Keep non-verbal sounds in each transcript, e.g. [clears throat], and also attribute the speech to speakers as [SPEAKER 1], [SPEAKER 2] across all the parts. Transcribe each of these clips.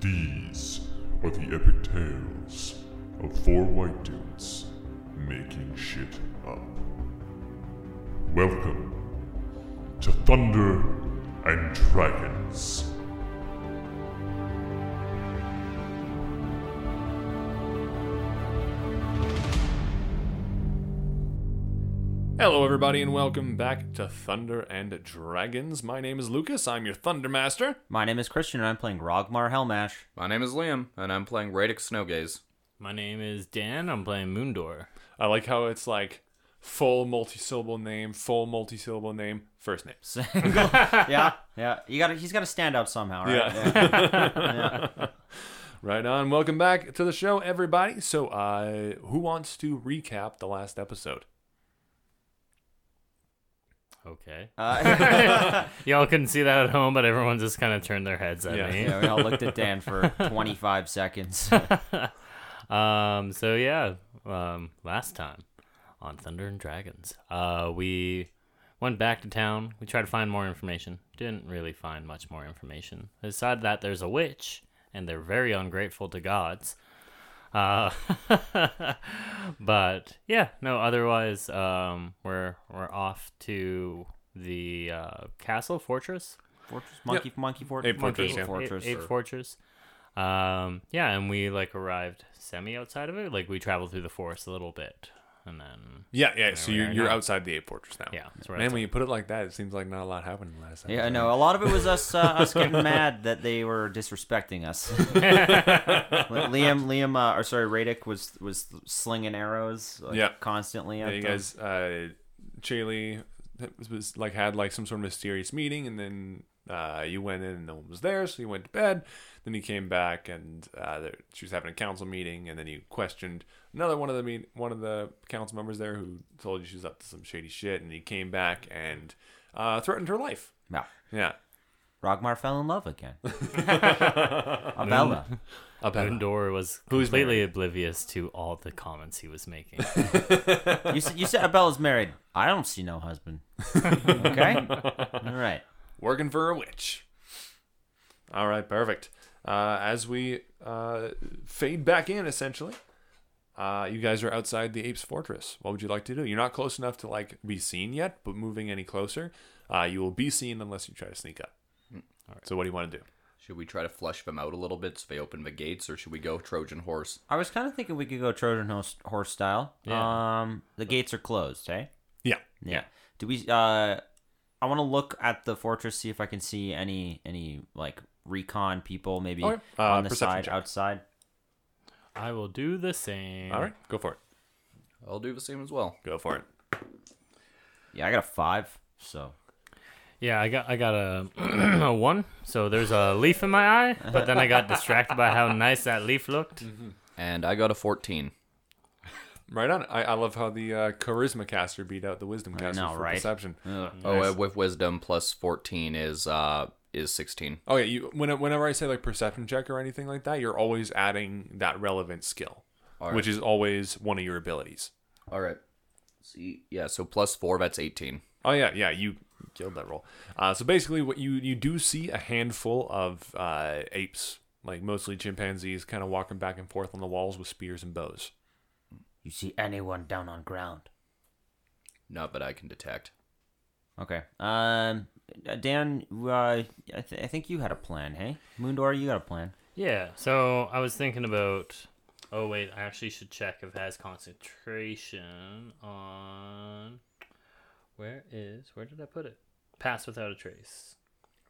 [SPEAKER 1] These are the epic tales of four white dudes making shit up. Welcome to Thunder and Dragons.
[SPEAKER 2] Hello, everybody, and welcome back to Thunder and Dragons. My name is Lucas. I'm your Thunder Master.
[SPEAKER 3] My name is Christian, and I'm playing
[SPEAKER 2] [laughs]
[SPEAKER 3] Rogmar Hellmash.
[SPEAKER 4] My name is Liam, and I'm playing Radix Snowgaze.
[SPEAKER 5] My name is Dan. I'm playing Moondor.
[SPEAKER 2] I like how it's like full multisyllable name, full multisyllable name, first name.
[SPEAKER 3] yeah, yeah. You got. to He's got to stand out somehow, right?
[SPEAKER 2] Yeah. [laughs] right on. Welcome back to the show, everybody. So, uh, who wants to recap the last episode?
[SPEAKER 5] Okay.
[SPEAKER 3] Uh,
[SPEAKER 5] Y'all couldn't see that at home, but everyone just kind of turned their heads at
[SPEAKER 2] Yeah.
[SPEAKER 5] me.
[SPEAKER 3] yeah, we all looked at Dan for
[SPEAKER 2] [laughs]
[SPEAKER 3] 25 seconds.
[SPEAKER 5] [laughs] Um, so yeah, um, last time on Thunder and Dragons, uh, we went back to town. We tried to find more information. Didn't really find much more information. Aside that there's a witch, and they're very ungrateful to gods. Uh, [laughs] but yeah, no. Otherwise, um, we're we're off to the uh, castle fortress
[SPEAKER 3] Fortress, monkey, monkey fortress,
[SPEAKER 2] Ape fortress,
[SPEAKER 5] eight,
[SPEAKER 2] yeah.
[SPEAKER 5] eight-
[SPEAKER 3] fortress.
[SPEAKER 5] eight fortress. Um, yeah, and we like arrived semi outside of it. Like we traveled through the forest a little bit, and then
[SPEAKER 2] Yeah, yeah. So
[SPEAKER 5] we
[SPEAKER 2] you're,
[SPEAKER 5] are
[SPEAKER 2] you're
[SPEAKER 5] now.
[SPEAKER 2] outside the Ape Fortress now.
[SPEAKER 5] Yeah, that's where
[SPEAKER 2] Man,
[SPEAKER 5] it's
[SPEAKER 2] when you put it like that, it seems like not a lot happened in the last episode.
[SPEAKER 3] yeah, I know. A lot of it was us, uh, us
[SPEAKER 2] [laughs]
[SPEAKER 3] getting mad that they were disrespecting us. Liam, Liam, uh, or sorry, Radek was was slinging arrows like,
[SPEAKER 2] Yeah.
[SPEAKER 3] constantly.
[SPEAKER 2] Yeah,
[SPEAKER 3] at
[SPEAKER 2] you
[SPEAKER 3] them.
[SPEAKER 2] guys, uh, Chaley was, was like had like some sort of mysterious meeting, and then uh, you went in and no one was there, so you went to bed. Then you came back, and uh, there, she was having a council meeting, and then you questioned another one of the meet, one of the council members there who told you she was up to some shady shit, and he came back and uh, threatened her life.
[SPEAKER 3] Yeah.
[SPEAKER 2] Yeah,
[SPEAKER 3] Rogmar fell in
[SPEAKER 2] [laughs]
[SPEAKER 3] love again. Abella.
[SPEAKER 2] about
[SPEAKER 5] Lindor was completely oblivious to all the comments he
[SPEAKER 2] [laughs]
[SPEAKER 5] was making.
[SPEAKER 3] You said you said Abella's married. I don't see no husband. Okay. All right.
[SPEAKER 2] working for a witch. All right, perfect. Uh, as we uh, fade back in, essentially, uh, you guys are outside the ape's fortress. What would you like to do? You're not close enough to like be seen yet, but moving any closer, uh, you will be seen unless you try to sneak up. So what do you want to do?
[SPEAKER 4] Should we try to flush them out a little bit so they open the gates, or should we go Trojan horse?
[SPEAKER 3] I was kind of thinking we could go Trojan horse, horse style.
[SPEAKER 5] Yeah.
[SPEAKER 3] Um, the gates are closed, eh?
[SPEAKER 2] Yeah,
[SPEAKER 3] Yeah. Do we? Uh, I want to look at the fortress, see if I can see any any like recon people, maybe
[SPEAKER 2] Okay. Uh,
[SPEAKER 3] on the
[SPEAKER 2] perception
[SPEAKER 3] side,
[SPEAKER 2] check.
[SPEAKER 3] outside.
[SPEAKER 5] I will do the same.
[SPEAKER 2] all right, go for it.
[SPEAKER 4] I'll do the same as well.
[SPEAKER 2] Go for it.
[SPEAKER 3] Yeah, I got a five. So
[SPEAKER 5] Yeah, I got I got a, [clears throat] a one. So there's a leaf in my eye, but then I got distracted by how nice that leaf
[SPEAKER 2] Mm-hmm.
[SPEAKER 5] looked.
[SPEAKER 4] And I got a 14.
[SPEAKER 2] Right on. I, I love how the uh, charisma caster beat out the wisdom caster
[SPEAKER 3] know,
[SPEAKER 2] for
[SPEAKER 3] right?
[SPEAKER 2] perception.
[SPEAKER 4] Oh, uh, with wisdom plus 14 is uh is 16.
[SPEAKER 2] Oh yeah, you when, whenever I say like perception check or anything like that, you're always adding that relevant skill,
[SPEAKER 4] Alright.
[SPEAKER 2] which is always one of your abilities.
[SPEAKER 4] All right. See, yeah, so plus 4 that's 18.
[SPEAKER 2] Oh yeah, yeah, you killed that roll. Uh, so basically, what you you do see a handful of uh, apes, like mostly chimpanzees, kind of walking back and forth on the walls with spears and bows.
[SPEAKER 3] you see anyone down on ground?
[SPEAKER 4] Not that I can detect.
[SPEAKER 3] Okay. Um, Dan, uh, I, th- I think you had a plan. Hey, Moondor, you got a plan.
[SPEAKER 5] Yeah, so I was thinking about. Oh wait, I actually should check if it has concentration on. Where is? Where did I put it? Pass without a trace.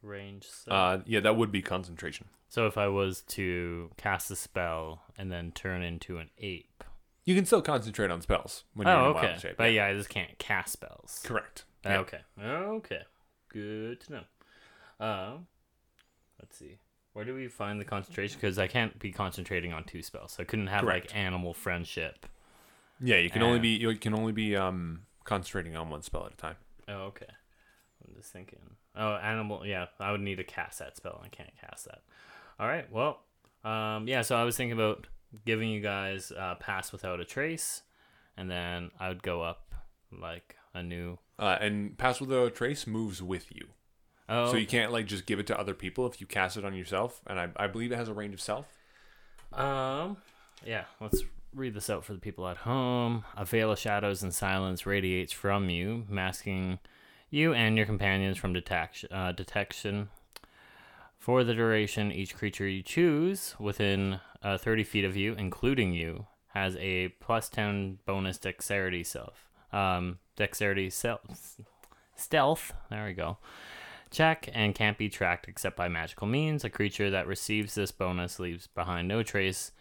[SPEAKER 5] Range. So,
[SPEAKER 2] Uh, yeah, that would be concentration.
[SPEAKER 5] so if I was to cast a spell and then turn into an ape.
[SPEAKER 2] You can still concentrate on spells when you're
[SPEAKER 5] Oh,
[SPEAKER 2] in
[SPEAKER 5] okay.
[SPEAKER 2] wild shape.
[SPEAKER 5] But yeah, I just can't cast spells.
[SPEAKER 2] correct.
[SPEAKER 5] Uh, Okay. Okay. Good to know. Um, let's see. Where do we find the concentration? Because I can't be concentrating on two spells. I couldn't have
[SPEAKER 2] Correct.
[SPEAKER 5] like animal friendship.
[SPEAKER 2] Yeah, you can only
[SPEAKER 5] Uh,
[SPEAKER 2] be you can only be um concentrating on one spell at a time.
[SPEAKER 5] Oh, okay. I'm just thinking. Oh, animal. Yeah, I would need to cast that spell. I can't cast that. All right. Well, um, yeah. So I was thinking about giving you guys uh, pass without a trace, and then I would go up like a new.
[SPEAKER 2] Uh, and pass without a trace moves with you.
[SPEAKER 5] Oh,
[SPEAKER 2] So you can't like just give it to other people if you cast it on yourself. And I, I believe it has a range of self.
[SPEAKER 5] Um, yeah, let's read this out for the people at home. A veil of shadows and silence radiates from you, masking you and your companions from detach- uh, detection. For the duration, each creature you choose within uh, 30 feet of you, including you, has a plus 10 bonus dexterity self. Um, dexterity self. Stealth. There we go check and can't be tracked except by magical means. A creature that receives this bonus leaves behind no trace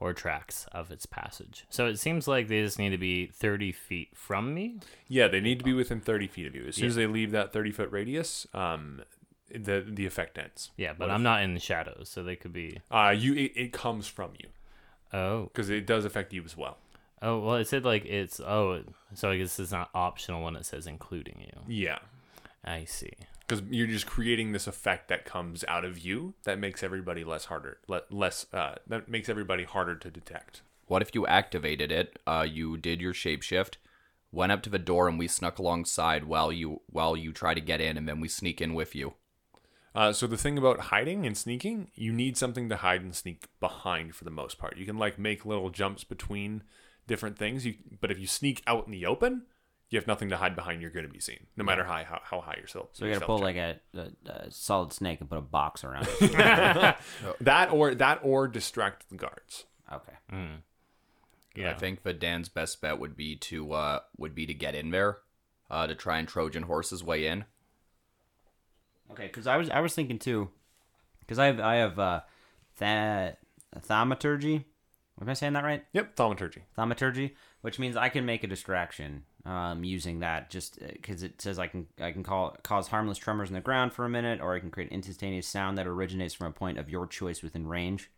[SPEAKER 5] or tracks of its passage. So it seems like they just need to be 30 feet from me.
[SPEAKER 2] Yeah, they need to be within 30 feet of you. As soon as they leave that 30 foot radius, um, the the effect ends.
[SPEAKER 5] Yeah, but I'm not in the shadows, so they could be.
[SPEAKER 2] Uh, you it, it comes from you
[SPEAKER 5] Oh,
[SPEAKER 2] because it does affect you as well.
[SPEAKER 5] oh, well, it said like it's. Oh, so I guess it's not optional when it says including you.
[SPEAKER 2] Yeah,
[SPEAKER 5] I see.
[SPEAKER 2] because you're just creating this effect that comes out of you that makes everybody less harder, le- less uh, that makes everybody harder to detect.
[SPEAKER 4] What if you activated it? Uh, you did your shapeshift, went up to the door, and we snuck alongside while you while you try to get in, and then we sneak in with you.
[SPEAKER 2] Uh, so the thing about hiding and sneaking, you need something to hide and sneak behind for the most part. You can like make little jumps between different things. You, but if you sneak out in the open, you have nothing to hide behind. You're going to be seen, no matter how how, how high yourself.
[SPEAKER 3] So we gotta
[SPEAKER 2] yourself
[SPEAKER 3] pull
[SPEAKER 2] check.
[SPEAKER 3] like a, a, a solid snake and put a box around it.
[SPEAKER 2] that, or that, or distract the guards.
[SPEAKER 3] okay.
[SPEAKER 5] Yeah.
[SPEAKER 4] I think the Dan's best bet would be to uh, would be to get in there, uh, to try and Trojan horse his way in.
[SPEAKER 3] Okay, because I was I was thinking too, because I have I have uh, tha- thaumaturgy. Am I saying that right?
[SPEAKER 2] Yep, thaumaturgy.
[SPEAKER 3] Thaumaturgy, which means I can make a distraction um, using that. Just because it says I can I can call cause harmless tremors in the ground for a minute, or I can create an instantaneous sound that originates from a point of your choice within range.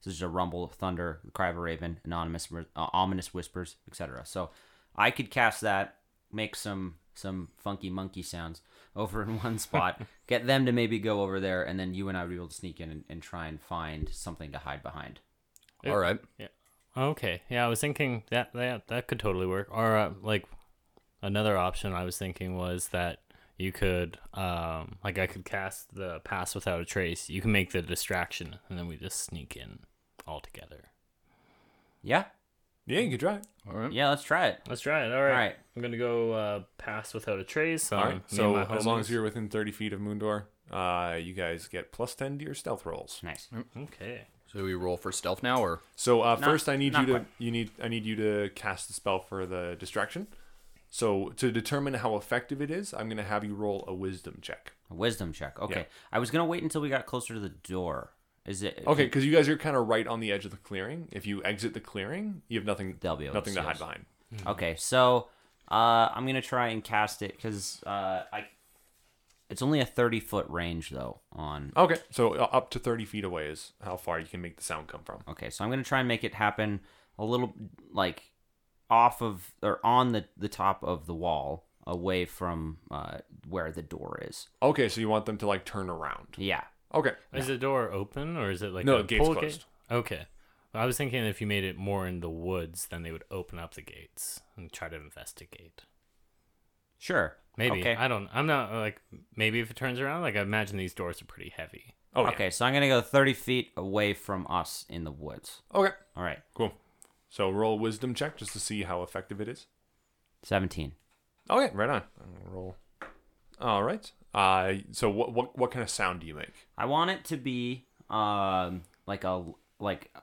[SPEAKER 3] So there's a rumble of thunder, the cry of a raven, anonymous, uh, ominous whispers, etc. So I could cast that, make some some funky monkey sounds over in one spot, get them to maybe go over there, and then you and I would be able to sneak in and, and try and find something to hide behind.
[SPEAKER 5] Yeah.
[SPEAKER 4] All right.
[SPEAKER 5] Okay. Yeah, I was thinking that that that could totally work. Or uh, like another option I was thinking was that you could um like I could cast the pass without a trace. You can make the distraction and then we just sneak in all together.
[SPEAKER 3] Yeah,
[SPEAKER 2] Yeah, you can try. it.
[SPEAKER 4] All right.
[SPEAKER 3] yeah, let's try it.
[SPEAKER 5] Let's try it. All right.
[SPEAKER 3] All right.
[SPEAKER 5] I'm going to go uh pass without a trace
[SPEAKER 2] All
[SPEAKER 5] on
[SPEAKER 2] right.
[SPEAKER 5] Um, me and
[SPEAKER 2] So
[SPEAKER 5] my
[SPEAKER 2] as long
[SPEAKER 5] homies.
[SPEAKER 2] as you're within 30 feet of Moondor, uh, you guys get plus 10 to your stealth rolls.
[SPEAKER 3] Nice.
[SPEAKER 5] Okay.
[SPEAKER 4] So we roll for stealth now, or
[SPEAKER 5] Mm-hmm.
[SPEAKER 2] So uh,
[SPEAKER 3] Not-
[SPEAKER 2] first, I need
[SPEAKER 3] not
[SPEAKER 2] you to
[SPEAKER 3] quite.
[SPEAKER 2] you need I need you to cast the spell for the distraction. So to determine how effective it is, I'm going to have you roll a wisdom check.
[SPEAKER 3] A wisdom check. Okay.
[SPEAKER 2] Yeah.
[SPEAKER 3] I was gonna wait until we got closer to the door. Is it
[SPEAKER 2] Okay, because you guys are kind of right on the edge of the clearing. If you exit the clearing, you have nothing
[SPEAKER 3] They'll be able to
[SPEAKER 2] nothing to
[SPEAKER 3] see
[SPEAKER 2] hide
[SPEAKER 3] us.
[SPEAKER 2] behind.
[SPEAKER 3] Okay. So uh, I'm gonna try and cast it because uh, I. It's only a thirty foot range though. On
[SPEAKER 2] Okay, so uh, up to 30 feet away is how far you can make the sound come from.
[SPEAKER 3] okay, so I'm gonna try and make it happen a little like off of or on the the top of the wall, away from uh, where the door is.
[SPEAKER 2] Okay, so you want them to like turn around.
[SPEAKER 3] Yeah.
[SPEAKER 2] Okay,
[SPEAKER 5] Is the door open or is it like
[SPEAKER 2] No,
[SPEAKER 5] a
[SPEAKER 2] the gate's
[SPEAKER 5] pull
[SPEAKER 2] closed.
[SPEAKER 5] Gate? Okay. I was thinking if you made it more in the woods, then they would open up the gates and try to investigate.
[SPEAKER 3] Sure.
[SPEAKER 5] Maybe
[SPEAKER 3] Okay.
[SPEAKER 5] I don't. I'm not like maybe if it turns around. Like I imagine these doors are pretty heavy.
[SPEAKER 2] Oh, yeah.
[SPEAKER 3] okay. So I'm gonna go thirty feet away from us in the woods.
[SPEAKER 2] okay,
[SPEAKER 3] All right.
[SPEAKER 2] cool. So roll a wisdom check just to see how effective it is.
[SPEAKER 3] Seventeen.
[SPEAKER 2] Okay, Oh, right on. I'm gonna roll. All right. Uh, so what what what kind of sound do you make?
[SPEAKER 3] I want it to be um like a like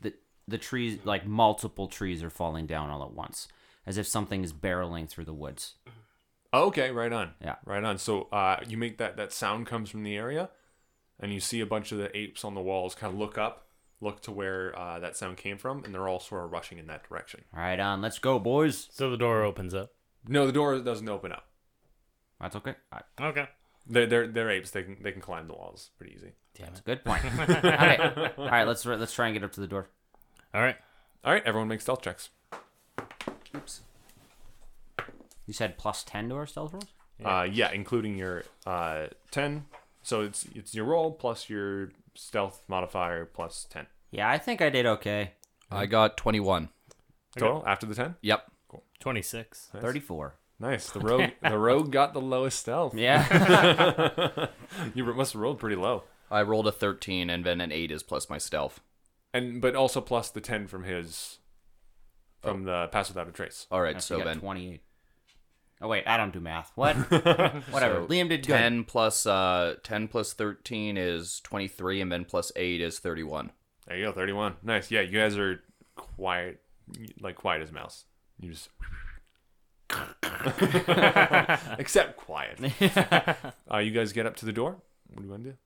[SPEAKER 3] the the trees like multiple trees are falling down all at once as if something is barreling through the woods.
[SPEAKER 2] Oh, Okay, right on.
[SPEAKER 3] Yeah.
[SPEAKER 2] right on. So uh, you make that that sound comes from the area, and you see a bunch of the apes on the walls kind of look up, look to where uh, that sound came from, and they're all sort of rushing in that direction.
[SPEAKER 3] All right, on let's go, boys.
[SPEAKER 5] So the door opens up.
[SPEAKER 2] No, the door doesn't open up.
[SPEAKER 3] That's okay. All right,
[SPEAKER 5] Okay.
[SPEAKER 2] They're they're, they're apes. They can they can climb the walls pretty easy.
[SPEAKER 3] that's a good point. all right, all right, let's let's try and get up to the door.
[SPEAKER 5] All right.
[SPEAKER 2] All right, everyone make stealth checks.
[SPEAKER 3] You said plus ten to our stealth rolls.
[SPEAKER 2] Yeah, uh, yeah including your uh, ten. So it's it's your roll plus your stealth modifier plus ten
[SPEAKER 3] Yeah, I think I did okay.
[SPEAKER 4] I got twenty one.
[SPEAKER 2] total after the ten.
[SPEAKER 4] Yep.
[SPEAKER 5] Twenty six.
[SPEAKER 3] Thirty four.
[SPEAKER 2] Nice. [laughs] The rogue. the rogue got the lowest stealth.
[SPEAKER 3] Yeah.
[SPEAKER 2] [laughs] You must have rolled pretty low.
[SPEAKER 4] I rolled a 13 and then an 8 is plus my stealth.
[SPEAKER 2] And but also plus the ten from his, from the pass without a trace.
[SPEAKER 4] All right,
[SPEAKER 3] That's
[SPEAKER 4] so then
[SPEAKER 3] twenty-eight. Oh wait, I don't do math. What? Whatever.
[SPEAKER 4] So
[SPEAKER 3] Liam did good.
[SPEAKER 4] 10 plus uh 10 plus 13 is 23 and then plus 8 is 31.
[SPEAKER 2] There you go. Thirty-one. Nice. Yeah, you guys are quiet, like quiet as mouse. You just. Except quiet. uh, you guys get up to the door. What do you want to do?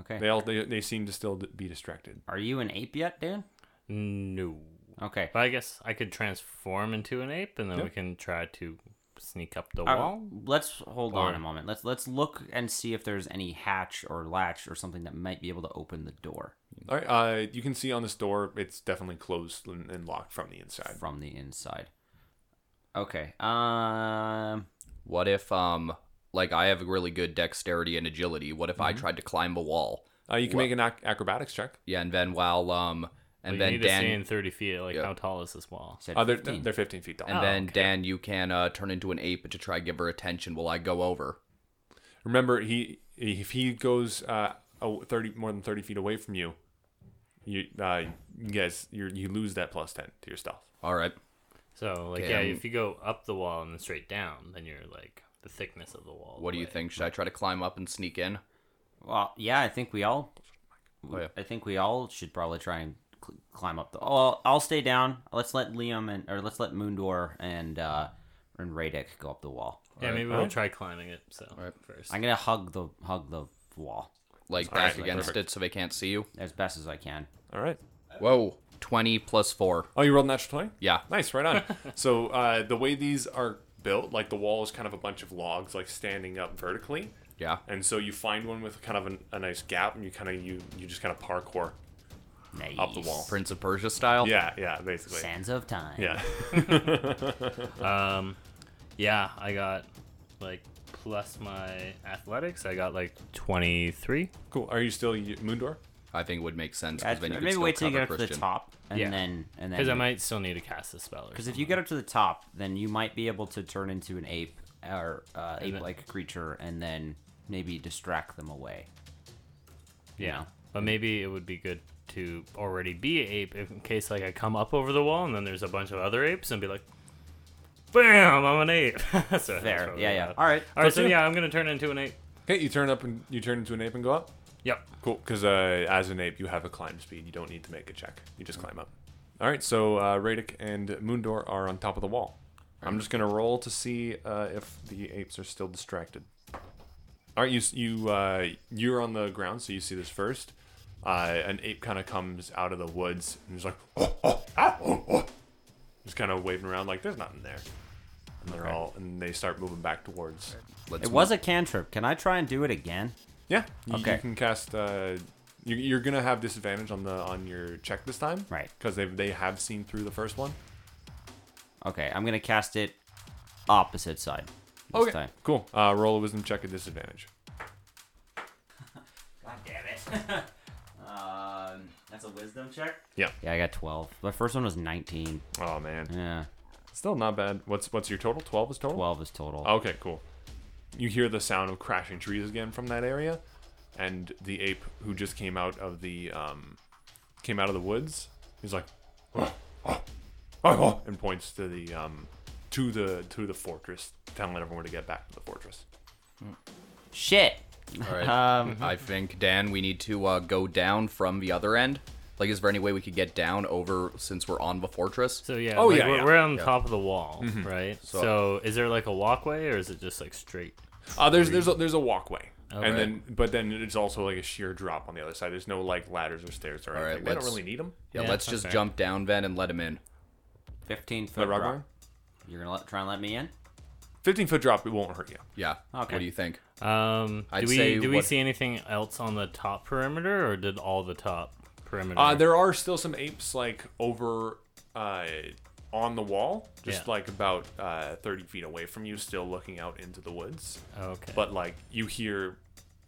[SPEAKER 3] Okay.
[SPEAKER 2] They all they, they seem to still be distracted.
[SPEAKER 3] Are you an ape yet, Dan?
[SPEAKER 5] No.
[SPEAKER 3] Okay.
[SPEAKER 5] But I guess I could transform into an ape, and then we can try to sneak up the
[SPEAKER 3] Uh,
[SPEAKER 5] wall.
[SPEAKER 3] let's hold on
[SPEAKER 5] Or-
[SPEAKER 3] a moment. Let's let's look and see if there's any hatch or latch or something that might be able to open the door
[SPEAKER 2] All right. Uh, you can see on this door, it's definitely closed and, and locked from the inside.
[SPEAKER 3] from the inside. Okay. Um.
[SPEAKER 4] What if um like I have really good dexterity and agility. What if I
[SPEAKER 5] Mm-hmm.
[SPEAKER 4] tried to climb a wall?
[SPEAKER 2] Uh, you can make an ac- acrobatics check.
[SPEAKER 4] Yeah, and then while um and
[SPEAKER 5] And
[SPEAKER 4] then
[SPEAKER 5] you need to see in
[SPEAKER 4] Dan
[SPEAKER 5] thirty feet. Like,
[SPEAKER 4] Yeah.
[SPEAKER 5] how tall is this wall?
[SPEAKER 3] said
[SPEAKER 2] Uh, they're,
[SPEAKER 3] 15.
[SPEAKER 2] they're 15 feet tall.
[SPEAKER 4] and
[SPEAKER 5] Oh,
[SPEAKER 4] then
[SPEAKER 5] okay.
[SPEAKER 4] Dan you can uh, turn into an ape to try give her attention while I go over.
[SPEAKER 2] Remember, he if he goes uh, oh, 30 more than 30 feet away from you, you uh, you guys you you lose that plus 10 to your stealth.
[SPEAKER 4] All right.
[SPEAKER 5] So, like,
[SPEAKER 4] Okay,
[SPEAKER 5] yeah,
[SPEAKER 4] I'm-
[SPEAKER 5] if you go up the wall and then straight down, then you're like the thickness of the wall.
[SPEAKER 4] What do you
[SPEAKER 5] like-
[SPEAKER 4] think? Should I try to climb up and sneak in?
[SPEAKER 3] Well, yeah, I think we all.
[SPEAKER 4] Oh, yeah.
[SPEAKER 3] I think we all should probably try and cl- climb up the. Oh, I'll, I'll stay down. Let's let Liam and or let's let Moondor and uh and Radek go up the wall.
[SPEAKER 5] Yeah,
[SPEAKER 4] Alright.
[SPEAKER 5] maybe we'll try climbing it. So first,
[SPEAKER 3] I'm gonna hug the hug the wall
[SPEAKER 4] Like
[SPEAKER 2] right,
[SPEAKER 4] back
[SPEAKER 2] like,
[SPEAKER 4] against
[SPEAKER 2] perfect.
[SPEAKER 4] it so they can't see you?
[SPEAKER 3] as best as I can.
[SPEAKER 2] All right.
[SPEAKER 4] Whoa. 20 plus 4.
[SPEAKER 2] Oh, you rolled a natural 20?
[SPEAKER 4] Yeah.
[SPEAKER 2] Nice, right on. so uh, the way these are built, like the wall is kind of a bunch of logs like standing up vertically.
[SPEAKER 4] Yeah.
[SPEAKER 2] And so you find one with kind of an, a nice gap, and you kind of you you just kind of parkour.
[SPEAKER 3] Nice.
[SPEAKER 2] Up the wall.
[SPEAKER 4] Prince of Persia style?
[SPEAKER 2] Yeah, yeah, basically.
[SPEAKER 3] Sands of time.
[SPEAKER 2] Yeah. [laughs]
[SPEAKER 5] um, yeah, I got like plus my athletics. I got like twenty three.
[SPEAKER 2] cool. Are you still y- Moondor?
[SPEAKER 4] I think it would make sense
[SPEAKER 3] Yeah,
[SPEAKER 4] because then you could
[SPEAKER 3] maybe
[SPEAKER 4] still
[SPEAKER 3] wait till you
[SPEAKER 4] cover
[SPEAKER 3] get up to
[SPEAKER 4] Christian.
[SPEAKER 3] the top, and
[SPEAKER 5] Yeah.
[SPEAKER 3] then and then
[SPEAKER 5] Because I might still need to cast a spell.
[SPEAKER 3] Because if you get up to the top, then you might be able to turn into an ape or uh,
[SPEAKER 5] then-
[SPEAKER 3] ape-like creature, and then maybe distract them away.
[SPEAKER 5] yeah, but maybe it would be good to already be an ape if, in case like I come up over the wall and then there's a bunch of other apes and be like, bam, I'm an ape. [laughs] so
[SPEAKER 3] There. Yeah, yeah. All right.
[SPEAKER 5] All right, so
[SPEAKER 2] do it.
[SPEAKER 5] yeah, I'm gonna turn into an ape.
[SPEAKER 2] Okay, you turn up and you turn into an ape and go up.
[SPEAKER 5] Yep.
[SPEAKER 2] Cool, because uh, as an ape, you have a climb speed. You don't need to make a check. You just climb up. All right, so uh, Radek and Moondor are on top of the wall. I'm just gonna roll to see uh, if the apes are still distracted. All right, you s- you uh, you're on the ground, so you see this first. Uh, an ape kind of comes out of the woods and he's like, oh, oh, ah, oh, oh." just kind of waving around like there's nothing there. And they're all and they start moving back towards.
[SPEAKER 4] Let's
[SPEAKER 3] It was a cantrip. Can I try and do it again?
[SPEAKER 2] Yeah, you, you
[SPEAKER 3] Okay.
[SPEAKER 2] can cast. Uh, you, you're gonna have disadvantage on the on your check this time,
[SPEAKER 3] Right.
[SPEAKER 2] Because they they have seen through the first one.
[SPEAKER 3] Okay, I'm gonna cast it opposite side. This
[SPEAKER 2] okay,
[SPEAKER 3] Time.
[SPEAKER 2] cool. Uh, roll a wisdom check at disadvantage.
[SPEAKER 3] God damn it. [laughs] um, that's a wisdom check.
[SPEAKER 2] Yeah.
[SPEAKER 3] Yeah, I got 12. The first one was 19.
[SPEAKER 2] Oh man,
[SPEAKER 3] Yeah,
[SPEAKER 2] still not bad. What's what's your total? Twelve is total.
[SPEAKER 3] 12 is total.
[SPEAKER 2] Okay, cool. You hear the sound of crashing trees again from that area, and the ape who just came out of the um, came out of the woods. He's like, "Oh, oh, oh, oh," and points to the um, to the to the fortress, telling everyone to get back to the fortress.
[SPEAKER 3] Shit.
[SPEAKER 4] All right.
[SPEAKER 3] Um,
[SPEAKER 4] I think Dan, we need to uh, go down from the other end. Like, is there any way we could get down over since we're on the fortress?
[SPEAKER 5] So yeah,
[SPEAKER 2] Oh,
[SPEAKER 5] like,
[SPEAKER 2] yeah,
[SPEAKER 5] we're,
[SPEAKER 2] yeah.
[SPEAKER 5] we're on top of the wall,
[SPEAKER 3] Mm-hmm.
[SPEAKER 5] right? So,
[SPEAKER 4] So-
[SPEAKER 5] is there like a walkway or is it just like straight?
[SPEAKER 2] Uh, there's there's a, there's a walkway, and
[SPEAKER 5] right.
[SPEAKER 2] then but then it's also like a sheer drop on the other side. There's no like ladders or stairs or
[SPEAKER 4] right,
[SPEAKER 2] anything. they don't
[SPEAKER 4] let's-
[SPEAKER 2] really need them.
[SPEAKER 4] yeah,
[SPEAKER 5] Yeah,
[SPEAKER 4] let's
[SPEAKER 5] that's
[SPEAKER 4] just
[SPEAKER 5] fair.
[SPEAKER 4] jump down then and let him in.
[SPEAKER 3] 15 foot
[SPEAKER 2] The rock
[SPEAKER 3] drop.
[SPEAKER 2] one?
[SPEAKER 3] You're gonna let, try and let me in?
[SPEAKER 2] fifteen foot drop, it won't hurt you.
[SPEAKER 4] Yeah.
[SPEAKER 3] Okay.
[SPEAKER 4] What do you think?
[SPEAKER 5] Um,
[SPEAKER 4] I'd
[SPEAKER 5] do we
[SPEAKER 4] say
[SPEAKER 5] do we
[SPEAKER 4] what-
[SPEAKER 5] see anything else on the top perimeter, or did all the top perimeter?
[SPEAKER 2] Uh, there are still some apes like over uh, on the wall, just
[SPEAKER 5] Yeah.
[SPEAKER 2] like about uh, thirty feet away from you, still looking out into the woods.
[SPEAKER 5] Oh, okay.
[SPEAKER 2] But like you hear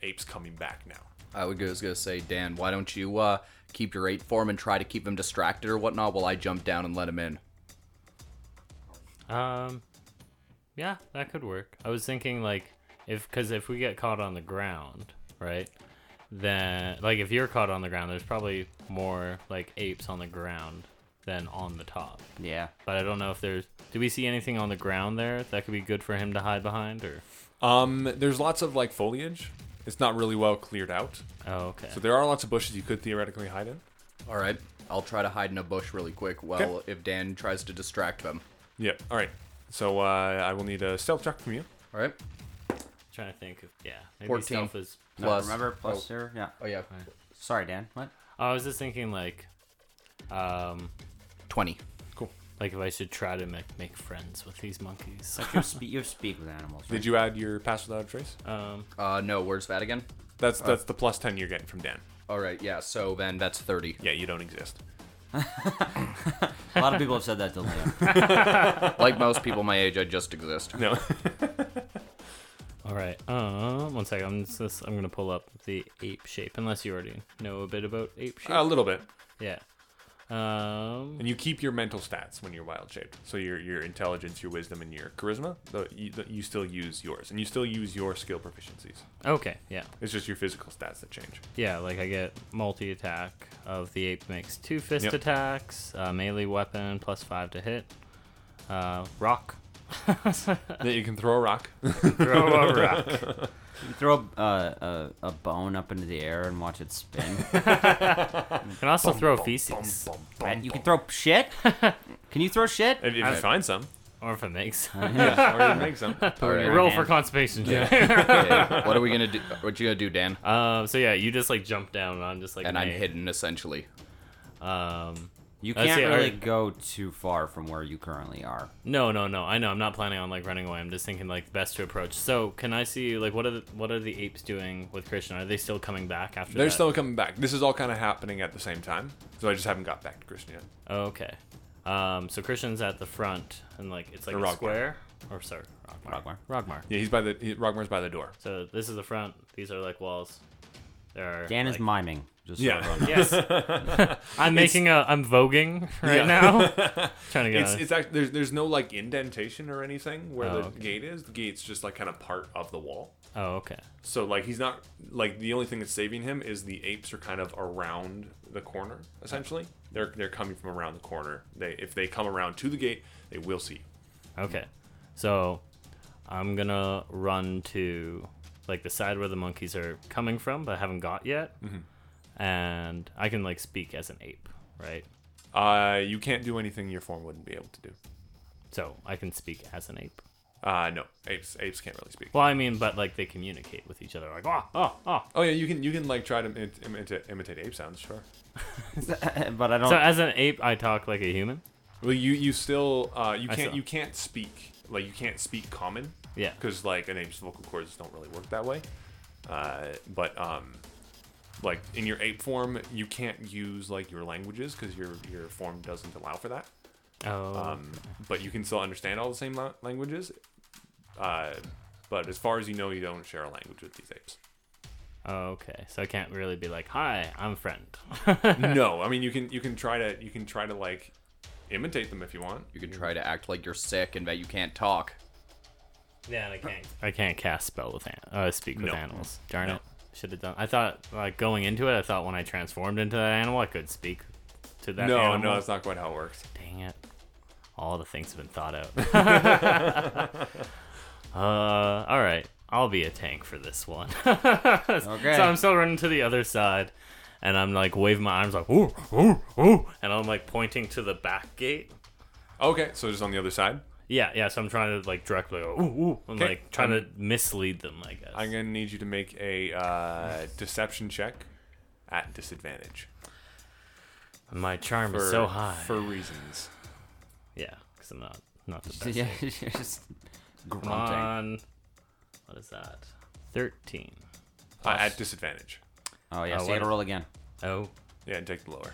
[SPEAKER 2] apes coming back now.
[SPEAKER 4] I would go- was gonna say, Dan, why don't you uh, keep your eight form and try to keep him distracted or whatnot while I jump down and let him in?
[SPEAKER 5] um, Yeah, that could work. I was thinking like if because if we get caught on the ground, right? Then like if you're caught on the ground, there's probably more like apes on the ground than on the top.
[SPEAKER 3] Yeah.
[SPEAKER 5] But I don't know if there's. Do we see anything on the ground there that could be good for him to hide behind? Or
[SPEAKER 2] Um, there's lots of like foliage. It's not really well cleared out,
[SPEAKER 5] oh, okay.
[SPEAKER 2] so there are lots of bushes you could theoretically hide in.
[SPEAKER 4] All right, I'll try to hide in a bush really quick while if Dan tries to distract them.
[SPEAKER 2] Yeah. All right. So uh, I will need a stealth check from you.
[SPEAKER 4] All right.
[SPEAKER 5] trying to think. Of, yeah, maybe
[SPEAKER 4] 14
[SPEAKER 5] stealth is.
[SPEAKER 4] Plus,
[SPEAKER 3] Remember plus
[SPEAKER 4] oh,
[SPEAKER 3] zero? Yeah.
[SPEAKER 4] oh yeah,
[SPEAKER 3] Sorry, Dan. What?
[SPEAKER 5] oh, I was just thinking like, um,
[SPEAKER 4] twenty.
[SPEAKER 2] Cool.
[SPEAKER 5] like if I should try to make make friends with these monkeys.
[SPEAKER 3] Like you spe- you speak with animals. Right?
[SPEAKER 2] Did you add your pass without a trace?
[SPEAKER 5] Um,
[SPEAKER 4] Uh, no, where's that again?
[SPEAKER 2] That's that's the plus ten you're getting from Dan.
[SPEAKER 4] All right, yeah. So then that's thirty.
[SPEAKER 2] Yeah, you don't exist.
[SPEAKER 3] A lot of people have said that to Liam.
[SPEAKER 4] [laughs] like most people my age, I just exist.
[SPEAKER 2] No. [laughs]
[SPEAKER 5] all right. Um, one second. I'm just, I'm gonna pull up the ape shape unless you already know a bit about ape shape.
[SPEAKER 2] a little bit.
[SPEAKER 5] yeah. Um,
[SPEAKER 2] And you keep your mental stats when you're wild shaped. So your your intelligence, your wisdom, and your charisma. tho- You, tho- you still use yours, and you still use your skill proficiencies.
[SPEAKER 5] okay. Yeah.
[SPEAKER 2] It's just your physical stats that change.
[SPEAKER 5] Yeah, like I get multi attack of the ape makes two fist
[SPEAKER 2] Yep.
[SPEAKER 5] attacks, uh, melee weapon plus five to hit, uh, rock, throw
[SPEAKER 2] [laughs] That you can throw a [laughs] rock.
[SPEAKER 5] a rock.
[SPEAKER 3] You throw a, uh, a, a bone up into the air and watch it
[SPEAKER 4] [laughs]
[SPEAKER 3] spin.
[SPEAKER 5] You can also throw feces,
[SPEAKER 3] Right? You can throw
[SPEAKER 4] [laughs]
[SPEAKER 3] shit. Can you throw shit?
[SPEAKER 2] If, if you find [laughs] some,
[SPEAKER 5] or if it makes
[SPEAKER 2] yeah, or you make some.
[SPEAKER 4] All right.
[SPEAKER 5] [laughs] roll
[SPEAKER 3] man.
[SPEAKER 5] for constipation. check. [laughs]
[SPEAKER 4] Okay, What are we gonna do? What you gonna do, Dan?
[SPEAKER 5] Um, so yeah, you just like jump down, and I'm just like,
[SPEAKER 4] and I'm
[SPEAKER 5] "Hey."
[SPEAKER 4] hidden essentially.
[SPEAKER 5] Um,
[SPEAKER 3] You
[SPEAKER 5] Let's
[SPEAKER 3] can't
[SPEAKER 5] see,
[SPEAKER 3] really
[SPEAKER 5] are-
[SPEAKER 3] go too far from where you currently are.
[SPEAKER 5] no, no, no. I know. I'm not planning on like running away. I'm just thinking like best to approach. So can I see like what are the, what are the apes doing with Christian? Are they still coming back after?
[SPEAKER 2] They're
[SPEAKER 5] that?
[SPEAKER 2] still coming back. This is all kind of happening at the same time. So I just haven't got back to Christian yet.
[SPEAKER 5] Oh, Okay. Um, so Christian's at the front, and like it's like
[SPEAKER 2] The
[SPEAKER 5] a
[SPEAKER 2] Rogmar.
[SPEAKER 5] square, or sorry, Rogmar.
[SPEAKER 3] Rogmar.
[SPEAKER 5] Rogmar.
[SPEAKER 2] Yeah, he's by the he, Rogmar's by the door.
[SPEAKER 5] So this is the front. These are like walls. There are.
[SPEAKER 3] Dan
[SPEAKER 5] like,
[SPEAKER 3] is miming. Just so
[SPEAKER 2] Yeah.
[SPEAKER 3] everyone knows.
[SPEAKER 5] [laughs]
[SPEAKER 2] [laughs]
[SPEAKER 5] Yes. I'm making a. I'm voguing right
[SPEAKER 2] [laughs]
[SPEAKER 5] now. Trying to get.
[SPEAKER 2] It's
[SPEAKER 5] on-
[SPEAKER 2] it's act there's there's no like indentation or anything where
[SPEAKER 5] Oh,
[SPEAKER 2] the
[SPEAKER 5] okay.
[SPEAKER 2] gate is. The gate's just like kind of part of the wall.
[SPEAKER 5] oh, okay.
[SPEAKER 2] So like he's not like the only thing that's saving him is the apes are kind of around the corner essentially. They're they're coming from around the corner. They if they come around to the gate, they will see. you.
[SPEAKER 5] Okay. So I'm gonna run to like the side where the monkeys are coming from, but I haven't got yet. And I can like speak as an ape, right?
[SPEAKER 2] Uh, you can't do anything your form wouldn't be able to do.
[SPEAKER 5] So I can speak as an ape.
[SPEAKER 2] Uh, no, apes apes can't really speak.
[SPEAKER 5] Well, I mean, but like they communicate with each other, like oh, oh, oh.
[SPEAKER 2] Oh yeah, you can you can like try to im- imitate, imitate ape sounds, sure.
[SPEAKER 3] [laughs] but I don't.
[SPEAKER 5] So as an ape, I talk like a human.
[SPEAKER 2] Well, you you still uh, you
[SPEAKER 5] I
[SPEAKER 2] can't
[SPEAKER 5] still-
[SPEAKER 2] you can't speak like you can't speak common.
[SPEAKER 5] Yeah.
[SPEAKER 2] Because like an ape's vocal cords don't really work that way. Uh, but um, like in your ape form, you can't use like your languages because your your form doesn't allow for that.
[SPEAKER 5] Oh,
[SPEAKER 2] Um, but you can still understand all the same la- languages. Uh, but as far as you know, you don't share a language with these
[SPEAKER 5] [laughs]
[SPEAKER 2] apes.
[SPEAKER 5] Oh, okay. So I can't really be like, "Hi, I'm friend." [laughs]
[SPEAKER 2] no, I mean you can you can try to you can try to like imitate them if you want.
[SPEAKER 4] You can try to act like you're sick and that you can't talk.
[SPEAKER 5] Yeah, and I can't. I can't cast spell with an- uh, speak with
[SPEAKER 2] No.
[SPEAKER 5] animals. Darn
[SPEAKER 2] No.
[SPEAKER 5] it! Should have done. I thought like going into it, I thought when I transformed into that animal, I could speak to that.
[SPEAKER 2] no,
[SPEAKER 5] animal.
[SPEAKER 2] no, that's not quite how it works.
[SPEAKER 5] Dang it! All the things have been thought out. [laughs] uh, all right. I'll be a tank for this one. [laughs]
[SPEAKER 3] Okay.
[SPEAKER 5] So I'm still running to the other side, and I'm like waving my arms like ooh
[SPEAKER 6] Oh,
[SPEAKER 5] ooh ooh, and I'm like pointing to the back gate.
[SPEAKER 2] Okay, so just on the other side.
[SPEAKER 5] Yeah, yeah. So I'm trying to like directly, go, ooh, ooh. I'm
[SPEAKER 2] Okay.
[SPEAKER 5] like trying to mislead them, I guess.
[SPEAKER 2] I'm gonna need you to make a uh, deception check at disadvantage
[SPEAKER 5] My charm
[SPEAKER 2] for
[SPEAKER 5] is so high.
[SPEAKER 2] for reasons.
[SPEAKER 5] yeah, because I'm not
[SPEAKER 2] [laughs]
[SPEAKER 5] not the
[SPEAKER 3] [laughs]
[SPEAKER 5] best.
[SPEAKER 3] yeah, you're just
[SPEAKER 5] Come
[SPEAKER 3] grunting.
[SPEAKER 5] on. What is that? Thirteen.
[SPEAKER 2] Uh, at disadvantage.
[SPEAKER 3] Oh yeah,
[SPEAKER 5] Oh,
[SPEAKER 3] so you
[SPEAKER 5] what
[SPEAKER 3] gotta
[SPEAKER 5] if-
[SPEAKER 3] roll
[SPEAKER 5] [laughs]
[SPEAKER 3] again.
[SPEAKER 5] Oh,
[SPEAKER 2] Yeah, and take the lower.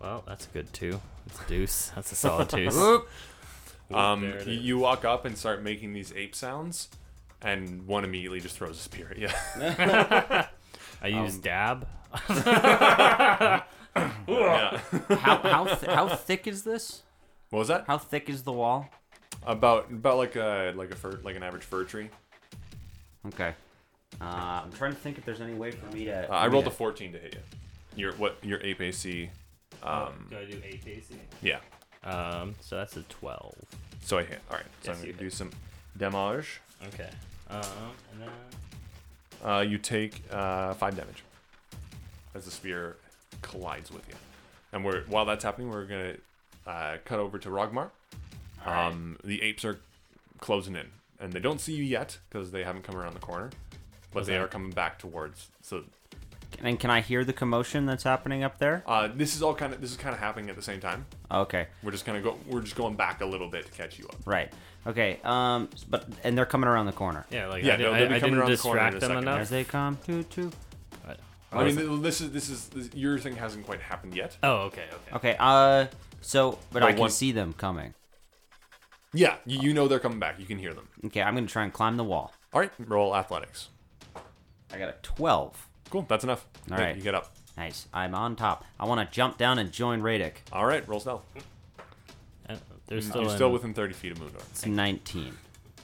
[SPEAKER 5] well, that's a good two. That's a deuce. That's
[SPEAKER 2] [laughs]
[SPEAKER 5] a solid deuce.
[SPEAKER 2] Um,
[SPEAKER 5] Oh, there it
[SPEAKER 2] you,
[SPEAKER 5] is.
[SPEAKER 2] you walk up and start making these ape sounds, and one immediately just throws a spear at you. [laughs]
[SPEAKER 5] I use dab.
[SPEAKER 2] Yeah.
[SPEAKER 3] How how th- how thick is this?
[SPEAKER 2] What was that?
[SPEAKER 3] How thick is the wall?
[SPEAKER 2] About about like a like a fir, like an average fir tree.
[SPEAKER 3] Okay. Uh, I'm trying to think if there's any way for me to.
[SPEAKER 2] Uh, I rolled a
[SPEAKER 3] the.
[SPEAKER 2] 14 to hit you. Your what? Your ape AC.
[SPEAKER 5] Do I do eight AC?
[SPEAKER 2] Yeah.
[SPEAKER 5] Um, so that's a twelve.
[SPEAKER 2] So I hit. All right. So
[SPEAKER 5] Yes,
[SPEAKER 2] I'm
[SPEAKER 5] you
[SPEAKER 2] gonna do
[SPEAKER 5] hit.
[SPEAKER 2] some damage.
[SPEAKER 5] Okay. Um, and then
[SPEAKER 2] Uh, you take uh, five damage as the spear collides with you. And we're while that's happening, we're gonna uh, cut over to Rogmar. Um, the apes are closing in, and they don't see you yet because they haven't come around the corner, but they
[SPEAKER 5] that?
[SPEAKER 2] are coming back towards. So
[SPEAKER 3] And can I hear the commotion that's happening up there?
[SPEAKER 2] uh, this is all kind of this is kind of happening at the same time.
[SPEAKER 3] Okay.
[SPEAKER 2] We're just gonna go. We're just going back a little bit to catch you up.
[SPEAKER 3] Right. Okay. Um. s- But and they're coming around the corner.
[SPEAKER 5] yeah, like
[SPEAKER 2] Yeah,
[SPEAKER 5] I, did,
[SPEAKER 2] they'll-
[SPEAKER 5] I,
[SPEAKER 2] they'll be
[SPEAKER 5] I
[SPEAKER 2] coming
[SPEAKER 5] didn't
[SPEAKER 2] around the corner in
[SPEAKER 5] distract
[SPEAKER 2] a
[SPEAKER 5] them
[SPEAKER 2] second.
[SPEAKER 5] enough.
[SPEAKER 3] As they come, two two.
[SPEAKER 5] But-
[SPEAKER 2] I mean, th- this is this is this, your thing hasn't quite happened yet.
[SPEAKER 5] oh, okay, okay.
[SPEAKER 3] Okay. Uh. So, but I can
[SPEAKER 2] one-
[SPEAKER 3] see them coming.
[SPEAKER 2] Yeah, you, you know they're coming back. You can hear them.
[SPEAKER 3] Okay. I'm gonna try and climb the wall.
[SPEAKER 2] All right, roll athletics.
[SPEAKER 3] I got a twelve.
[SPEAKER 2] Cool, that's enough.
[SPEAKER 3] All
[SPEAKER 2] Yeah,
[SPEAKER 3] right.
[SPEAKER 2] you get up.
[SPEAKER 3] Nice. I'm on top. I want to jump down and join Radek.
[SPEAKER 2] All right, roll stealth.
[SPEAKER 5] Uh, They're still
[SPEAKER 2] Mm, You're
[SPEAKER 5] in-
[SPEAKER 2] still within 30 feet of Moondor.
[SPEAKER 3] It's 19.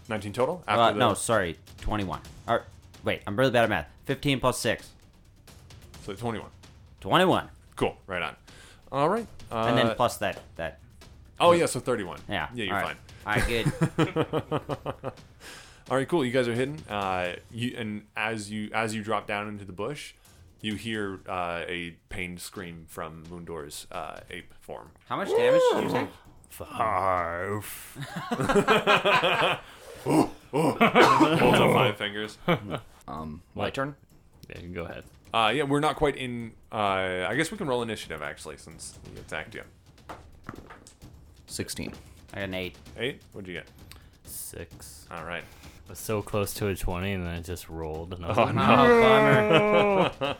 [SPEAKER 2] 19 total. After
[SPEAKER 3] Uh,
[SPEAKER 2] the,
[SPEAKER 3] no, sorry, 21. Or, wait, I'm really bad at math. 15 plus 6.
[SPEAKER 2] so 21.
[SPEAKER 3] 21.
[SPEAKER 2] Cool, right on. All right. Uh,
[SPEAKER 3] And then plus that. that.
[SPEAKER 2] oh yeah, so 31.
[SPEAKER 3] Yeah.
[SPEAKER 2] Yeah, you're
[SPEAKER 3] all
[SPEAKER 2] fine.
[SPEAKER 3] right. All right,
[SPEAKER 2] [laughs]
[SPEAKER 3] good.
[SPEAKER 2] All right, cool. You guys are hidden. Uh, you and as you as you drop down into the bush, you hear uh, a pained scream from Moondor's uh, ape form.
[SPEAKER 3] How much damage did you take?
[SPEAKER 2] [laughs]
[SPEAKER 5] Five.
[SPEAKER 2] Holds up five fingers.
[SPEAKER 4] Um, my
[SPEAKER 5] What?
[SPEAKER 4] turn.
[SPEAKER 5] Yeah, go ahead.
[SPEAKER 2] Uh, yeah, we're not quite in. Uh, I guess we can roll initiative actually, since he attacked you.
[SPEAKER 4] Sixteen.
[SPEAKER 3] I got an 8.
[SPEAKER 2] Eight. What'd you get?
[SPEAKER 5] Six.
[SPEAKER 2] All right.
[SPEAKER 5] I was so close to a twenty, and then I just rolled. And I was
[SPEAKER 2] Oh,
[SPEAKER 5] like,
[SPEAKER 3] Oh,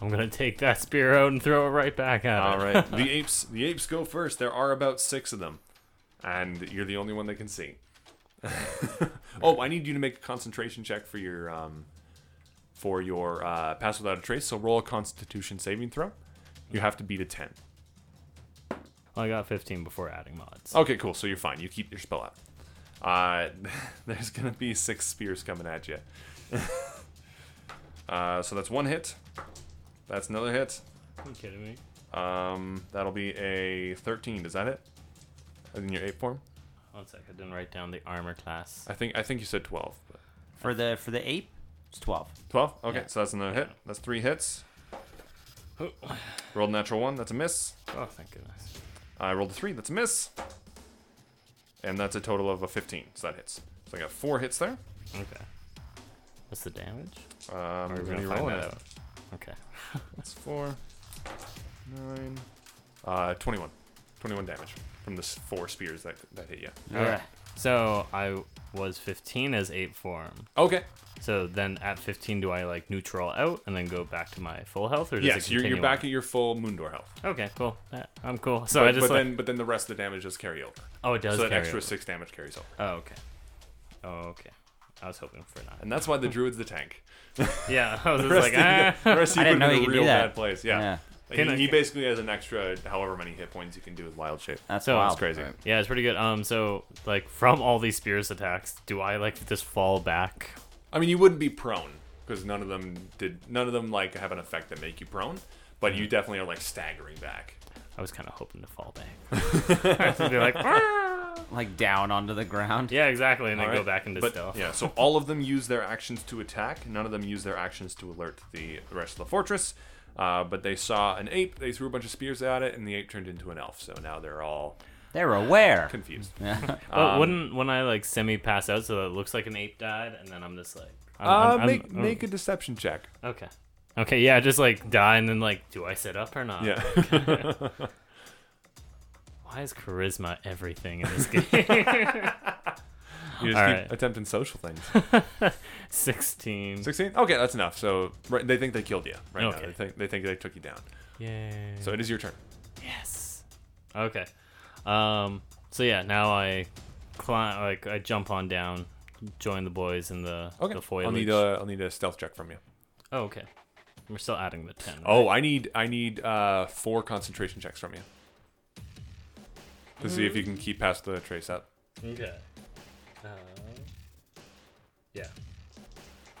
[SPEAKER 5] I'm gonna take that spear out and throw it right back at
[SPEAKER 2] All
[SPEAKER 5] it.
[SPEAKER 2] right. [laughs] The apes. The apes go first. There are about six of them, and you're the only one they can see. [laughs] oh, I need you to make a concentration check for your um, for your uh, pass without a trace. So roll a Constitution saving throw. You have to beat a ten.
[SPEAKER 5] [laughs] Well, I got 15 before adding mods.
[SPEAKER 2] Okay, cool. So you're fine. You keep your spell out. Uh, [laughs] there's gonna be six spears coming at you. [laughs] uh, so that's one hit. That's another hit.
[SPEAKER 5] Are you kidding me?
[SPEAKER 2] Um, that'll be a 13. Does that hit? In your ape form?
[SPEAKER 5] One sec, I didn't write down the armor class.
[SPEAKER 2] I think I think you said 12. but-
[SPEAKER 3] For the for the ape, it's 12.
[SPEAKER 2] 12? Okay, so that's another hit. That's three hits. Rolled a natural one. That's a miss.
[SPEAKER 5] Oh, thank goodness.
[SPEAKER 2] I rolled a three. That's a miss. And that's a total of a 15. So that hits. So I got four hits there.
[SPEAKER 5] Okay. What's the damage?
[SPEAKER 2] Um,
[SPEAKER 5] Are we
[SPEAKER 2] I'm
[SPEAKER 5] gonna
[SPEAKER 2] gonna be
[SPEAKER 5] find
[SPEAKER 2] rolling
[SPEAKER 5] that
[SPEAKER 2] it.
[SPEAKER 5] out? Okay.
[SPEAKER 2] That's four, nine, uh, 21. 21 damage from the s- four spears that, that hit you.
[SPEAKER 5] Alright. So I was 15 as ape form.
[SPEAKER 2] Okay.
[SPEAKER 5] So then at 15, do I like neutral out and then go back to my full health, or does
[SPEAKER 2] Yes,
[SPEAKER 5] it
[SPEAKER 2] you're,
[SPEAKER 5] continue
[SPEAKER 2] you're back
[SPEAKER 5] on?
[SPEAKER 2] at your full Moondor health.
[SPEAKER 5] Okay, cool. Yeah, I'm cool. So I
[SPEAKER 2] but
[SPEAKER 5] just like,
[SPEAKER 2] then but then the rest of the damage does carry over.
[SPEAKER 5] oh, it does
[SPEAKER 2] so that
[SPEAKER 5] carry
[SPEAKER 2] extra
[SPEAKER 5] over.
[SPEAKER 2] six damage carries over.
[SPEAKER 5] Oh, okay. Oh, okay. I was hoping for not.
[SPEAKER 2] And that's why the druid's the tank.
[SPEAKER 5] Yeah, [laughs] I was just
[SPEAKER 2] The rest of
[SPEAKER 5] like,
[SPEAKER 2] you- [laughs]
[SPEAKER 5] ah.
[SPEAKER 2] the rest of
[SPEAKER 3] I
[SPEAKER 2] you
[SPEAKER 3] didn't
[SPEAKER 2] put
[SPEAKER 3] know
[SPEAKER 2] him in
[SPEAKER 3] you
[SPEAKER 2] a
[SPEAKER 3] could do
[SPEAKER 2] real bad
[SPEAKER 3] that.
[SPEAKER 2] place. Yeah.
[SPEAKER 3] Yeah.
[SPEAKER 2] Like, he,
[SPEAKER 5] Can I-
[SPEAKER 2] he basically has an extra however many hit points you can do with wild shape.
[SPEAKER 3] That's
[SPEAKER 5] So-
[SPEAKER 3] wild.
[SPEAKER 2] That's crazy.
[SPEAKER 4] Alright.
[SPEAKER 5] Yeah, it's pretty good. Um, so like from all these spears attacks, do I like just fall back?
[SPEAKER 2] I mean, you wouldn't be prone because none of them did none of them like have an effect that make you prone, but you definitely are like staggering back.
[SPEAKER 5] I was kind of hoping to fall back.
[SPEAKER 2] [laughs]
[SPEAKER 5] I'd be like, "Ah!"
[SPEAKER 3] Like down onto the ground.
[SPEAKER 5] yeah, exactly, and then
[SPEAKER 2] All
[SPEAKER 5] go
[SPEAKER 2] right?
[SPEAKER 5] back into
[SPEAKER 2] But-
[SPEAKER 5] stealth.
[SPEAKER 2] Yeah, so all of them use their actions to attack. None of them use their actions to alert the rest of the fortress. Uh, but they saw an ape. They threw a bunch of spears at it, and the ape turned into an elf. So now they're all
[SPEAKER 3] They're aware.
[SPEAKER 2] confused.
[SPEAKER 5] But
[SPEAKER 2] Um,
[SPEAKER 5] wouldn't when I like semi pass out so that it looks like an ape died, and then I'm just like, I'm,
[SPEAKER 2] Uh,
[SPEAKER 5] I'm- I'm-
[SPEAKER 2] make
[SPEAKER 5] I'm-
[SPEAKER 2] make a deception check.
[SPEAKER 5] okay, okay, yeah, just like die, and then like, do I sit up or not?
[SPEAKER 2] Yeah.
[SPEAKER 5] Why is charisma everything in
[SPEAKER 2] [laughs]
[SPEAKER 5] this game?
[SPEAKER 2] [laughs]
[SPEAKER 5] [laughs]
[SPEAKER 2] You just
[SPEAKER 5] All
[SPEAKER 2] keep
[SPEAKER 5] right.
[SPEAKER 2] attempting social
[SPEAKER 5] [laughs]
[SPEAKER 2] things.
[SPEAKER 5] Sixteen.
[SPEAKER 2] 16? Okay, that's enough. So right, they think they killed you right now.
[SPEAKER 5] Okay.
[SPEAKER 2] They think, they think they took you down.
[SPEAKER 5] Yay.
[SPEAKER 2] So it is your turn.
[SPEAKER 5] Yes. Okay. Um. So yeah, now I climb, like I jump on down, join the boys in the
[SPEAKER 2] Okay.
[SPEAKER 5] the
[SPEAKER 2] I'll
[SPEAKER 5] foliage.
[SPEAKER 2] need uh, a I'll need a stealth check from you.
[SPEAKER 5] oh, okay. We're still adding the ten.
[SPEAKER 2] Oh, I need I need uh, four concentration checks from you. to see if you can keep past the trace up.
[SPEAKER 5] Okay. Uh, yeah.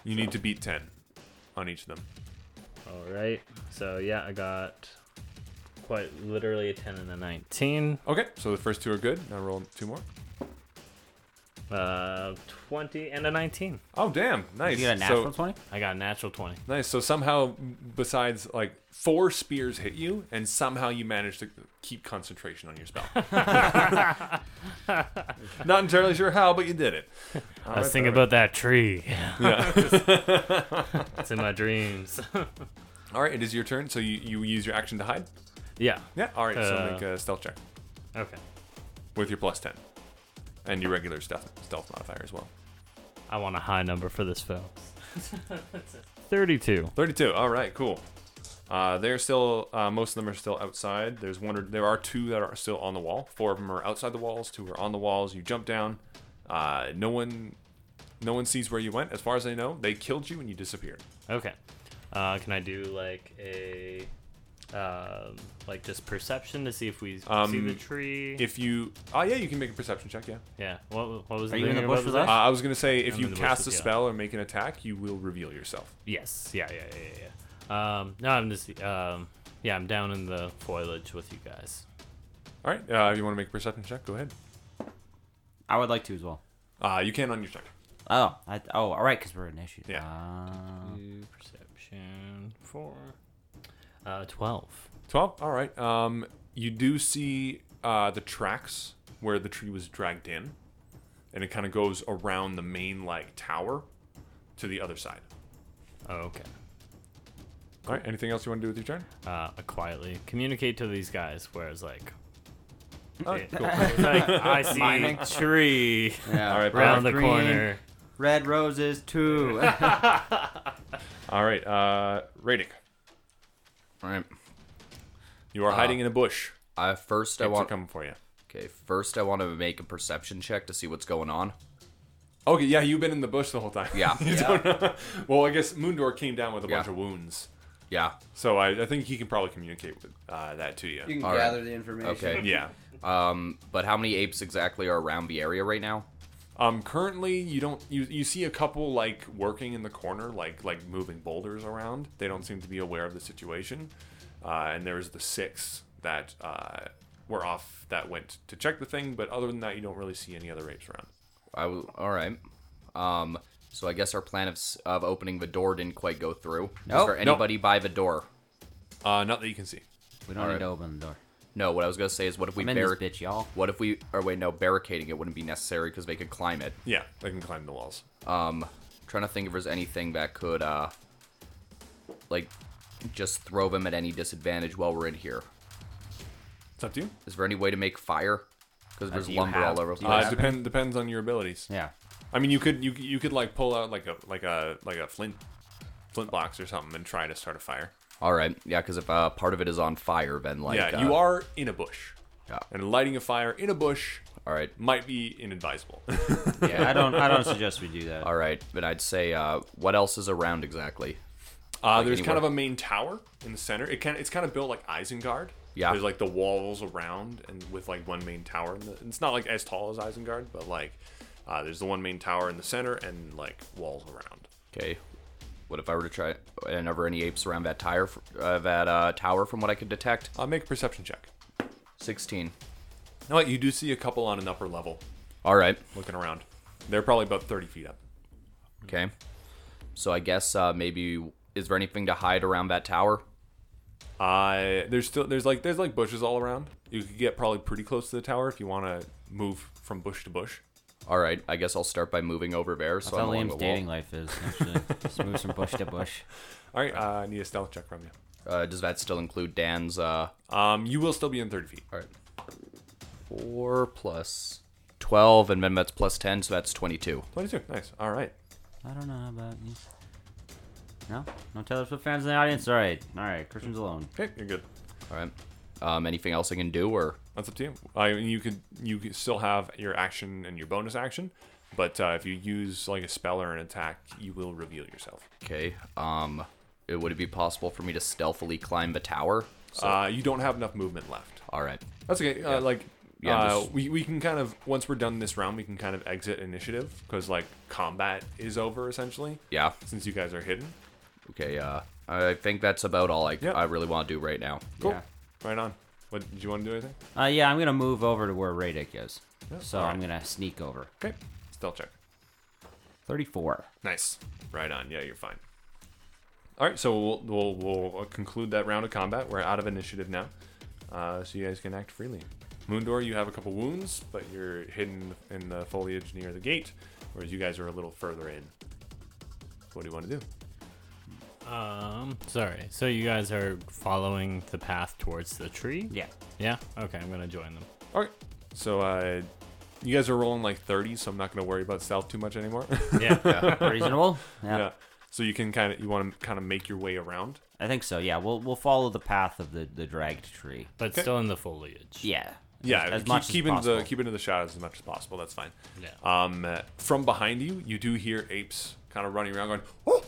[SPEAKER 2] You need to beat 10 on each of them.
[SPEAKER 5] All right. So yeah, I got quite literally a ten and a nineteen.
[SPEAKER 2] Okay, so the first two are good. Now roll two more.
[SPEAKER 5] Uh, twenty and a nineteen.
[SPEAKER 2] Oh, damn. Nice.
[SPEAKER 3] You get a natural
[SPEAKER 2] so,
[SPEAKER 3] 20?
[SPEAKER 5] I got a natural twenty.
[SPEAKER 2] Nice. So somehow, besides like four spears hit you, and somehow you manage to keep concentration on your
[SPEAKER 3] [laughs]
[SPEAKER 2] spell. [laughs] Not entirely sure how, but you did it.
[SPEAKER 5] I was thinking about that tree. [laughs] it's in my dreams. [laughs]
[SPEAKER 2] All right, it is your turn. So you, you use your action to hide.
[SPEAKER 5] yeah.
[SPEAKER 2] Yeah. All right. so
[SPEAKER 5] Uh,
[SPEAKER 2] make a stealth check
[SPEAKER 5] Okay.
[SPEAKER 2] with your plus ten, and your regular stealth stealth modifier as well.
[SPEAKER 5] I want a high number for this film. Thirty-two.
[SPEAKER 2] Thirty-two. All right. Cool. Uh, they're still. Uh, most of them are still outside. There's one. Or, there are two that are still on the wall. Four of them are outside the walls. Two are on the walls. You jump down. Uh, no one. No one sees where you went. As far as they know, they killed you and you disappeared.
[SPEAKER 5] Okay. Uh, can I do like a um, like just perception to see if we see the
[SPEAKER 2] Um,
[SPEAKER 5] tree?
[SPEAKER 2] If you. Oh yeah, you can make a perception check.
[SPEAKER 5] [laughs]
[SPEAKER 2] Yeah.
[SPEAKER 5] yeah. What, what was
[SPEAKER 3] Are you in
[SPEAKER 5] thing
[SPEAKER 3] the bush
[SPEAKER 5] about
[SPEAKER 3] with
[SPEAKER 5] that?
[SPEAKER 2] Uh, I was gonna say if
[SPEAKER 5] I'm
[SPEAKER 2] you
[SPEAKER 5] in the
[SPEAKER 2] cast a
[SPEAKER 5] bushes, yeah.
[SPEAKER 2] spell or make an attack, you will reveal yourself.
[SPEAKER 5] Yes. Yeah. Yeah. Yeah. Yeah. yeah. Um, no, I'm just um, yeah, I'm down in the foliage with you guys.
[SPEAKER 2] All right. Uh, if you want to make a perception check, go ahead.
[SPEAKER 3] I would like to as well.
[SPEAKER 2] Uh, you can on your turn.
[SPEAKER 3] Oh, I, oh, all right, because we're initiative.
[SPEAKER 2] Yeah.
[SPEAKER 5] Ah.
[SPEAKER 3] Uh,
[SPEAKER 5] Two perception four. Uh, twelve.
[SPEAKER 2] Twelve. All right. Um, you do see uh, the tracks where the tree was dragged in, and it kind of goes around the main like tower to the other side.
[SPEAKER 5] Oh, okay.
[SPEAKER 2] All right. Anything else you want to do with your turn?
[SPEAKER 5] Uh, I quietly communicate to these guys. Whereas like,
[SPEAKER 3] Oh,
[SPEAKER 2] All
[SPEAKER 5] Yeah.
[SPEAKER 2] right. Cool.
[SPEAKER 3] [laughs]
[SPEAKER 5] like I see
[SPEAKER 3] Miming.
[SPEAKER 5] tree
[SPEAKER 3] yeah.
[SPEAKER 2] All right,
[SPEAKER 5] around the
[SPEAKER 3] green,
[SPEAKER 5] corner.
[SPEAKER 3] Red roses too.
[SPEAKER 2] All right. Uh, Radik,
[SPEAKER 4] All right.
[SPEAKER 2] you are hiding in a bush.
[SPEAKER 4] Uh, first, I
[SPEAKER 2] It's
[SPEAKER 4] want.
[SPEAKER 2] coming for you.
[SPEAKER 4] Okay, first I want to make a perception check to see what's going on.
[SPEAKER 2] Okay. Yeah, you've been in the bush the whole time.
[SPEAKER 4] Yeah.
[SPEAKER 2] [laughs] You
[SPEAKER 4] Yeah.
[SPEAKER 2] don't know. Well, I guess Moondor came down with a bunch
[SPEAKER 4] Yeah.
[SPEAKER 2] of wounds,
[SPEAKER 4] Yeah.
[SPEAKER 2] so I, I think he can probably communicate with uh, that to you.
[SPEAKER 7] You can
[SPEAKER 4] All right.
[SPEAKER 7] gather the information.
[SPEAKER 4] Okay.
[SPEAKER 2] Yeah.
[SPEAKER 4] Um, but how many apes exactly are around the area right now?
[SPEAKER 2] Um, currently, you don't you, you see a couple like working in the corner, like like moving boulders around. They don't seem to be aware of the situation. Uh, and there's the six that uh, were off that went to check the thing, but other than that, you don't really see any other apes around.
[SPEAKER 4] I w- all right. Um, so I guess our plan of s- of opening the door didn't quite go through. Is
[SPEAKER 3] Nope.
[SPEAKER 4] there anybody by the door?
[SPEAKER 2] Uh, not that you can see.
[SPEAKER 3] we don't need to open the door.
[SPEAKER 4] No. What I was gonna say is, what if we
[SPEAKER 3] I'm in
[SPEAKER 4] barri-
[SPEAKER 3] this bitch, y'all.
[SPEAKER 4] What if we? Or wait, no, barricading it wouldn't be necessary because they could climb it.
[SPEAKER 2] Yeah, they can climb the walls.
[SPEAKER 4] Um, trying to think if there's anything that could uh, like, just throw them at any disadvantage while we're in here.
[SPEAKER 2] It's up to you.
[SPEAKER 4] Is there any way to make fire? Because there's
[SPEAKER 3] do you
[SPEAKER 4] lumber
[SPEAKER 3] have-
[SPEAKER 4] all over.
[SPEAKER 3] do you
[SPEAKER 2] Uh,
[SPEAKER 4] Yeah.
[SPEAKER 2] depend depends on your abilities.
[SPEAKER 3] Yeah.
[SPEAKER 2] I mean, you could you you could like pull out like a like a like a flint flint box or something and try to start a fire.
[SPEAKER 4] All right. Yeah, because if uh, part of it is on fire, then like
[SPEAKER 2] yeah,
[SPEAKER 4] uh,
[SPEAKER 2] you are in a bush,
[SPEAKER 4] Yeah.
[SPEAKER 2] and lighting a fire in a bush
[SPEAKER 4] All right.
[SPEAKER 2] might be inadvisable. [laughs] Uh,
[SPEAKER 3] I don't. I don't suggest we [laughs] do that.
[SPEAKER 4] All right. Then I'd say, uh, what else is around exactly?
[SPEAKER 2] Uh, there's kind of
[SPEAKER 4] anywhere.
[SPEAKER 2] a main tower in the center. It kind it's kind of built like Isengard.
[SPEAKER 4] Yeah.
[SPEAKER 2] There's like the walls around and with like one main tower. In the, it's not like as tall as Isengard, but like uh, there's the one main tower in the center and like walls around.
[SPEAKER 4] Okay. What if I were to try? And are there any apes around that tire, f- uh, that uh, tower, from what I could detect?
[SPEAKER 2] Uh, make a perception check.
[SPEAKER 4] Sixteen.
[SPEAKER 2] No, you do see a couple on an upper level
[SPEAKER 4] All right.
[SPEAKER 2] looking around. They're probably about 30 feet up.
[SPEAKER 4] Okay. So I guess uh, maybe is there anything to hide around that tower?
[SPEAKER 2] Uh, there's still there's like there's like bushes all around. You could get probably pretty close to the tower if you want to move from bush to bush.
[SPEAKER 4] All right. I guess I'll start by moving over there. So
[SPEAKER 3] That's how
[SPEAKER 4] I'm along
[SPEAKER 3] Liam's
[SPEAKER 4] the
[SPEAKER 3] dating
[SPEAKER 4] wall.
[SPEAKER 3] life is. [laughs] Actually, just moves from bush to bush.
[SPEAKER 2] All right, uh, I need a stealth check from you.
[SPEAKER 4] Uh, does that still include Dan's? Uh,
[SPEAKER 2] Um, you will still be in 30 feet.
[SPEAKER 4] All right. Four plus twelve, and then that's plus ten, so that's twenty-two.
[SPEAKER 2] 22, nice. All right.
[SPEAKER 3] I don't know about you. No, no Taylor Swift fans in the audience. All right, all right. Christian's alone.
[SPEAKER 2] Okay, you're good.
[SPEAKER 4] All right. Um, anything else I can do, or
[SPEAKER 2] That's up to you. I mean, you could you could still have your action and your bonus action, but uh, if you use like a spell or an attack, you will reveal yourself.
[SPEAKER 4] okay? Um, it, would it be possible for me to stealthily climb the tower?
[SPEAKER 2] uh, you don't have enough movement left.
[SPEAKER 4] All right.
[SPEAKER 2] That's okay. Uh, like
[SPEAKER 4] Yeah,
[SPEAKER 2] uh,
[SPEAKER 4] just-
[SPEAKER 2] we, we can kind of once we're done this round, we can kind of exit initiative because like combat is over essentially
[SPEAKER 4] Yeah.
[SPEAKER 2] since you guys are hidden.
[SPEAKER 4] Okay. Uh, I think that's about all I,
[SPEAKER 2] Yeah.
[SPEAKER 4] I really want to do right
[SPEAKER 2] [laughs]
[SPEAKER 4] now.
[SPEAKER 2] Cool.
[SPEAKER 3] Yeah.
[SPEAKER 2] Right on. What did you want to do? Anything?
[SPEAKER 3] Uh, yeah, I'm gonna move over to where Radek is. so
[SPEAKER 2] alright.
[SPEAKER 3] I'm gonna sneak over.
[SPEAKER 2] Okay. Stealth check.
[SPEAKER 3] 34.
[SPEAKER 2] Nice. Right on. Yeah, you're fine. All right, so we'll we'll, we'll conclude that round of combat. We're out of initiative now, uh, so you guys can act freely. Moondor, you have a couple wounds, but you're hidden in the foliage near the gate, whereas you guys are a little further in. What do you want to do?
[SPEAKER 5] Um, sorry. So you guys are following the path towards the tree?
[SPEAKER 3] Yeah.
[SPEAKER 5] Yeah? Okay, I'm gonna join them.
[SPEAKER 2] All right, so uh, you guys are rolling like 30, so I'm not going to worry about stealth too much anymore. [laughs]
[SPEAKER 5] Yeah.
[SPEAKER 3] Reasonable? Yeah.
[SPEAKER 2] yeah. So you can kind of you want to kind of make your way around.
[SPEAKER 3] I think so. Yeah, we'll we'll follow the path of the the dragged tree.
[SPEAKER 5] But still in the foliage.
[SPEAKER 3] Yeah.
[SPEAKER 2] Yeah,
[SPEAKER 3] As,
[SPEAKER 2] keep,
[SPEAKER 3] much
[SPEAKER 2] keep
[SPEAKER 3] as
[SPEAKER 2] in
[SPEAKER 3] possible.
[SPEAKER 2] the keep into the shadows as much as possible. That's fine.
[SPEAKER 5] Yeah.
[SPEAKER 2] Um, uh, from behind you, you do hear apes kind of running around, going,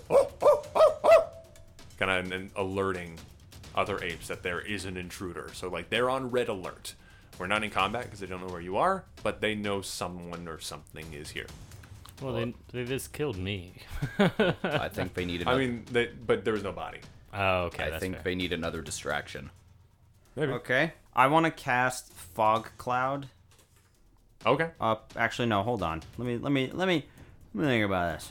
[SPEAKER 2] kind of and, and alerting other apes that there is an intruder. So like they're on red alert. We're not in combat because they don't know where you are, but they know someone or something is here.
[SPEAKER 5] Well, they, they just killed me. [laughs]
[SPEAKER 4] I think they need.
[SPEAKER 2] I
[SPEAKER 4] Another,
[SPEAKER 2] mean, they, but there was no body.
[SPEAKER 5] Oh, okay.
[SPEAKER 4] I
[SPEAKER 5] that's
[SPEAKER 4] think
[SPEAKER 5] fair.
[SPEAKER 4] they need another distraction.
[SPEAKER 2] Maybe. Okay.
[SPEAKER 3] Okay. I want to cast fog cloud. Up. Actually, no. Hold on. Let me let me let me let me think about this.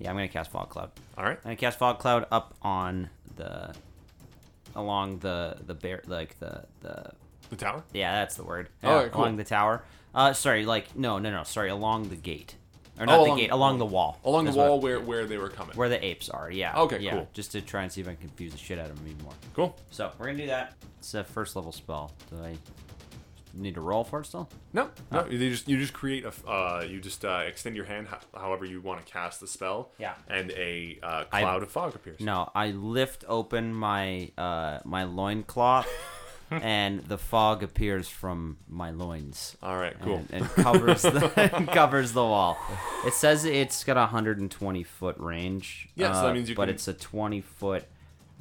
[SPEAKER 3] Yeah, I'm gonna cast fog cloud.
[SPEAKER 2] All right.
[SPEAKER 3] I'm gonna cast fog cloud up on the along the the bear like the the
[SPEAKER 2] The tower.
[SPEAKER 3] Yeah, that's the word. Yeah,
[SPEAKER 2] Alright, Oh, cool.
[SPEAKER 3] Along the tower. Uh, sorry, like no, no, no. Sorry, along the gate, or not
[SPEAKER 2] Oh,
[SPEAKER 3] the
[SPEAKER 2] along-
[SPEAKER 3] gate, along the wall,
[SPEAKER 2] Along the
[SPEAKER 3] is what-
[SPEAKER 2] wall where, where they were coming.
[SPEAKER 3] where the apes are. Yeah.
[SPEAKER 2] Okay,
[SPEAKER 3] yeah,
[SPEAKER 2] cool.
[SPEAKER 3] Just to try and see if I can confuse the shit out of them even more.
[SPEAKER 2] Cool.
[SPEAKER 3] So we're gonna do that. It's a first level spell. Do I need to roll for it still?
[SPEAKER 2] No,
[SPEAKER 3] Ah.
[SPEAKER 2] no. You just you just create a f- uh, you just uh, extend your hand ho- however you want to cast the spell.
[SPEAKER 3] Yeah.
[SPEAKER 2] And a uh,
[SPEAKER 3] I-
[SPEAKER 2] cloud of fog appears.
[SPEAKER 3] No, I lift open my uh
[SPEAKER 2] [laughs]
[SPEAKER 3] my loincloth. and the fog appears from my loins.
[SPEAKER 2] All right. Cool.
[SPEAKER 3] and, and covers the [laughs] covers the wall. It says it's got a 120 foot range.
[SPEAKER 2] Yeah, so that
[SPEAKER 3] uh,
[SPEAKER 2] means you
[SPEAKER 3] but
[SPEAKER 2] can-
[SPEAKER 3] it's a 20 foot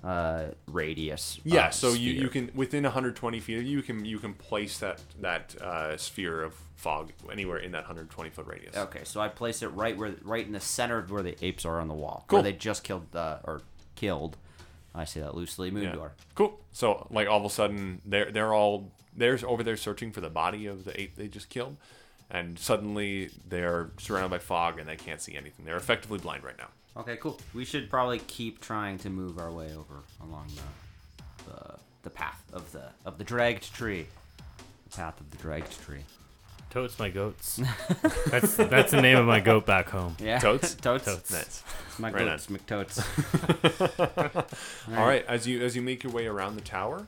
[SPEAKER 3] uh, radius.
[SPEAKER 2] yeah.
[SPEAKER 3] uh,
[SPEAKER 2] So you, you
[SPEAKER 3] sphere.
[SPEAKER 2] can within 120 feet, you can you can place that that uh, sphere of fog anywhere in that 120 foot radius.
[SPEAKER 3] Okay, so I place it right where right in the center of where the apes are on the wall.
[SPEAKER 2] Cool.
[SPEAKER 3] Where they just killed uh, or killed. I say that loosely.
[SPEAKER 2] Yeah.
[SPEAKER 3] Moondor.
[SPEAKER 2] Cool. So like all of a sudden they're they're all they're over there searching for the body of the ape they just killed, and suddenly they're surrounded by fog and they can't see anything. They're effectively blind right now.
[SPEAKER 3] Okay, cool. We should probably keep trying to move our way over along the the, the path of the of the dragged tree. The path of the dragged tree.
[SPEAKER 5] Totes my goats. that's that's the name of my goat back home.
[SPEAKER 3] Yeah.
[SPEAKER 2] Totes?
[SPEAKER 3] [laughs] Totes.
[SPEAKER 5] Totes.
[SPEAKER 2] Nice.
[SPEAKER 3] My
[SPEAKER 2] Right
[SPEAKER 3] goats, McTotes.
[SPEAKER 2] All right, as you as you make your way around the tower,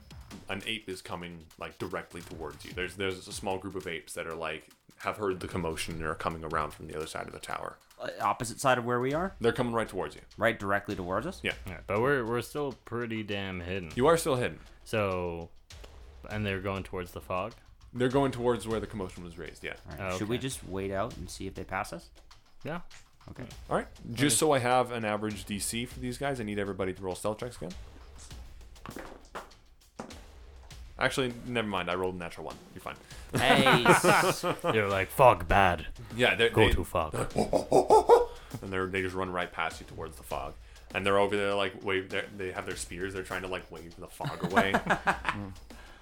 [SPEAKER 2] an ape is coming like directly towards you. There's there's a small group of apes that are like have heard the commotion and are coming around from the other side of the tower.
[SPEAKER 3] Uh, opposite side of where we are,
[SPEAKER 2] They're coming right towards you.
[SPEAKER 3] right directly towards us.
[SPEAKER 2] Yeah.
[SPEAKER 5] Yeah, but we're we're still pretty damn hidden.
[SPEAKER 2] You are still hidden.
[SPEAKER 5] So, and they're going towards the fog.
[SPEAKER 2] They're going towards where the commotion was raised. Yeah.
[SPEAKER 3] All right,
[SPEAKER 5] Oh,
[SPEAKER 3] Should we
[SPEAKER 5] okay.
[SPEAKER 3] just wait out and see if they pass us?
[SPEAKER 5] Yeah. [laughs]
[SPEAKER 3] Okay.
[SPEAKER 2] All right. Just so I have an average DC for these guys, I need everybody to roll stealth checks again. Actually, never mind. I rolled a natural one. You're fine.
[SPEAKER 3] Hey,
[SPEAKER 5] [laughs]
[SPEAKER 3] s-
[SPEAKER 5] They're like fog bad.
[SPEAKER 2] Yeah, they're,
[SPEAKER 5] Go
[SPEAKER 2] they, [laughs]
[SPEAKER 5] to fog.
[SPEAKER 2] and they're, they just run right past you towards the fog. And they're over there like wave. they're- They have their spears. They're trying to like wave the fog away.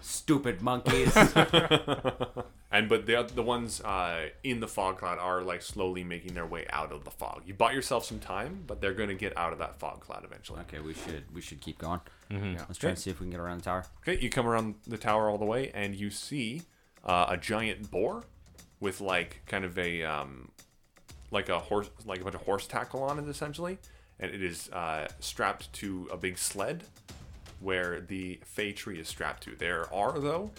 [SPEAKER 3] stupid
[SPEAKER 5] [laughs]
[SPEAKER 3] monkeys.
[SPEAKER 2] and but the oth- the ones uh, in the fog cloud are like slowly making their way out of the fog. You bought yourself some time, but they're gonna get out of that fog cloud eventually.
[SPEAKER 3] okay, we should we should keep going.
[SPEAKER 5] Mm-hmm.
[SPEAKER 3] Let's try and see if we can get around the tower.
[SPEAKER 2] Okay, you come around the tower all the way, and you see uh, a giant boar with like kind of a um, like a horse, like a bunch of horse tackle on it, essentially, and it is uh, strapped to a big sled where the fey tree is strapped to. There are though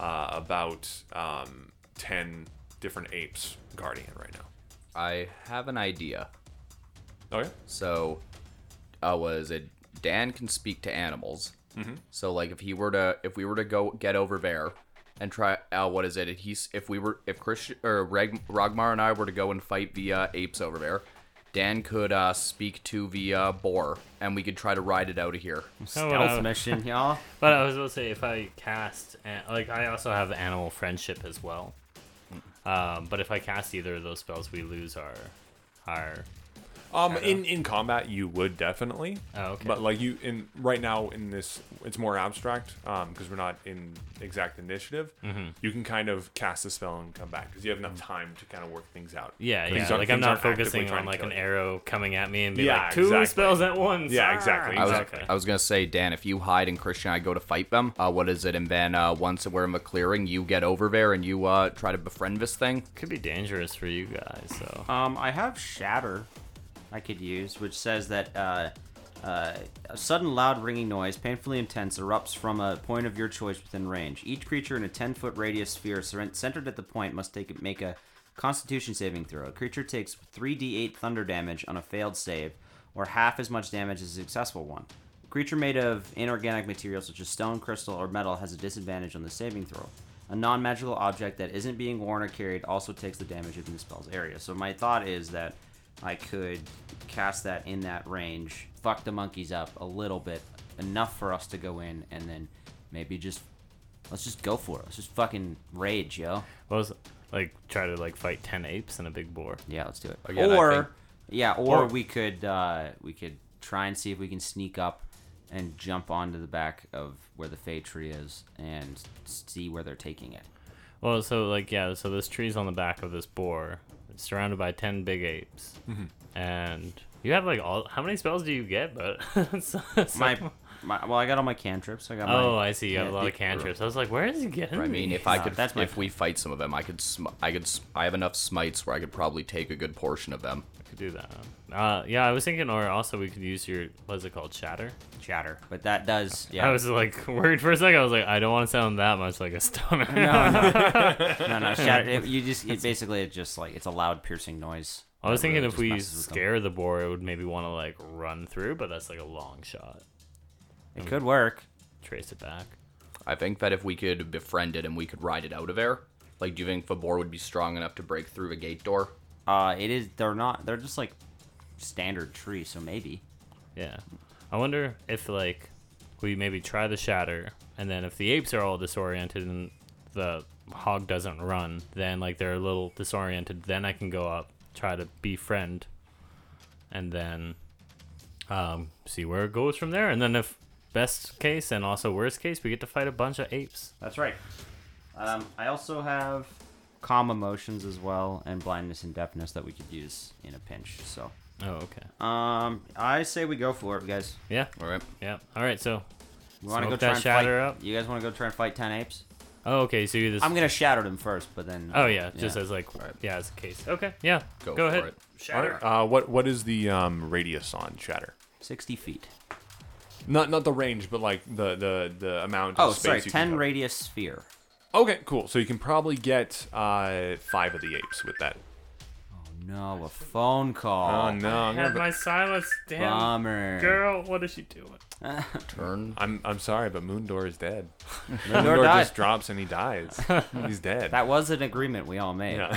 [SPEAKER 2] uh, about um, ten different apes guarding it right now.
[SPEAKER 4] I have an idea.
[SPEAKER 2] Okay,
[SPEAKER 4] So, uh, was it Dan can speak to animals? Mm-hmm. So, like, if he were to, if we were to go get over there and try, uh, what is it? If he's, if we were, if Chris or Reg, Ragmar and I were to go and fight the uh, apes over there, Dan could uh, speak to the uh, boar, and we could try to ride it out of here.
[SPEAKER 5] Oh,
[SPEAKER 3] Stealth
[SPEAKER 5] well, I-
[SPEAKER 3] mission, y'all.
[SPEAKER 5] But I was about to say, if I cast, an- like, I also have animal friendship as well.
[SPEAKER 2] Mm.
[SPEAKER 5] Um, but if I cast either of those spells, we lose our, our.
[SPEAKER 2] Um, in in combat, you would definitely.
[SPEAKER 5] Oh, okay.
[SPEAKER 2] But like you in right now in this, it's more abstract. Um, because we're not in exact initiative.
[SPEAKER 5] Mm-hmm.
[SPEAKER 2] You can kind of cast a spell and come back because you have enough time to kind of work things out.
[SPEAKER 5] Yeah,
[SPEAKER 2] Things
[SPEAKER 5] yeah.
[SPEAKER 2] aren't-
[SPEAKER 5] Like I'm
[SPEAKER 2] things
[SPEAKER 5] not
[SPEAKER 2] aren't actively
[SPEAKER 5] focusing
[SPEAKER 2] trying
[SPEAKER 5] on
[SPEAKER 2] to
[SPEAKER 5] like
[SPEAKER 2] kill
[SPEAKER 5] an
[SPEAKER 2] you.
[SPEAKER 5] arrow coming at me and be
[SPEAKER 2] Yeah,
[SPEAKER 5] like two
[SPEAKER 2] exactly.
[SPEAKER 5] spells at once.
[SPEAKER 2] Yeah,
[SPEAKER 5] Ah!
[SPEAKER 2] exactly,
[SPEAKER 4] I was,
[SPEAKER 5] Okay.
[SPEAKER 4] I was gonna say, Dan, if you hide and Christian and I go to fight them, uh, what is it? And then uh, once we're in the clearing, you get over there and you uh, try to befriend this thing.
[SPEAKER 5] Could be dangerous for you guys. So
[SPEAKER 3] Um, I have Shatter I could use, which says that uh, uh, a sudden loud ringing noise, painfully intense, erupts from a point of your choice within range. Each creature in a 10 foot radius sphere ceren- centered at the point must take make a Constitution saving throw. A creature takes 3d8 thunder damage on a failed save, or half as much damage as a successful one. A creature made of inorganic materials such as stone, crystal, or metal has a disadvantage on the saving throw. A non magical object that isn't being worn or carried also takes the damage within the spell's area. So, my thought is that I could cast that in that range, fuck the monkeys up a little bit, enough for us to go in, and then maybe just let's just go for it. Let's just fucking rage, yo.
[SPEAKER 5] what was like try to like fight ten apes and a big boar.
[SPEAKER 3] Yeah, let's do it.
[SPEAKER 4] Again, I think-
[SPEAKER 3] or yeah, or,
[SPEAKER 2] Or-
[SPEAKER 3] we could uh, we could try and see if we can sneak up and jump onto the back of where the fay tree is and see where they're taking it.
[SPEAKER 5] Well, so like yeah, so this tree's on the back of this boar, It's surrounded by ten big apes,
[SPEAKER 3] Mm-hmm.
[SPEAKER 5] and you have like all. How many spells do you get? But [laughs] so, so-
[SPEAKER 3] My, [laughs] my well, I got all my cantrips. I got my,
[SPEAKER 5] oh, I see. You have
[SPEAKER 3] yeah,
[SPEAKER 5] a lot
[SPEAKER 3] the-
[SPEAKER 5] of cantrips. I was like, where is he getting?
[SPEAKER 4] I mean,
[SPEAKER 5] these?
[SPEAKER 4] if I could,
[SPEAKER 3] that's my
[SPEAKER 4] if we fight some of them, I could, sm- I could, s I have enough smites where I could probably take a good portion of them.
[SPEAKER 5] could do that. Uh, yeah, I was thinking, or also we could use your what's it called, shatter.
[SPEAKER 3] chatter, but that does yeah.
[SPEAKER 5] I was like [laughs] worried for a second. I was like, I don't want to sound that much like a stoner.
[SPEAKER 3] No, [laughs] no, shatter. It, you just it basically it's just like it's a loud piercing noise.
[SPEAKER 5] [laughs] I was
[SPEAKER 3] that really
[SPEAKER 5] thinking if
[SPEAKER 3] just
[SPEAKER 5] we
[SPEAKER 3] messes with them.
[SPEAKER 5] scare the boar, it would maybe want to like run through, but that's like a long shot.
[SPEAKER 3] it could work.
[SPEAKER 5] Trace it back.
[SPEAKER 4] I think that if we could befriend it and we could ride it out of there, like, do you think Fabor would be strong enough to break through a gate door?
[SPEAKER 3] Uh, it is. They're not. They're just like standard trees, so maybe.
[SPEAKER 5] Yeah. I wonder if like we maybe try the shatter, and then if the apes are all disoriented and the hog doesn't run, then like they're a little disoriented. Then I can go up, try to befriend, and then um, see where it goes from there. And then if best case and also worst case, we get to fight a bunch of apes.
[SPEAKER 3] That's right. Um, I also have calm emotions as well, and blindness and deafness that we could use in a pinch. So,
[SPEAKER 5] Oh, okay.
[SPEAKER 3] um, I say we go for it, guys.
[SPEAKER 5] Yeah.
[SPEAKER 4] All right.
[SPEAKER 5] Yeah. All right. So
[SPEAKER 3] You want to go
[SPEAKER 5] Smoke
[SPEAKER 3] try
[SPEAKER 5] that
[SPEAKER 3] and
[SPEAKER 5] shatter
[SPEAKER 3] fight?
[SPEAKER 5] up.
[SPEAKER 3] You guys want to go try and fight ten apes?
[SPEAKER 5] Oh, okay. So you just.
[SPEAKER 3] I'm gonna shatter them first, but then.
[SPEAKER 5] oh yeah, just as like
[SPEAKER 4] Alright.
[SPEAKER 5] yeah, as a case. Okay, yeah.
[SPEAKER 4] Go
[SPEAKER 5] Go,
[SPEAKER 4] for
[SPEAKER 5] ahead.
[SPEAKER 4] it.
[SPEAKER 5] Shatter.
[SPEAKER 2] Uh, what what is the um radius on shatter?
[SPEAKER 3] sixty feet.
[SPEAKER 2] Not not the range, but like the the the amount.
[SPEAKER 3] Oh,
[SPEAKER 2] of space
[SPEAKER 3] sorry,
[SPEAKER 2] you can
[SPEAKER 3] ten
[SPEAKER 2] cover.
[SPEAKER 3] radius sphere.
[SPEAKER 2] Okay, cool. So you can probably get uh five of the apes with that.
[SPEAKER 3] No, a phone
[SPEAKER 2] Oh,
[SPEAKER 3] call.
[SPEAKER 2] no, I'm,
[SPEAKER 5] I had
[SPEAKER 2] gonna-
[SPEAKER 5] my silence. Damn.
[SPEAKER 3] Bummer.
[SPEAKER 5] Girl, what is she doing?
[SPEAKER 4] Turn.
[SPEAKER 2] I'm I'm sorry, but Moondor is dead.
[SPEAKER 3] Lindor
[SPEAKER 2] Moondor
[SPEAKER 3] died.
[SPEAKER 2] just drops and he
[SPEAKER 3] [laughs]
[SPEAKER 2] dies. He's dead.
[SPEAKER 3] That was an agreement we all made.
[SPEAKER 2] Yeah.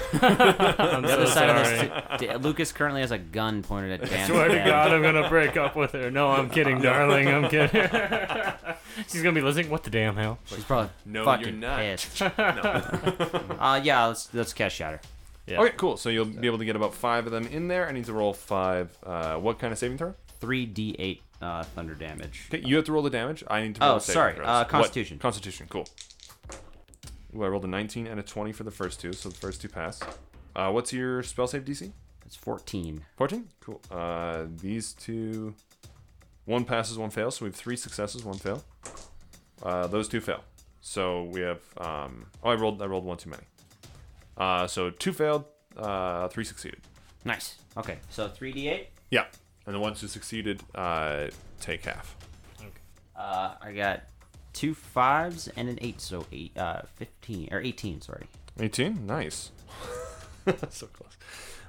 [SPEAKER 3] [laughs]
[SPEAKER 5] I'm
[SPEAKER 3] The
[SPEAKER 5] so
[SPEAKER 3] other side of
[SPEAKER 5] [laughs] sorry.
[SPEAKER 3] this, t- t- Lucas currently has a gun pointed at Dan.
[SPEAKER 5] Swear to God, I'm gonna break up with her. No, I'm kidding, darling. I'm [laughs] kidding. She's gonna be listening. What the damn hell?
[SPEAKER 3] She's probably
[SPEAKER 2] No,
[SPEAKER 3] fucking
[SPEAKER 2] you're not.
[SPEAKER 5] [laughs]
[SPEAKER 3] pissed. uh, yeah, let's let's cast shatter.
[SPEAKER 5] Yeah.
[SPEAKER 2] Okay, cool. So you'll be able to get about five of them in there. I need to roll five. Uh, what kind of saving throw?
[SPEAKER 3] Three d eight uh, thunder damage.
[SPEAKER 2] Okay, you have to roll the damage. I need to roll
[SPEAKER 3] Oh,
[SPEAKER 2] the saving
[SPEAKER 3] sorry,
[SPEAKER 2] throws.
[SPEAKER 3] uh,
[SPEAKER 2] What-
[SPEAKER 3] Constitution.
[SPEAKER 2] Constitution, cool. Ooh, I rolled a 19 and a 20 for the first two, so the first two pass. Uh, what's your spell save DC?
[SPEAKER 3] That's fourteen.
[SPEAKER 2] 14? Cool. Uh, these two. One passes, one fails. So we have three successes, one fail. Uh, those two fail. So we have. Um, oh, I rolled. I rolled one too many. Uh, so two failed, uh, three succeeded.
[SPEAKER 3] Nice. Okay, so three d eight.
[SPEAKER 2] Yeah, and the ones who succeeded uh, take half.
[SPEAKER 3] Uh, I got two fives and an eight, so eight, uh, fifteen or eighteen. Sorry.
[SPEAKER 2] 18 nice [laughs] so close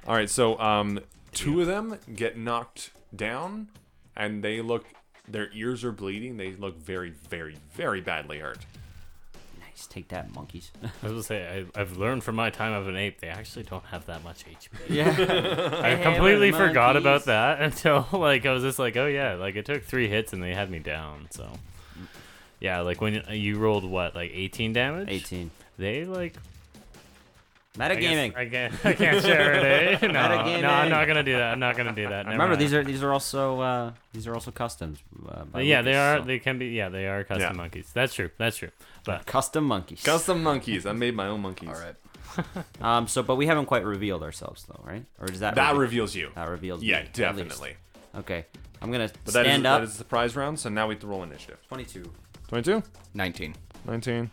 [SPEAKER 2] all right so um two of them get knocked down and they look their ears are bleeding they look very very very badly hurt
[SPEAKER 3] Monkeys, take that, monkeys. [laughs]
[SPEAKER 5] I was gonna say I, I've learned from my time of an ape they actually don't have that much HP.
[SPEAKER 3] yeah.
[SPEAKER 5] [laughs] I
[SPEAKER 3] Hey,
[SPEAKER 5] completely
[SPEAKER 3] we're
[SPEAKER 5] forgot
[SPEAKER 3] monkeys.
[SPEAKER 5] about that [laughs] until like I was just like, oh yeah, like it took three hits and they had me down. So yeah, like when you- you rolled what like 18 damage,
[SPEAKER 3] 18.
[SPEAKER 5] They like I guess-
[SPEAKER 3] Metagaming.
[SPEAKER 5] I can't, I can't
[SPEAKER 3] [laughs]
[SPEAKER 5] share it. Eh? No,
[SPEAKER 3] Metagaming.
[SPEAKER 5] no, I'm not gonna do that. I'm not gonna do that. Never
[SPEAKER 3] Remember,
[SPEAKER 5] mind.
[SPEAKER 3] these are these are also uh, these are also customs. Uh, by
[SPEAKER 5] yeah, they
[SPEAKER 3] Lucas,
[SPEAKER 5] are.
[SPEAKER 3] so-
[SPEAKER 5] They can be. Yeah, they are custom
[SPEAKER 2] Yeah.
[SPEAKER 5] monkeys. That's true. That's true. But
[SPEAKER 3] custom monkeys.
[SPEAKER 2] Custom monkeys. I made my own monkeys.
[SPEAKER 4] All right.
[SPEAKER 3] Um. So, but we haven't quite revealed ourselves though, right? Or does that
[SPEAKER 2] That
[SPEAKER 3] reveal-
[SPEAKER 2] reveals you.
[SPEAKER 3] that reveals? me,
[SPEAKER 2] Yeah,
[SPEAKER 3] at least.
[SPEAKER 2] definitely.
[SPEAKER 3] Okay, I'm gonna
[SPEAKER 2] But that is,
[SPEAKER 3] stand
[SPEAKER 2] that
[SPEAKER 3] up.
[SPEAKER 2] is the surprise round, so now we have to roll initiative.
[SPEAKER 3] 22.
[SPEAKER 2] 22?
[SPEAKER 4] 19.
[SPEAKER 2] 19.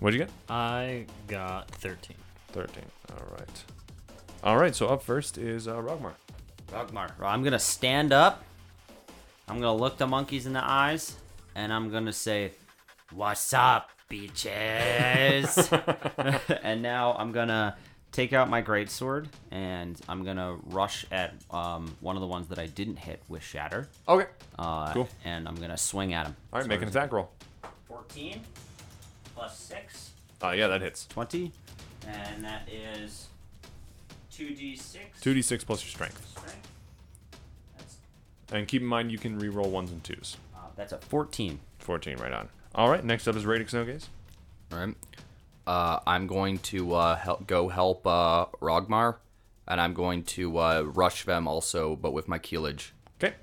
[SPEAKER 2] What'd you get?
[SPEAKER 5] I got 13.
[SPEAKER 2] 13. All right. All right, so up first is uh, Rogmar.
[SPEAKER 3] Ragnar. I'm gonna stand up. I'm gonna look the monkeys in the eyes, and I'm gonna say, "What's up,
[SPEAKER 2] [laughs]
[SPEAKER 3] bitches?" and now I'm gonna take out my greatsword, and I'm gonna rush at um, one of the ones that I didn't hit with Shatter.
[SPEAKER 2] Okay.
[SPEAKER 3] Uh,
[SPEAKER 2] Cool.
[SPEAKER 3] And I'm gonna swing at him.
[SPEAKER 2] All right, make an attack roll.
[SPEAKER 3] 14 plus 6,
[SPEAKER 2] Uh, yeah, that hits.
[SPEAKER 3] 20, and that is 2d6.
[SPEAKER 2] 2d6 plus your strength.
[SPEAKER 3] That's,
[SPEAKER 2] And keep in mind, you can re-roll ones and twos.
[SPEAKER 3] uh, that's a 14.
[SPEAKER 2] 14 right on. All right, next up is Radix Snowgaze.
[SPEAKER 4] All right. Uh, I'm going to uh, help go help uh, Rogmar, and I'm going to uh, rush them also, but with my keelage.
[SPEAKER 2] Okay.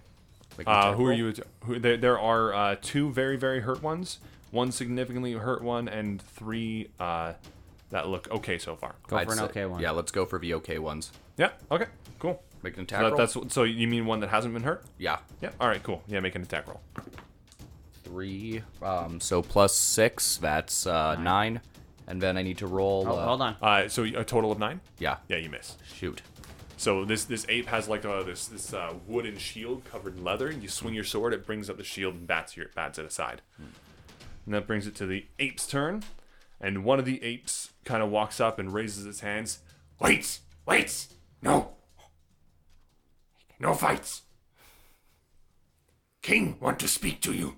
[SPEAKER 4] Make an
[SPEAKER 2] Uh,
[SPEAKER 4] attack
[SPEAKER 2] who are
[SPEAKER 4] roll.
[SPEAKER 2] you? Who, there, there are uh, two very, very hurt ones, one significantly hurt one, and three uh, that look okay so far.
[SPEAKER 3] Go
[SPEAKER 4] I'd
[SPEAKER 3] for an
[SPEAKER 4] say-
[SPEAKER 3] okay one.
[SPEAKER 4] Yeah, let's go for the okay ones.
[SPEAKER 2] Yeah. Okay. Cool.
[SPEAKER 4] Make an attack
[SPEAKER 2] So that,
[SPEAKER 4] roll.
[SPEAKER 2] that's so. You mean one that hasn't been hurt?
[SPEAKER 4] yeah.
[SPEAKER 2] Yeah. All right. Cool. Yeah. Make an attack roll.
[SPEAKER 4] Three. Um, so plus six, that's uh, nine. And then I need to roll.
[SPEAKER 3] Oh,
[SPEAKER 4] uh,
[SPEAKER 3] hold on.
[SPEAKER 2] Uh, so a total of nine.
[SPEAKER 4] Yeah.
[SPEAKER 2] Yeah. You miss.
[SPEAKER 4] Shoot.
[SPEAKER 2] So this this ape has like uh, this this uh, wooden shield covered in leather. You swing your sword, it brings up the shield and bats your bats it aside. And that brings it to the ape's turn, and one of the apes kind of walks up and raises its hands. Wait, wait, no, no fights. King want to speak to you.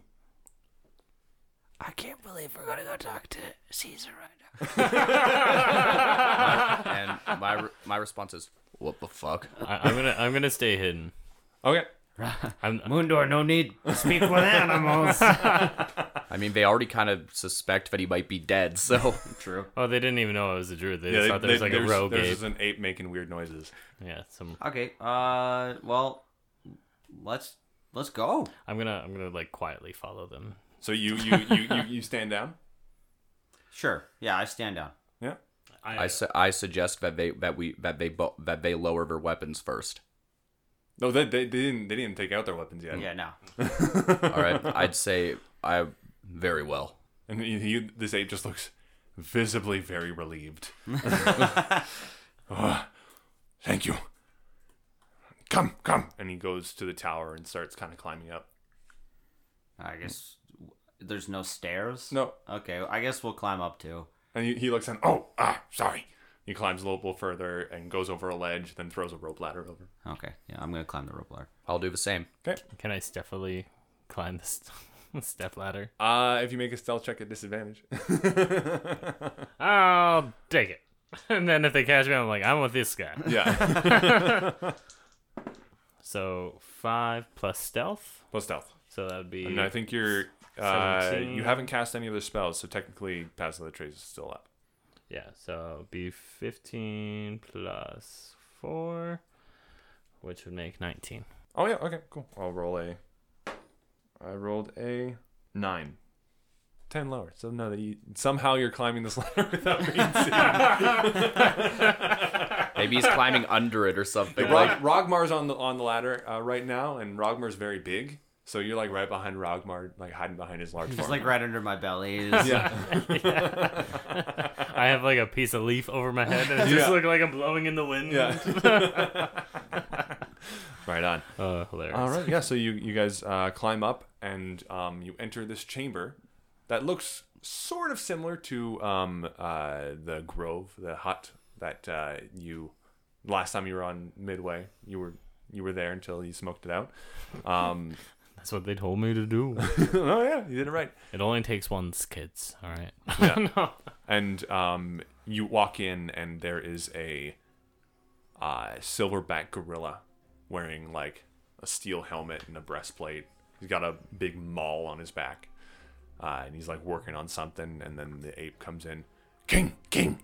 [SPEAKER 7] I can't believe we're gonna go talk to Caesar right now.
[SPEAKER 4] and my re- my response is, what the fuck?
[SPEAKER 5] I, I'm gonna I'm gonna stay hidden.
[SPEAKER 2] Okay.
[SPEAKER 5] I'm
[SPEAKER 3] Moondor, no need. Speak [laughs] with animals.
[SPEAKER 4] I mean, they already kind of suspect that he might be dead, so.
[SPEAKER 3] True.
[SPEAKER 5] oh they didn't even know I was a druid. They just thought there was like a rogue
[SPEAKER 2] there's
[SPEAKER 5] ape.
[SPEAKER 2] just an ape making weird noises.
[SPEAKER 5] Yeah, some
[SPEAKER 3] Okay. Uh. Well, let's let's go.
[SPEAKER 5] I'm gonna I'm gonna like quietly follow them.
[SPEAKER 2] So you you you you, you stand down. [laughs]
[SPEAKER 3] Sure. Yeah, I stand down.
[SPEAKER 2] Yeah.
[SPEAKER 4] I, su- I suggest that they that we that they bo- that they lower their weapons first.
[SPEAKER 2] No, they, they, they didn't they didn't take out their weapons yet.
[SPEAKER 3] Yeah. No.
[SPEAKER 4] All right, I'd say I very well.
[SPEAKER 2] And he, he, this ape just looks visibly very [laughs] relieved. "Ah, thank you. Come, come. And he goes to the tower and starts kind of climbing up.
[SPEAKER 3] I guess w- there's no stairs.
[SPEAKER 2] No.
[SPEAKER 3] Okay. I guess we'll climb up too.
[SPEAKER 2] And he, he looks and, oh, ah, sorry. He climbs a little bit further and goes over a ledge, then throws a rope ladder over.
[SPEAKER 3] Okay. Yeah, I'm gonna climb the rope ladder.
[SPEAKER 4] I'll do the same.
[SPEAKER 5] Can I stealthily climb the st- [laughs] step ladder?
[SPEAKER 2] Uh, if you make a stealth check at disadvantage. [laughs]
[SPEAKER 5] I'll take it. [laughs] And then if they catch me, I'm like, I'm with this guy.
[SPEAKER 2] yeah.
[SPEAKER 5] So five plus stealth,
[SPEAKER 2] Plus stealth.
[SPEAKER 5] so that would be.
[SPEAKER 2] And I think you're, uh, you
[SPEAKER 5] Seventeen.
[SPEAKER 2] haven't cast any other spells, so technically Pass of the Trace is still up.
[SPEAKER 5] Yeah, so it'd be 15 plus four, which would make 19.
[SPEAKER 2] Oh yeah, okay, cool. I'll roll a. I rolled a nine. Ten lower. So no, that you, somehow you're climbing this ladder without being seen.
[SPEAKER 4] Maybe he's climbing under it or something.
[SPEAKER 2] Rog,
[SPEAKER 4] Like,
[SPEAKER 2] Rogmar's on the on the ladder uh, right now, and Rogmar's very big, so you're like right behind Rogmar, like hiding behind his large.
[SPEAKER 3] Just
[SPEAKER 2] form.
[SPEAKER 3] like right under my [laughs] belly.
[SPEAKER 2] yeah,
[SPEAKER 5] I have like a piece of leaf over my head,
[SPEAKER 2] [laughs]
[SPEAKER 5] and it
[SPEAKER 2] Yeah.
[SPEAKER 5] just look like I'm blowing in the wind.
[SPEAKER 2] yeah. [laughs] right on.
[SPEAKER 5] Uh, hilarious.
[SPEAKER 2] All right, yeah. So you you guys uh, climb up and um, you enter this chamber that looks sort of similar to um, uh, the grove, the hut that uh, you last time you were on Midway. You were you were there until you smoked it out. Um, [laughs]
[SPEAKER 5] That's what they told me to do.
[SPEAKER 2] oh yeah, you did it right.
[SPEAKER 5] it only takes once, kids. All right. [laughs]
[SPEAKER 2] And um, you walk in, and there is a uh, silverback gorilla wearing like a steel helmet and a breastplate. He's got a big maul on his back, uh, and he's like working on something. And then the ape comes in.
[SPEAKER 6] King, King.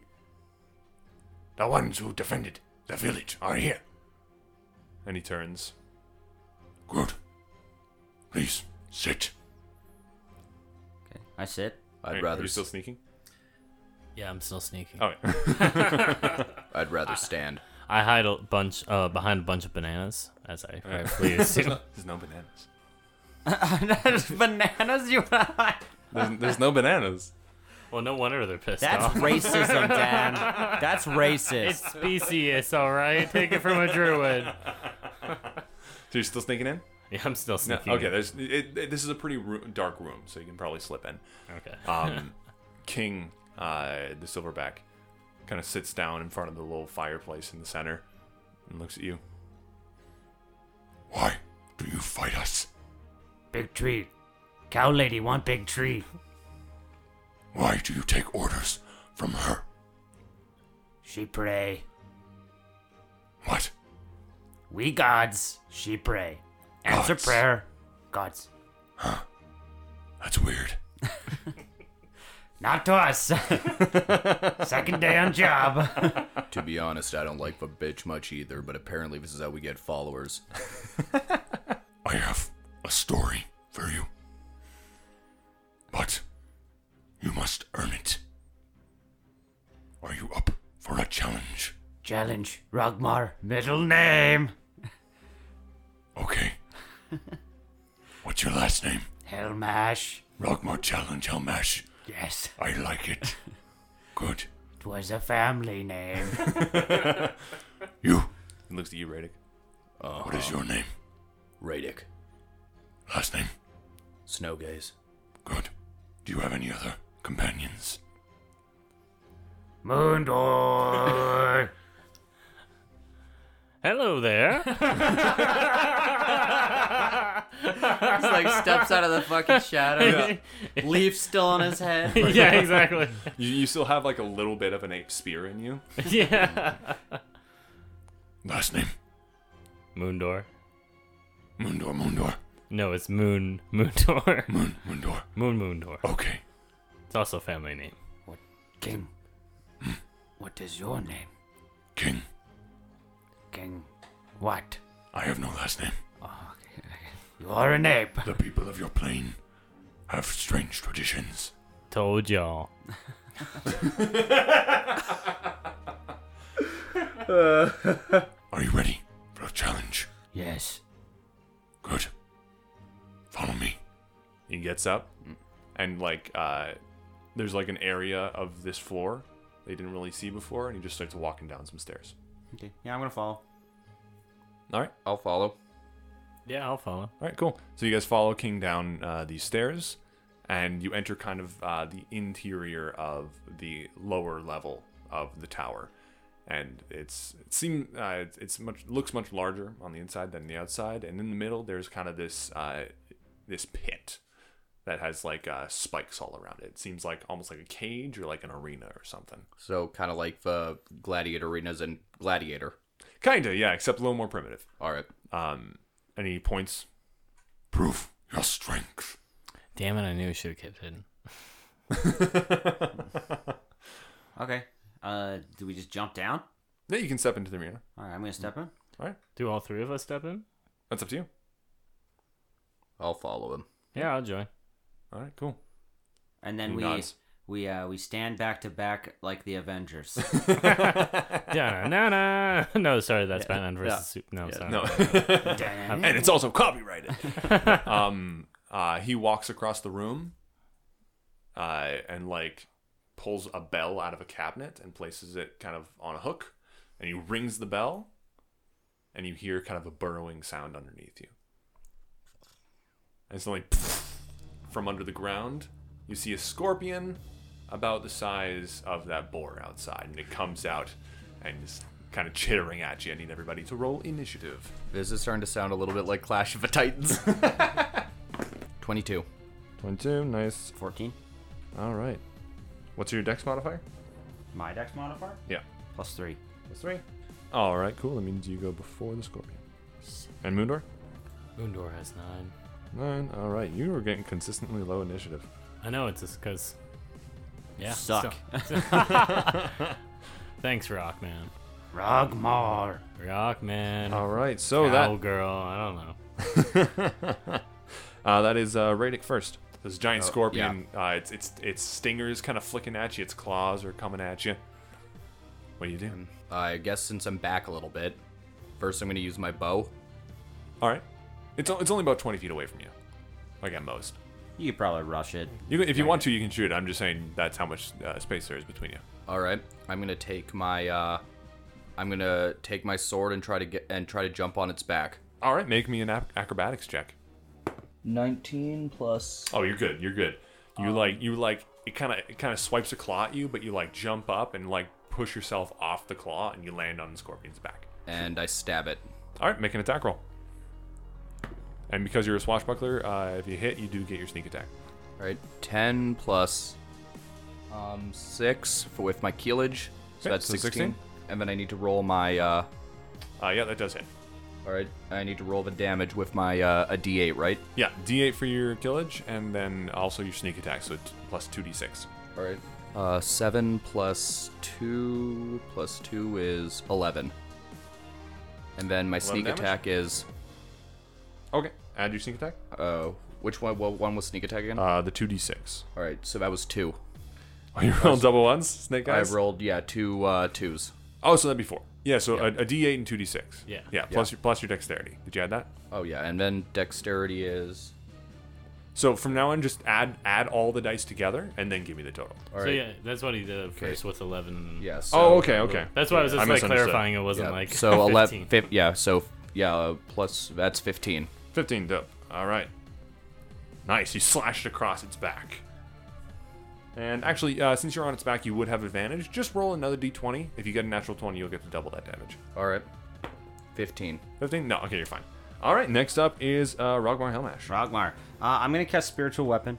[SPEAKER 6] The ones who defended the village are here.
[SPEAKER 2] and he turns.
[SPEAKER 6] Good. Please sit.
[SPEAKER 3] Okay. I sit. [laughs]
[SPEAKER 4] I'd
[SPEAKER 2] Wait, Are
[SPEAKER 4] rather
[SPEAKER 2] you still
[SPEAKER 4] s-
[SPEAKER 2] sneaking?
[SPEAKER 5] Yeah, I'm still sneaky.
[SPEAKER 2] Oh, yeah.
[SPEAKER 4] I'd rather stand.
[SPEAKER 5] I hide a bunch uh, behind a bunch of bananas, as I rightfully
[SPEAKER 2] [laughs]
[SPEAKER 5] assume.
[SPEAKER 2] there's no bananas.
[SPEAKER 3] bananas. You.
[SPEAKER 2] There's, there's no bananas.
[SPEAKER 5] well, no wonder they're pissed
[SPEAKER 3] That's
[SPEAKER 5] off. [laughs]
[SPEAKER 3] racism, [laughs] Dan. That's racist.
[SPEAKER 5] It's specious, all right. Take it from a druid. [laughs]
[SPEAKER 2] So you're still sneaking in?
[SPEAKER 5] Yeah, I'm still
[SPEAKER 2] No.
[SPEAKER 5] sneaking.
[SPEAKER 2] Okay. There's. It, it- this is a pretty roo- dark room, so you can probably slip in.
[SPEAKER 5] Okay.
[SPEAKER 2] Um, King, uh, the silverback, kind of sits down in front of the little fireplace in the center and looks at you.
[SPEAKER 6] Why do you fight us?
[SPEAKER 7] Big treat. Cow lady want big treat.
[SPEAKER 6] Why do you take orders from her?
[SPEAKER 7] She pray.
[SPEAKER 6] What?
[SPEAKER 7] We gods. She pray. Answer
[SPEAKER 6] Gods.
[SPEAKER 7] prayer. Gods.
[SPEAKER 6] That's weird.
[SPEAKER 7] Not to us. [laughs] Second day on job.
[SPEAKER 4] To be honest, I don't like the bitch much either, but apparently this is how we get followers.
[SPEAKER 6] I have a story for you. But you must earn it. Are you up for a challenge?
[SPEAKER 7] Challenge. Rogmar. Middle name.
[SPEAKER 6] Okay. What's your last name?
[SPEAKER 7] Hellmash.
[SPEAKER 6] Rogmar Challenge Elmash.
[SPEAKER 7] Yes.
[SPEAKER 6] I like it. Good.
[SPEAKER 7] Twas a family name.
[SPEAKER 6] You,
[SPEAKER 2] He looks at you, Radek.
[SPEAKER 6] what is your name?
[SPEAKER 4] Radic.
[SPEAKER 6] Last name?
[SPEAKER 4] Snowgaze.
[SPEAKER 6] Good. Do you have any other companions?
[SPEAKER 7] Moondor.
[SPEAKER 5] Hello there. [laughs]
[SPEAKER 3] He's like steps out of the
[SPEAKER 7] [laughs]
[SPEAKER 3] fucking shadow. Leaf still on his head.
[SPEAKER 5] yeah, exactly. [laughs]
[SPEAKER 2] You, you still have like a little bit of an ape spear in you.
[SPEAKER 5] yeah.
[SPEAKER 6] Last name?
[SPEAKER 5] Moondor.
[SPEAKER 6] Mundor, Mundor.
[SPEAKER 5] No, it's Moon Moondor. [laughs]
[SPEAKER 6] Moon, Mundor.
[SPEAKER 5] Moon Moondor.
[SPEAKER 6] Okay.
[SPEAKER 5] It's also a family name.
[SPEAKER 7] King. What is your name?
[SPEAKER 6] King,
[SPEAKER 7] King. What?
[SPEAKER 6] I have no last name.
[SPEAKER 7] You are an ape.
[SPEAKER 6] The people of your plane have strange traditions.
[SPEAKER 5] Told y'all.
[SPEAKER 6] Are you ready for a challenge?
[SPEAKER 7] Yes.
[SPEAKER 6] Good. Follow me.
[SPEAKER 2] He gets up, and like uh, there's like an area of this floor they didn't really see before, and he just starts walking down some stairs.
[SPEAKER 3] Okay. Yeah, I'm gonna follow.
[SPEAKER 2] All right.
[SPEAKER 4] I'll follow.
[SPEAKER 5] Yeah, I'll follow.
[SPEAKER 2] All right, cool. So you guys follow King down uh, these stairs, and you enter kind of uh, the interior of the lower level of the tower, and it's it seem uh, it's- it's much looks much larger on the inside than the outside, and in the middle there's kind of this uh, this pit that has like uh, spikes all around it. It seems like almost like a cage or like an arena or something.
[SPEAKER 4] So kind of like the gladiator arenas and gladiator.
[SPEAKER 2] Kinda, yeah, except a little more primitive.
[SPEAKER 4] All right.
[SPEAKER 2] Um, and he points
[SPEAKER 6] Prove your strength.
[SPEAKER 5] Damn it, I knew I should have kept hidden.
[SPEAKER 3] Okay. Uh, do we just jump down?
[SPEAKER 2] that you can step into the arena.
[SPEAKER 3] All right, I'm gonna step in.
[SPEAKER 2] All right,
[SPEAKER 5] Do all three of us step in?
[SPEAKER 2] that's up to you.
[SPEAKER 4] I'll follow him.
[SPEAKER 5] Yeah, I'll [laughs] join.
[SPEAKER 2] All right, cool.
[SPEAKER 3] And then
[SPEAKER 2] He
[SPEAKER 3] we
[SPEAKER 2] nods.
[SPEAKER 3] we uh we stand back to back like
[SPEAKER 2] [laughs]
[SPEAKER 3] the Avengers.
[SPEAKER 5] Da-na-na-na. No, [laughs] sorry, that's Batman versus
[SPEAKER 4] yeah.
[SPEAKER 5] Super. No, sorry.
[SPEAKER 2] No.
[SPEAKER 3] Oh.
[SPEAKER 7] Damn.
[SPEAKER 2] and it's also copyrighted. [laughs] um, uh, he walks across the room, uh, and like pulls a bell out of a cabinet and places it kind of on a hook, and he rings the bell, and you hear kind of a burrowing sound underneath you. And suddenly, from under the ground, you see a scorpion about the size of that boar outside, and it comes out and is kind of chittering at you. I need everybody to roll initiative.
[SPEAKER 4] This is starting to sound a little bit like Clash of the Titans. [laughs] 22.
[SPEAKER 2] 22, nice.
[SPEAKER 3] 14.
[SPEAKER 2] All right. What's your dex modifier?
[SPEAKER 3] My dex modifier?
[SPEAKER 2] Yeah.
[SPEAKER 3] Plus 3.
[SPEAKER 2] Plus three. All right, cool. That means you go before the scorpion. And Moondor?
[SPEAKER 5] Moondor has nine.
[SPEAKER 2] Nine. All right, you are getting consistently low initiative.
[SPEAKER 5] I know it's just because. Yeah.
[SPEAKER 3] Suck. [laughs]
[SPEAKER 5] so- Thanks, Rockman.
[SPEAKER 3] Ragmar.
[SPEAKER 5] Rockman.
[SPEAKER 2] All right, so Oh, that
[SPEAKER 5] Cowgirl. I don't know.
[SPEAKER 2] uh, that is uh, Radic first. This giant scorpion, uh, its its its stingers kind of flicking at you. Its claws are coming at you. What do you do?
[SPEAKER 4] I guess since I'm back a little bit, first I'm going to use my bow.
[SPEAKER 2] All right, it's o- it's only about twenty feet away from you, like at most.
[SPEAKER 3] You could probably rush it.
[SPEAKER 2] You, can- if you want to, you can shoot. it. I'm just saying that's how much uh, space there is between you.
[SPEAKER 4] All right, I'm going to take my uh I'm going to take my sword and try to get and try to jump on its back.
[SPEAKER 2] All right, make me an ac- acrobatics check.
[SPEAKER 8] 19 plus.
[SPEAKER 2] Oh, you're good. You're good. You like you like it kind of it kind of swipes a claw at you, but you like jump up and like push yourself off the claw, and you land on the scorpion's back.
[SPEAKER 4] And I stab it.
[SPEAKER 2] All right, make an attack roll. And because you're a swashbuckler, uh, if you hit, you do get your sneak attack.
[SPEAKER 4] All right, 10 plus
[SPEAKER 8] Um,
[SPEAKER 4] 6 for with my keelage.
[SPEAKER 2] Okay,
[SPEAKER 4] So that's
[SPEAKER 2] so
[SPEAKER 4] 16.
[SPEAKER 2] 16.
[SPEAKER 4] And then I need to roll my uh
[SPEAKER 2] Uh, yeah, that does hit.
[SPEAKER 4] all right, I need to roll the damage with my uh a d8, right?
[SPEAKER 2] Yeah, D8 for your killage, and then also your sneak attack, so it's plus 2d6.
[SPEAKER 4] All right. Uh 7 plus 2 plus 2 is 11. And then my sneak
[SPEAKER 2] damage?
[SPEAKER 4] attack is
[SPEAKER 2] Okay, add your sneak attack.
[SPEAKER 4] Oh, which one? What one was sneak attack again?
[SPEAKER 2] Uh, the 2d6.
[SPEAKER 4] All right, so that was two.
[SPEAKER 2] Oh, [laughs] you rolled double ones, snake eyes.
[SPEAKER 4] I rolled yeah two uh, twos.
[SPEAKER 2] Oh, so that'd be four. Yeah, so A, a d8 and 2d6.
[SPEAKER 5] Yeah.
[SPEAKER 2] Yeah, plus your plus your dexterity. Did you add that?
[SPEAKER 4] Oh yeah, and then dexterity is
[SPEAKER 2] So from now on, just add add all the dice together, and then give me the total.
[SPEAKER 4] all right.
[SPEAKER 5] So yeah, that's what he did first with eleven.
[SPEAKER 4] yeah, so,
[SPEAKER 2] oh, okay, okay.
[SPEAKER 5] That's why I was
[SPEAKER 2] I
[SPEAKER 5] just like
[SPEAKER 2] misunderstood.
[SPEAKER 5] clarifying it wasn't
[SPEAKER 4] yeah,
[SPEAKER 5] like [laughs]
[SPEAKER 4] so
[SPEAKER 5] 15.
[SPEAKER 4] eleven. Fif- yeah, so yeah, uh, plus that's fifteen.
[SPEAKER 2] 15 dope. All right. Nice. You slashed across its back. And actually, uh, since you're on its back, you would have advantage. Just roll another d20. If you get a natural 20, you'll get to double that damage.
[SPEAKER 4] All right, fifteen.
[SPEAKER 2] 15? No, okay, you're fine. All right, next up is uh, Rogmar Hellmash.
[SPEAKER 3] Ragmar. Uh, I'm going to cast Spiritual Weapon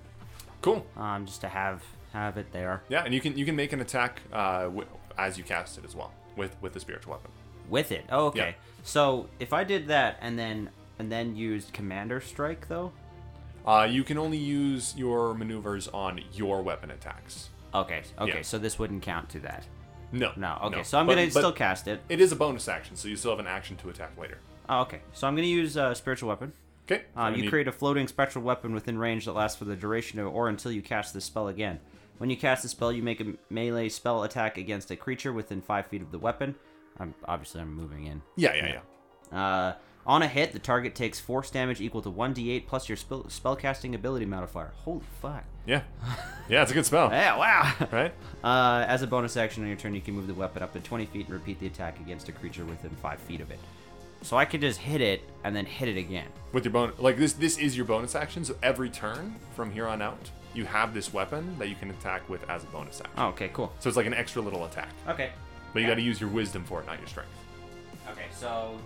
[SPEAKER 2] Cool.
[SPEAKER 3] um, just to have have it there.
[SPEAKER 2] Yeah, and you can you can make an attack uh, w- as you cast it as well with with the spiritual weapon.
[SPEAKER 3] With it. Oh, okay.
[SPEAKER 2] Yeah.
[SPEAKER 3] So if I did that and then and then used Commander Strike, though?
[SPEAKER 2] Uh, you can only use your maneuvers on your weapon attacks.
[SPEAKER 3] Okay. Okay.
[SPEAKER 2] Yeah.
[SPEAKER 3] So this wouldn't count to that.
[SPEAKER 2] No.
[SPEAKER 3] No. Okay. So I'm
[SPEAKER 2] But-
[SPEAKER 3] going to
[SPEAKER 2] but
[SPEAKER 3] still cast it.
[SPEAKER 2] It is a bonus action, so you still have an action to attack later.
[SPEAKER 3] Oh, okay. So I'm going to use uh, Spiritual Weapon.
[SPEAKER 2] Okay.
[SPEAKER 3] Um, you create a floating spectral weapon within range that lasts for the duration of, or until you cast this spell again. When you cast the spell, you make a melee spell attack against a creature within five feet of the weapon. I'm obviously I'm moving in.
[SPEAKER 2] Yeah, yeah, yeah.
[SPEAKER 3] Uh, on a hit, the target takes force damage equal to one d8 plus your spell spellcasting ability modifier. Holy fuck!
[SPEAKER 2] Yeah. Yeah, it's a good spell.
[SPEAKER 3] [laughs] Yeah, wow.
[SPEAKER 2] Right?
[SPEAKER 3] Uh, as a bonus action on your turn, you can move the weapon up to 20 feet and repeat the attack against a creature within five feet of it. So I could just hit it and then hit it again.
[SPEAKER 2] With your bonus, like this, this is your bonus action. So every turn from here on out, you have this weapon that you can attack with as a bonus action.
[SPEAKER 3] Oh, okay, cool.
[SPEAKER 2] So it's like an extra little attack,
[SPEAKER 3] Okay.
[SPEAKER 2] but you got to use your wisdom for it, not your strength.
[SPEAKER 3] Okay, so.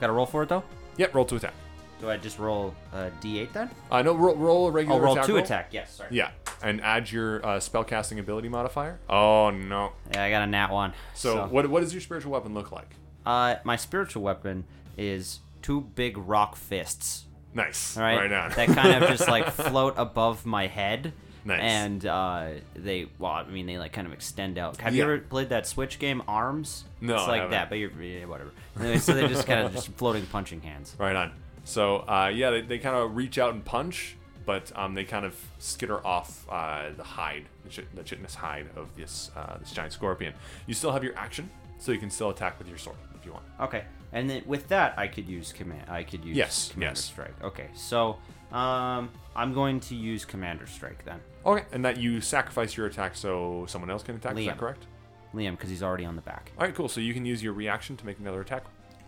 [SPEAKER 3] Got to roll for it though?
[SPEAKER 2] Yep, roll to attack.
[SPEAKER 3] Do I just roll a d8 then?
[SPEAKER 2] Uh, no, roll, roll a
[SPEAKER 3] Oh,
[SPEAKER 2] regular.
[SPEAKER 3] roll
[SPEAKER 2] attack
[SPEAKER 3] two
[SPEAKER 2] roll.
[SPEAKER 3] attack. Yes, sorry.
[SPEAKER 2] Yeah, and add your uh, spellcasting ability modifier. Oh no!
[SPEAKER 3] Yeah, I got a nat one.
[SPEAKER 2] So, what what does your spiritual weapon look like?
[SPEAKER 3] Uh, my spiritual weapon is two big rock fists.
[SPEAKER 2] Nice.
[SPEAKER 3] All right,
[SPEAKER 2] Right on.
[SPEAKER 3] that kind of just like float above my head.
[SPEAKER 2] Nice.
[SPEAKER 3] And uh, they, well, I mean, they like kind of extend out. Have
[SPEAKER 2] Yeah.
[SPEAKER 3] you ever played that Switch game, Arms?
[SPEAKER 2] No,
[SPEAKER 3] it's
[SPEAKER 2] I
[SPEAKER 3] like
[SPEAKER 2] haven't.
[SPEAKER 3] that, but you're yeah, whatever. Anyway, so they're just kind of just floating punching hands.
[SPEAKER 2] [laughs] Right on. So uh, yeah, they, they kind of reach out and punch, but um, they kind of skitter off uh, the hide, the, chit- the chitinous hide of this uh, this giant scorpion. You still have your action, so you can still attack with your sword if you want.
[SPEAKER 3] Okay, and then with that, I could use command. I could use
[SPEAKER 2] Yes,
[SPEAKER 3] commander
[SPEAKER 2] yes.
[SPEAKER 3] strike. Okay, so um, I'm going to use commander strike then,
[SPEAKER 2] Okay, and that you sacrifice your attack so someone else can attack. Is that
[SPEAKER 3] Liam.
[SPEAKER 2] correct?
[SPEAKER 3] Liam, because he's already on the back.
[SPEAKER 2] All right, cool. So you can use your reaction to make another attack.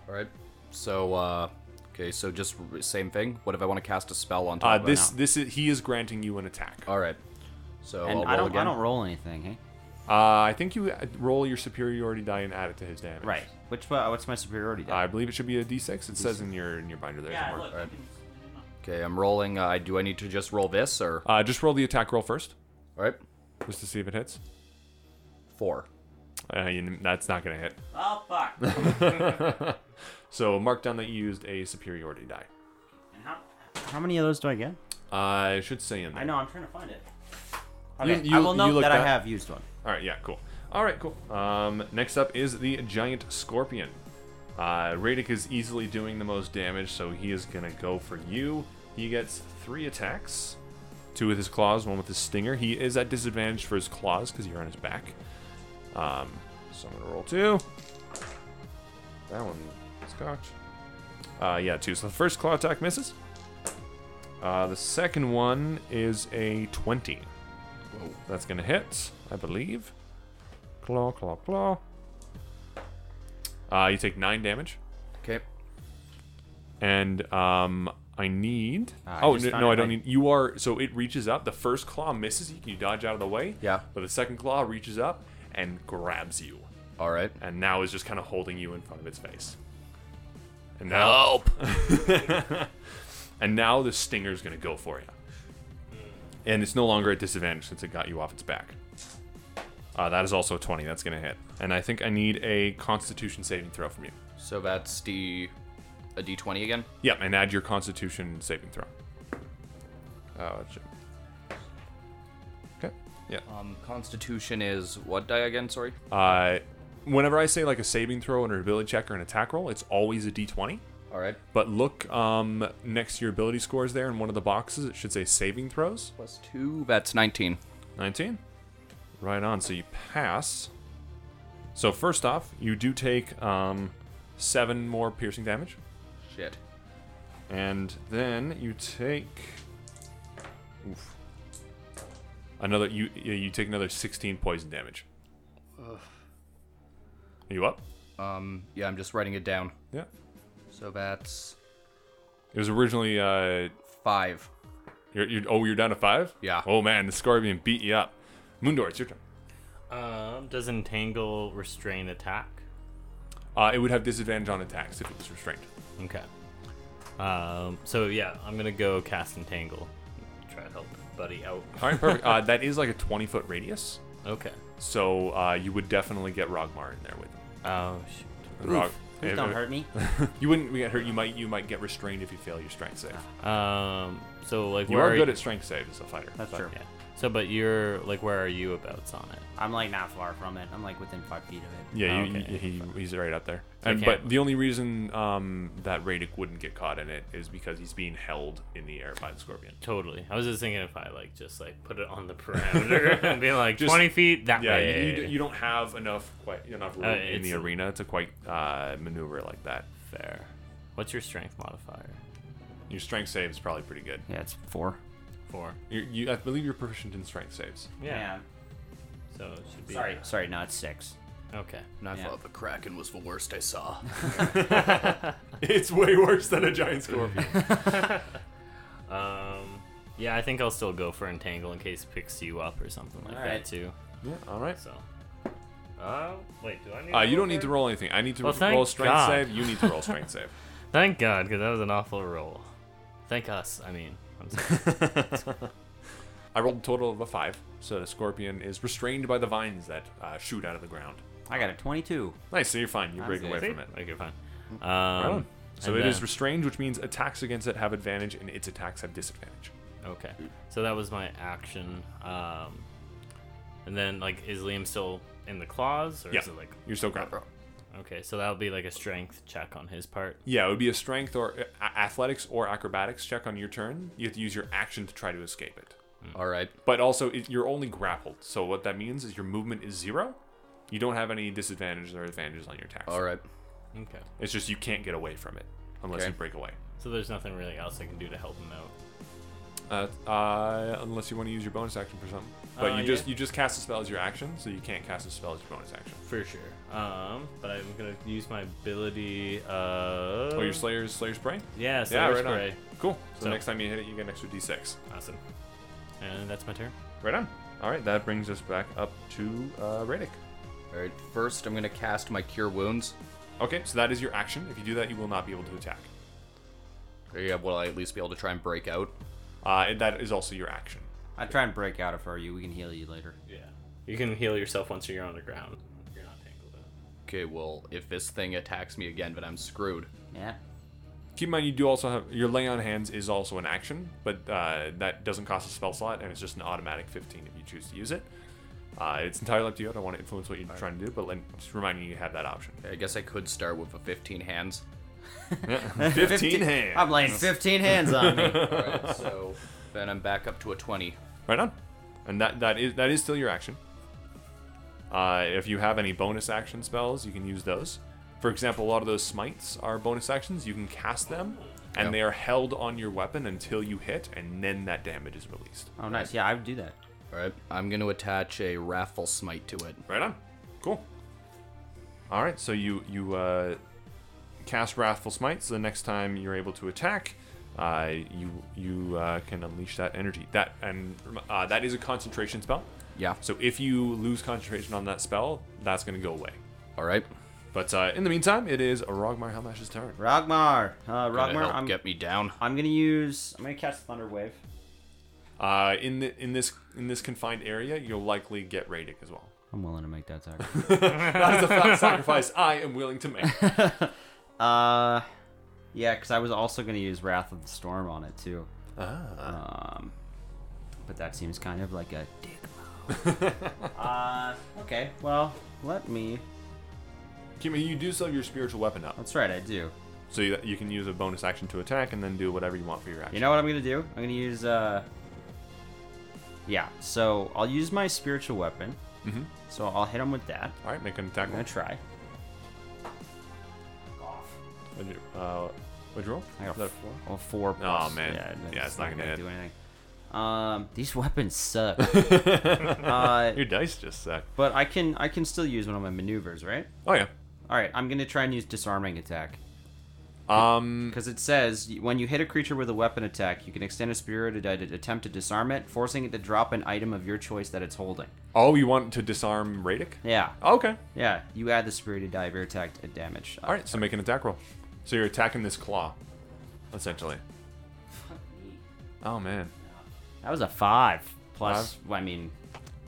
[SPEAKER 4] All right, so uh, okay, so just r- same thing. What if I want to cast a spell on
[SPEAKER 2] Uh,
[SPEAKER 4] top? of it?
[SPEAKER 2] this this is, he is granting you an
[SPEAKER 3] Oh.
[SPEAKER 2] attack. Uh,
[SPEAKER 4] All right, so
[SPEAKER 3] and
[SPEAKER 4] I'll
[SPEAKER 3] I
[SPEAKER 4] roll
[SPEAKER 3] don't,
[SPEAKER 4] again.
[SPEAKER 3] I don't roll anything. Hey,
[SPEAKER 2] I think you uh, roll your superiority die and add it to his damage.
[SPEAKER 3] right? Which one- what's my superiority? die?
[SPEAKER 2] I believe it should be a d6. It says in your in your binder there somewhere.
[SPEAKER 4] All right. Okay, I'm rolling. Uh, do I need to just roll this or?
[SPEAKER 2] Uh, just roll the attack roll first,
[SPEAKER 4] All right,
[SPEAKER 2] just to see if it hits.
[SPEAKER 4] four.
[SPEAKER 2] Uh, you- that's not gonna hit.
[SPEAKER 3] Oh fuck! and
[SPEAKER 2] [laughs] So mark down that you used a superiority die.
[SPEAKER 3] how, how many of those do I get?
[SPEAKER 2] I Uh, should say in there.
[SPEAKER 3] I know. I'm trying to find it.
[SPEAKER 2] You-
[SPEAKER 3] Okay,
[SPEAKER 2] you-
[SPEAKER 3] I will
[SPEAKER 2] you
[SPEAKER 3] note
[SPEAKER 2] looked
[SPEAKER 3] that I
[SPEAKER 2] up-
[SPEAKER 3] have used one.
[SPEAKER 2] All right, yeah, cool. All right, cool. Um, next up is the giant scorpion. Uh, Radek is easily doing the most damage, so he is gonna go for you. He gets three attacks, two with his claws, one with his stinger. He is at disadvantage for his claws because you're on his back. Um, so I'm gonna roll two. That one is cocked. Uh, yeah, two. So the first claw attack misses. Uh, the second one is a twenty. That's gonna hit, I believe. Claw, claw, claw. Uh, you take nine damage,
[SPEAKER 4] Okay.
[SPEAKER 2] and um, I need.
[SPEAKER 3] Ah, I
[SPEAKER 2] oh
[SPEAKER 3] just
[SPEAKER 2] no,
[SPEAKER 3] found
[SPEAKER 2] no,
[SPEAKER 3] it
[SPEAKER 2] I don't
[SPEAKER 3] by-
[SPEAKER 2] need. You are so it reaches up. The first claw misses you. Can you dodge out of the way?
[SPEAKER 4] Yeah.
[SPEAKER 2] But the second claw reaches up and grabs you,
[SPEAKER 4] All right.
[SPEAKER 2] and now is just kind of holding you in front of its face. And now, help! [laughs] and now the stinger's gonna go for you, and it's no longer at disadvantage since it got you off its back. Uh, that is also a 20. That's going to hit. And I think I need a constitution saving throw from you.
[SPEAKER 4] So that's D, a D20 again.
[SPEAKER 2] Yep, and add your constitution saving throw. Oh, it should. Okay. Yeah.
[SPEAKER 4] Um, Constitution is what die again? Sorry.
[SPEAKER 2] Uh, whenever I say like a saving throw and an ability check or an attack roll, it's always a d20.
[SPEAKER 4] All right.
[SPEAKER 2] But look um, next to your ability scores there in one of the boxes, it should say saving throws.
[SPEAKER 4] Plus two. That's 19.
[SPEAKER 2] 19. Right on. So you pass. So first off, you do take um, seven more piercing damage.
[SPEAKER 4] Shit.
[SPEAKER 2] And then you take oof, another. You yeah, you take another 16 poison damage. Are you up?
[SPEAKER 4] Um. Yeah, I'm just writing it down.
[SPEAKER 2] Yeah.
[SPEAKER 4] So that's
[SPEAKER 2] It was originally uh,
[SPEAKER 4] five.
[SPEAKER 2] you're, you're oh you're down to five.
[SPEAKER 4] Yeah.
[SPEAKER 2] Oh man, the scorpion beat you up. Moondor, it's your turn.
[SPEAKER 5] Um, does entangle restrain attack?
[SPEAKER 2] Uh, it would have disadvantage on attacks if it was restrained.
[SPEAKER 5] Okay. Um, so yeah, I'm gonna go cast entangle. Try to help buddy out.
[SPEAKER 2] All right, perfect.
[SPEAKER 5] [laughs]
[SPEAKER 2] uh, that is like a 20 foot radius,
[SPEAKER 5] Okay.
[SPEAKER 2] so uh, you would definitely get Rogmar in there with him.
[SPEAKER 5] Oh shoot.
[SPEAKER 2] And Rog-
[SPEAKER 3] Please
[SPEAKER 2] if-
[SPEAKER 3] don't
[SPEAKER 2] if-
[SPEAKER 3] hurt me.
[SPEAKER 2] You wouldn't get hurt. You might you might get restrained if you fail your strength
[SPEAKER 5] Ah,
[SPEAKER 2] save.
[SPEAKER 5] Um, so like
[SPEAKER 2] You
[SPEAKER 5] where
[SPEAKER 2] are good
[SPEAKER 5] you-
[SPEAKER 2] at strength saves as a fighter.
[SPEAKER 3] That's
[SPEAKER 2] but-
[SPEAKER 3] true.
[SPEAKER 5] Yeah. So, but you're like, where are you abouts on it?
[SPEAKER 3] I'm like not far from it. I'm like within five feet of it.
[SPEAKER 2] Yeah,
[SPEAKER 5] Oh,
[SPEAKER 2] you,
[SPEAKER 5] okay.
[SPEAKER 2] you- he, he's right up there.
[SPEAKER 5] I
[SPEAKER 2] And,
[SPEAKER 5] can't-
[SPEAKER 2] but the only reason um, that Radek wouldn't get caught in it is because he's being held in the air by the scorpion.
[SPEAKER 5] Totally. I was just thinking if I like just like put it on
[SPEAKER 2] [laughs]
[SPEAKER 5] the parameter and be like
[SPEAKER 2] Just-
[SPEAKER 5] twenty feet that
[SPEAKER 2] Yeah,
[SPEAKER 5] way.
[SPEAKER 2] you, you, you don't have enough quite enough room
[SPEAKER 5] Uh,
[SPEAKER 2] in the
[SPEAKER 5] it's-
[SPEAKER 2] arena to quite uh, maneuver like that.
[SPEAKER 5] Fair. What's your strength modifier?
[SPEAKER 2] Your strength save is probably pretty good.
[SPEAKER 3] Yeah, it's four.
[SPEAKER 5] Four.
[SPEAKER 2] you you, I believe you're proficient in strength saves.
[SPEAKER 3] Yeah.
[SPEAKER 5] So it should be.
[SPEAKER 3] Sorry, sorry, no, it's six.
[SPEAKER 5] Okay.
[SPEAKER 4] And I
[SPEAKER 3] Yeah.
[SPEAKER 4] thought the kraken was the worst I saw.
[SPEAKER 2] [laughs]
[SPEAKER 4] [laughs]
[SPEAKER 2] It's way worse than a giant
[SPEAKER 5] [laughs]
[SPEAKER 2] scorpion.
[SPEAKER 5] Um. Yeah, I think I'll still go for entangle in case it picks you up or something like that
[SPEAKER 3] Alright.
[SPEAKER 5] too.
[SPEAKER 2] yeah, all right.
[SPEAKER 5] So. Uh, wait. Do I need?
[SPEAKER 2] Uh, you don't need to roll anything. I need to
[SPEAKER 5] Well, thank
[SPEAKER 2] roll strength
[SPEAKER 5] God.
[SPEAKER 2] save. You need to roll
[SPEAKER 5] [laughs]
[SPEAKER 2] strength save.
[SPEAKER 5] Thank God, because that was an awful roll. Thank us. I mean. I'm sorry.
[SPEAKER 2] I rolled a total of a five, so the scorpion is restrained by the vines that uh, shoot out of the ground.
[SPEAKER 3] I got a 22.
[SPEAKER 2] Nice, so you're fine. You break
[SPEAKER 3] good.
[SPEAKER 2] away [laughs]
[SPEAKER 5] See?
[SPEAKER 2] from it.
[SPEAKER 5] Like you're fine. Um,
[SPEAKER 2] So
[SPEAKER 5] and
[SPEAKER 2] it is
[SPEAKER 5] then-
[SPEAKER 2] restrained, which means attacks against it have advantage and its attacks have disadvantage.
[SPEAKER 5] Okay. So that was my action. Um, and then, like, is Liam still in the claws? Or
[SPEAKER 2] Yeah,
[SPEAKER 5] is it like.
[SPEAKER 2] you're still grabbed.
[SPEAKER 5] Okay, so that'll be like a strength check on his part.
[SPEAKER 2] Yeah, it would be a strength or a- athletics or acrobatics check on your turn. You have to use your action to try to escape it.
[SPEAKER 4] All right.
[SPEAKER 2] But also, it, you're only grappled, so what that means is your movement is zero. You don't have any disadvantages or advantages on your attacks.
[SPEAKER 4] All right.
[SPEAKER 5] Okay.
[SPEAKER 2] It's just you can't get away from it unless
[SPEAKER 4] Okay.
[SPEAKER 2] you break away.
[SPEAKER 5] So there's nothing really else I can do to help him out.
[SPEAKER 2] Uh, uh, unless you want to use your bonus action for something. But
[SPEAKER 5] Uh,
[SPEAKER 2] you just
[SPEAKER 5] yeah.
[SPEAKER 2] you just cast a spell as your action, so you can't cast a spell as your bonus action.
[SPEAKER 5] For sure. Um, but I'm going to use my ability. Uh, oh,
[SPEAKER 2] Oh, your Slayer's Slayer's Prey?
[SPEAKER 5] Yeah, so
[SPEAKER 2] yeah,
[SPEAKER 5] there's
[SPEAKER 2] right on.
[SPEAKER 5] Prey.
[SPEAKER 2] Cool. So,
[SPEAKER 5] So-
[SPEAKER 2] next time you hit it, you get an extra d6.
[SPEAKER 5] Awesome. And that's my turn.
[SPEAKER 2] Right on. All right, that brings us back up to uh, Radek.
[SPEAKER 4] All right. First, I'm gonna cast my Cure Wounds.
[SPEAKER 2] Okay, so that is your action. If you do that, you will not be able to attack.
[SPEAKER 4] Or yeah, will I at least be able to try and break out?
[SPEAKER 2] Uh, and that is also your action.
[SPEAKER 3] I try and break out if are you. We can heal you later.
[SPEAKER 5] Yeah. You can heal yourself once you're on the ground. You're not tangled up.
[SPEAKER 4] Okay, well, if this thing attacks me again, then I'm screwed.
[SPEAKER 3] Yeah.
[SPEAKER 2] Keep in mind, you do also have your lay on hands is also an action, but uh, that doesn't cost a spell slot, and it's just an automatic 15 if you choose to use it. Uh, it's entirely up to you. I don't want to influence what you're trying to do, but let, just reminding you you have that option.
[SPEAKER 4] I guess I could start with a 15 hands.
[SPEAKER 2] [laughs] 15, hands.
[SPEAKER 3] I'm laying 15 hands on me.
[SPEAKER 5] [laughs]
[SPEAKER 4] Alright, so then I'm back up to a 20.
[SPEAKER 2] Right on. And that that is that is still your action. Uh, if you have any bonus action spells, you can use those. For example, a lot of those smites are bonus actions. You can cast them, and
[SPEAKER 4] Yep.
[SPEAKER 2] they are held on your weapon until you hit, and then that damage is released.
[SPEAKER 3] Oh, nice. Yeah, I would do that.
[SPEAKER 4] Alright, I'm going to attach a Wrathful Smite to it.
[SPEAKER 2] Right on. Cool. All right, so you you uh, cast Wrathful Smite. So the next time you're able to attack, uh, you you uh, can unleash that energy. That and uh, that is a concentration spell.
[SPEAKER 4] Yeah.
[SPEAKER 2] So if you lose concentration on that spell, that's going to go away.
[SPEAKER 4] Alright.
[SPEAKER 2] But uh, in the meantime, it is Rogmar Helmash's turn.
[SPEAKER 3] Rogmar. Uh,
[SPEAKER 4] Gonna
[SPEAKER 3] Rogmar,
[SPEAKER 4] help
[SPEAKER 3] I'm,
[SPEAKER 4] get me down.
[SPEAKER 3] I'm going to use. I'm going to cast Thunder Wave.
[SPEAKER 2] Uh, in the in this in this confined area, you'll likely get Radic as well.
[SPEAKER 3] I'm willing to make that sacrifice.
[SPEAKER 2] That is a fa- [laughs] sacrifice I am willing to make.
[SPEAKER 3] [laughs] Uh, yeah, because I was also going to use Wrath of the Storm on it too. Um, but that seems kind of like a dick [laughs] move. uh, okay. Well, let me.
[SPEAKER 2] Kimi, you do still have your spiritual weapon up,
[SPEAKER 3] That's right, I do.
[SPEAKER 2] so you, you can use a bonus action to attack and then do whatever you want for your action.
[SPEAKER 3] You know what I'm gonna do? I'm gonna use uh. Yeah, so I'll use my spiritual weapon. Mm-hmm. So I'll hit him with that.
[SPEAKER 2] All right, make an attack.
[SPEAKER 3] I'm gonna try.
[SPEAKER 2] What'd you, uh, what'd you roll?
[SPEAKER 3] I got
[SPEAKER 2] Is that a
[SPEAKER 3] a four. Oh, four plus.
[SPEAKER 2] man.
[SPEAKER 3] that's
[SPEAKER 2] Yeah, it's not gonna hit.
[SPEAKER 3] do anything. Um, these weapons
[SPEAKER 2] [laughs]
[SPEAKER 3] suck. uh,
[SPEAKER 2] Your dice just suck.
[SPEAKER 3] but I can I can still use one of my maneuvers, right?
[SPEAKER 2] Oh yeah.
[SPEAKER 3] All right, I'm gonna try and use disarming attack
[SPEAKER 2] Um,
[SPEAKER 3] because it says when you hit a creature with a weapon attack, you can extend a spirited ad- attempt to disarm it, forcing it to drop an item of your choice that it's holding.
[SPEAKER 2] oh, you want to disarm Radic?
[SPEAKER 3] Yeah,
[SPEAKER 2] Okay.
[SPEAKER 3] yeah. You add the spirited die of your attack to damage. Uh,
[SPEAKER 2] All right, so make an attack roll. So you're attacking this claw, essentially. Oh man.
[SPEAKER 3] That was a five plus. I mean,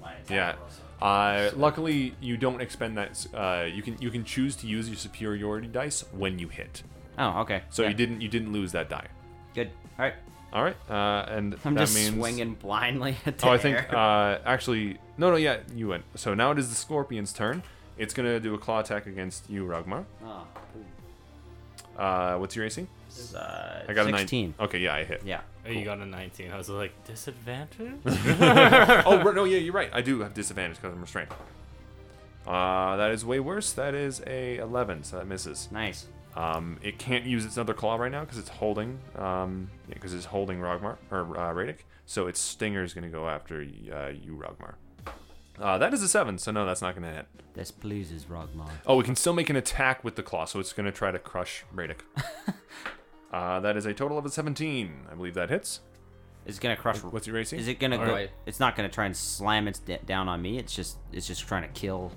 [SPEAKER 3] my attack
[SPEAKER 2] Yeah.
[SPEAKER 3] roll, so-
[SPEAKER 2] Uh, luckily, you don't expend that. Uh, you can you can choose to use your superiority dice when you hit.
[SPEAKER 3] Oh, okay.
[SPEAKER 2] So
[SPEAKER 3] Yeah,
[SPEAKER 2] you didn't you didn't lose that die.
[SPEAKER 3] Good. All right.
[SPEAKER 2] All right, uh, and
[SPEAKER 3] I'm
[SPEAKER 2] that
[SPEAKER 3] just
[SPEAKER 2] means.
[SPEAKER 3] swinging blindly at the
[SPEAKER 2] Oh, I think
[SPEAKER 3] air.
[SPEAKER 2] uh, actually no no yeah you win. So now it is the scorpion's turn. It's gonna do a claw attack against you, Ragmar.
[SPEAKER 3] Oh,
[SPEAKER 2] Uh, what's your AC?
[SPEAKER 3] it's, uh,
[SPEAKER 2] I got
[SPEAKER 3] 16.
[SPEAKER 2] a nine. Okay, yeah, I hit.
[SPEAKER 3] Yeah.
[SPEAKER 5] Oh, you got a 19. I was like,
[SPEAKER 2] [laughs]
[SPEAKER 5] disadvantage?
[SPEAKER 2] oh right, no, yeah, you're right. I do have disadvantage because I'm restrained. Uh, that is way worse. That is a 11, so that misses.
[SPEAKER 3] Nice.
[SPEAKER 2] Um, it can't use its other claw right now because it's holding. Um, because it's holding Rogmar or uh, Radic. So its stinger is gonna go after uh, you, Rogmar. Uh, that is a seven, so no, that's not gonna hit.
[SPEAKER 3] This pleases Rogmar.
[SPEAKER 2] Oh, we can still make an attack with the claw, so it's gonna try to crush
[SPEAKER 5] [laughs]
[SPEAKER 2] Radic. uh, that is a total of a 17. I believe that hits.
[SPEAKER 3] It's gonna crush.
[SPEAKER 2] What's your AC?
[SPEAKER 3] Is it gonna go?
[SPEAKER 4] right.
[SPEAKER 3] It's not gonna try and slam its d- down on me. It's just it's just trying to kill.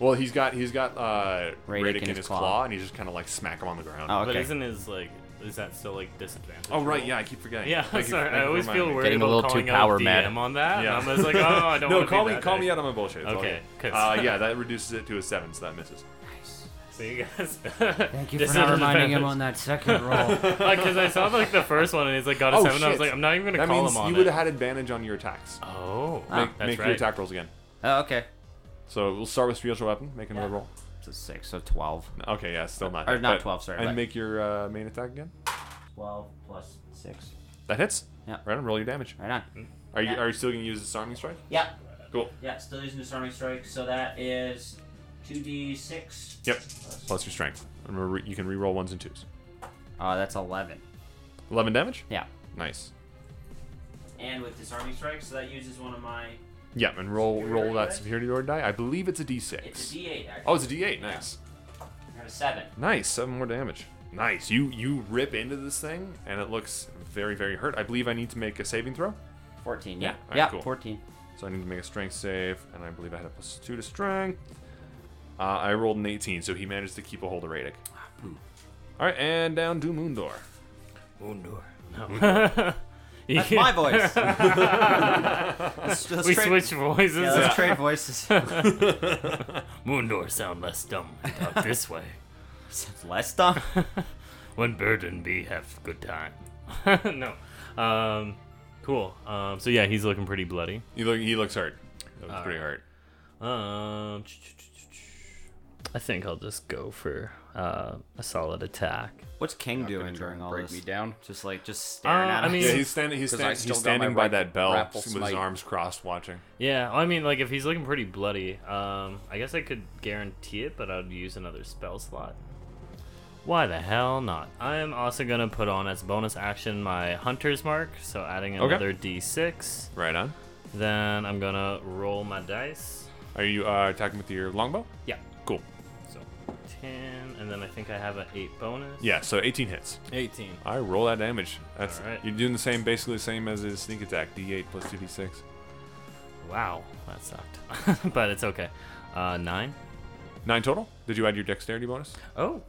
[SPEAKER 2] Well, he's got he's got uh, Radic, in his, claw.
[SPEAKER 3] claw,
[SPEAKER 2] and he's just kind of like smack him on the ground.
[SPEAKER 3] Oh,
[SPEAKER 5] But
[SPEAKER 3] okay.
[SPEAKER 5] isn't his, like, is that still, like, disadvantage?
[SPEAKER 2] Oh right, yeah, I keep forgetting.
[SPEAKER 5] Yeah,
[SPEAKER 2] Thank you-
[SPEAKER 5] sorry.
[SPEAKER 2] thank you
[SPEAKER 5] I
[SPEAKER 2] for
[SPEAKER 5] always feel
[SPEAKER 2] reminding me.
[SPEAKER 5] worried
[SPEAKER 4] Getting a
[SPEAKER 5] about
[SPEAKER 4] little too
[SPEAKER 5] calling
[SPEAKER 4] power
[SPEAKER 5] out DM
[SPEAKER 4] mad.
[SPEAKER 5] on that.
[SPEAKER 2] Yeah.
[SPEAKER 5] And I was like, oh, I
[SPEAKER 2] [laughs]
[SPEAKER 5] don't
[SPEAKER 2] No,
[SPEAKER 5] wanna
[SPEAKER 2] call
[SPEAKER 5] be
[SPEAKER 2] me
[SPEAKER 5] that
[SPEAKER 2] call
[SPEAKER 5] dick.
[SPEAKER 2] me out on my bullshit. it's all
[SPEAKER 5] Okay,
[SPEAKER 2] good.
[SPEAKER 5] 'cause- [laughs]
[SPEAKER 2] Uh, yeah, that reduces it to a seven, so that misses.
[SPEAKER 5] So you
[SPEAKER 2] [laughs]
[SPEAKER 5] guys.
[SPEAKER 3] Thank
[SPEAKER 5] [laughs]
[SPEAKER 3] you for not reminding him on that second roll.
[SPEAKER 5] Because I saw [laughs] like the first one and he's like got a
[SPEAKER 2] Oh,
[SPEAKER 5] seven. I was
[SPEAKER 2] shit.
[SPEAKER 5] like, I'm not even gonna
[SPEAKER 2] That
[SPEAKER 5] call
[SPEAKER 2] means
[SPEAKER 5] him on
[SPEAKER 2] you
[SPEAKER 5] it.
[SPEAKER 2] would have had advantage on your attacks.
[SPEAKER 5] oh,
[SPEAKER 3] Ah.
[SPEAKER 2] make
[SPEAKER 5] that's
[SPEAKER 2] make
[SPEAKER 5] right.
[SPEAKER 2] your
[SPEAKER 5] [laughs]
[SPEAKER 2] attack rolls again.
[SPEAKER 3] [laughs] oh, okay.
[SPEAKER 2] So we'll start with spiritual weapon. Make another roll.
[SPEAKER 3] It's a six, so twelve.
[SPEAKER 2] Okay, yeah, still not.
[SPEAKER 3] Or
[SPEAKER 2] hit,
[SPEAKER 3] not
[SPEAKER 2] but-
[SPEAKER 3] 12, sorry, but-
[SPEAKER 2] And make your uh, main attack again.
[SPEAKER 3] Twelve plus six.
[SPEAKER 2] That hits.
[SPEAKER 3] Yeah.
[SPEAKER 2] Right on. Roll your damage.
[SPEAKER 3] Right on.
[SPEAKER 2] Are you
[SPEAKER 3] Yeah.
[SPEAKER 2] are you still gonna use disarming strike?
[SPEAKER 3] Yeah.
[SPEAKER 2] Cool.
[SPEAKER 3] Yeah. Still using disarming strike. So that is two d six.
[SPEAKER 2] Yep. Plus your strength. And re- you can reroll ones and twos.
[SPEAKER 3] Uh, that's eleven.
[SPEAKER 2] Eleven damage.
[SPEAKER 3] Yeah.
[SPEAKER 2] Nice.
[SPEAKER 3] And with disarming strike, so that uses one of my.
[SPEAKER 2] Yeah, and roll
[SPEAKER 3] Superiority
[SPEAKER 2] roll that
[SPEAKER 3] die?
[SPEAKER 2] security door die. I believe it's a D6.
[SPEAKER 3] d8. Actually.
[SPEAKER 2] oh, it's a D8. Nice.
[SPEAKER 3] I got a seven.
[SPEAKER 2] Nice. Seven more damage. Nice. You you rip into this thing, and it looks very very hurt. I believe I need to make a saving throw.
[SPEAKER 3] Fourteen. Yeah.
[SPEAKER 2] Alright,
[SPEAKER 3] yeah.
[SPEAKER 2] cool. [laughs]
[SPEAKER 3] Fourteen.
[SPEAKER 2] So I need to make a strength save, and I believe I had a plus two to strength. Uh, I rolled an 18, so he managed to keep a hold of Radic. All right, and down to Moondor.
[SPEAKER 5] Undur. No. You
[SPEAKER 3] That's
[SPEAKER 5] can-
[SPEAKER 2] [laughs]
[SPEAKER 3] my voice. [laughs] Let's- let's
[SPEAKER 5] [laughs] we
[SPEAKER 3] trade-
[SPEAKER 5] switch voices.
[SPEAKER 3] Yeah, let's trade voices.
[SPEAKER 5] Mundor sound less dumb. when Talk this way.
[SPEAKER 3] [laughs] Less dumb.
[SPEAKER 5] When bird and bee have good time. [laughs] no. Um, cool. Um, so yeah, he's looking pretty bloody.
[SPEAKER 2] He look he looks hurt. Looks pretty hurt.
[SPEAKER 5] Um, ch- ch- ch- ch- I think I'll just go for uh, a solid attack.
[SPEAKER 3] What's King
[SPEAKER 4] gonna
[SPEAKER 3] doing
[SPEAKER 4] try
[SPEAKER 3] during
[SPEAKER 4] and
[SPEAKER 3] all
[SPEAKER 4] break
[SPEAKER 3] this?
[SPEAKER 4] me down.
[SPEAKER 3] Just like just staring
[SPEAKER 5] Uh,
[SPEAKER 3] at
[SPEAKER 5] I
[SPEAKER 3] us.
[SPEAKER 5] mean-
[SPEAKER 2] Yeah, he's standing. He's,
[SPEAKER 4] 'Cause I
[SPEAKER 2] stand,
[SPEAKER 4] still
[SPEAKER 2] he's
[SPEAKER 4] got
[SPEAKER 2] standing
[SPEAKER 4] my
[SPEAKER 2] by
[SPEAKER 4] rap-
[SPEAKER 2] that bell
[SPEAKER 4] grapple
[SPEAKER 2] with his
[SPEAKER 4] smite.
[SPEAKER 2] arms crossed, watching.
[SPEAKER 5] Yeah, I mean, like if he's looking pretty bloody, um, I guess I could guarantee it, but I'd use another spell slot. Why the hell not? I am also gonna put on as bonus action my hunter's mark, so adding
[SPEAKER 2] Okay.
[SPEAKER 5] another d6.
[SPEAKER 2] Right on.
[SPEAKER 5] Then I'm gonna roll my dice.
[SPEAKER 2] Are you uh, attacking with your longbow?
[SPEAKER 5] Yeah.
[SPEAKER 2] Cool.
[SPEAKER 5] So 10, and then I think I have an 8 bonus.
[SPEAKER 2] Yeah. So 18 hits.
[SPEAKER 5] 18.
[SPEAKER 2] I roll that damage. That's
[SPEAKER 5] All right.
[SPEAKER 2] you're doing the same, basically the same as his sneak attack. D8 plus 2d6.
[SPEAKER 5] Wow, that sucked. [laughs] but it's okay. Uh, 9.
[SPEAKER 2] Nine total. Did you add your dexterity bonus?
[SPEAKER 5] Oh,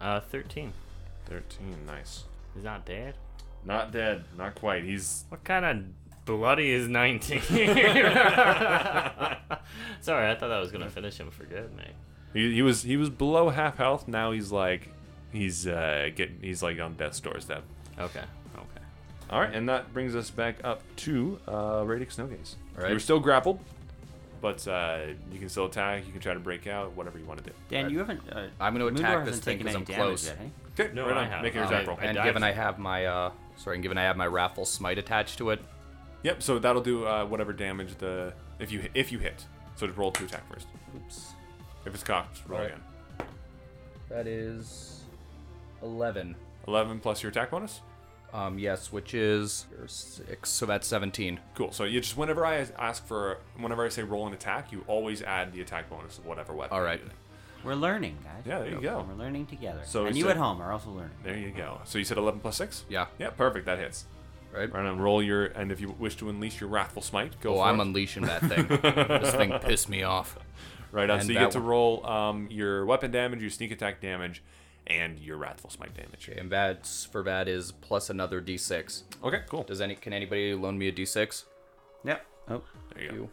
[SPEAKER 5] uh, 13.
[SPEAKER 2] 13. Nice.
[SPEAKER 5] He's not dead.
[SPEAKER 2] Not dead. Not quite. He's
[SPEAKER 5] What kind of bloody is [laughs] 19? Sorry, I thought that was going to finish him for good, mate.
[SPEAKER 2] he, he was he was below half health. Now he's like he's uh getting he's like on death's doorstep.
[SPEAKER 5] Okay, okay.
[SPEAKER 2] All right, and that brings us back up to uh, Radix Snowgaze. All
[SPEAKER 4] right.
[SPEAKER 2] you're still grappled, but uh, you can still attack. You can try to break out, whatever you want to do.
[SPEAKER 3] Dan, you haven't. Uh,
[SPEAKER 4] I'm gonna
[SPEAKER 3] Mundor
[SPEAKER 4] attack this
[SPEAKER 3] hasn't
[SPEAKER 4] thing
[SPEAKER 3] taken
[SPEAKER 4] 'cause
[SPEAKER 3] any
[SPEAKER 4] I'm
[SPEAKER 3] damage
[SPEAKER 4] close.
[SPEAKER 3] Yet, eh?
[SPEAKER 2] Okay,
[SPEAKER 5] No,
[SPEAKER 2] right
[SPEAKER 5] I
[SPEAKER 2] on.
[SPEAKER 5] have-
[SPEAKER 2] Make your
[SPEAKER 5] I-
[SPEAKER 2] attack roll.
[SPEAKER 5] I-
[SPEAKER 4] Um, and
[SPEAKER 5] died.
[SPEAKER 4] given I have my uh, sorry, and given I have my raffle smite attached to it,
[SPEAKER 2] Yep. So that'll do uh, whatever damage the if you if you hit. So just roll two attack first.
[SPEAKER 4] oops,
[SPEAKER 2] If it's cocked, roll again.
[SPEAKER 8] That is eleven.
[SPEAKER 2] Eleven plus your attack bonus.
[SPEAKER 4] um, yes, which is six, so that's 17.
[SPEAKER 2] Cool. So you just whenever I ask for whenever I say roll an attack, you always add the attack bonus of whatever weapon.
[SPEAKER 4] All
[SPEAKER 2] you're
[SPEAKER 4] right.
[SPEAKER 2] using.
[SPEAKER 3] We're learning, guys.
[SPEAKER 2] Yeah, there you go.
[SPEAKER 3] We're learning together.
[SPEAKER 2] So
[SPEAKER 3] and
[SPEAKER 2] he
[SPEAKER 3] you
[SPEAKER 2] said-
[SPEAKER 3] at home are also learning.
[SPEAKER 2] There you go. So you said eleven plus six.
[SPEAKER 4] Yeah.
[SPEAKER 2] Yeah. Perfect. That hits.
[SPEAKER 4] Right.
[SPEAKER 2] Right on. Roll your and if you wish to unleash your wrathful smite, go.
[SPEAKER 4] Oh,
[SPEAKER 2] for
[SPEAKER 4] I'm
[SPEAKER 2] it.
[SPEAKER 4] unleashing
[SPEAKER 2] [laughs]
[SPEAKER 4] that thing. this thing pissed me off.
[SPEAKER 2] Right on.
[SPEAKER 4] And
[SPEAKER 2] So you
[SPEAKER 4] that
[SPEAKER 2] get to
[SPEAKER 4] one.
[SPEAKER 2] roll um, your weapon damage, your sneak attack damage, and your wrathful smite damage.
[SPEAKER 4] And that's for that is plus another d6.
[SPEAKER 2] Okay, cool.
[SPEAKER 4] Does any can anybody loan me a d6?
[SPEAKER 3] Yep.
[SPEAKER 2] [laughs]
[SPEAKER 3] Oh,
[SPEAKER 2] There you go.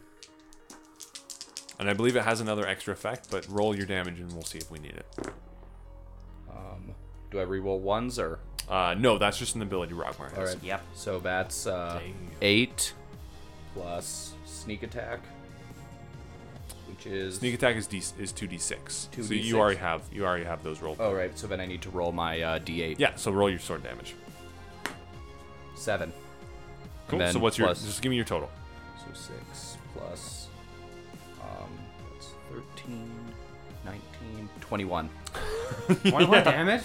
[SPEAKER 2] And I believe it has another extra effect, but roll your damage and we'll see if we need it.
[SPEAKER 4] Um, do I re-roll ones or?
[SPEAKER 2] Uh, no, that's just an ability Rockmar has.
[SPEAKER 3] yep.
[SPEAKER 4] So that's uh, eight plus sneak attack, which is
[SPEAKER 2] Sneak attack is D is two d six. So
[SPEAKER 4] D6.
[SPEAKER 2] you already have you already have those rolled.
[SPEAKER 4] Oh right. So then I need to roll my uh, d8.
[SPEAKER 2] Yeah, so roll your sword damage.
[SPEAKER 4] Seven.
[SPEAKER 2] Cool.
[SPEAKER 4] then
[SPEAKER 2] So what's your
[SPEAKER 4] plus-
[SPEAKER 2] just give me your total.
[SPEAKER 4] So six plus. Um, that's 13, 19,
[SPEAKER 2] [laughs]
[SPEAKER 4] 21.
[SPEAKER 3] 21 damage?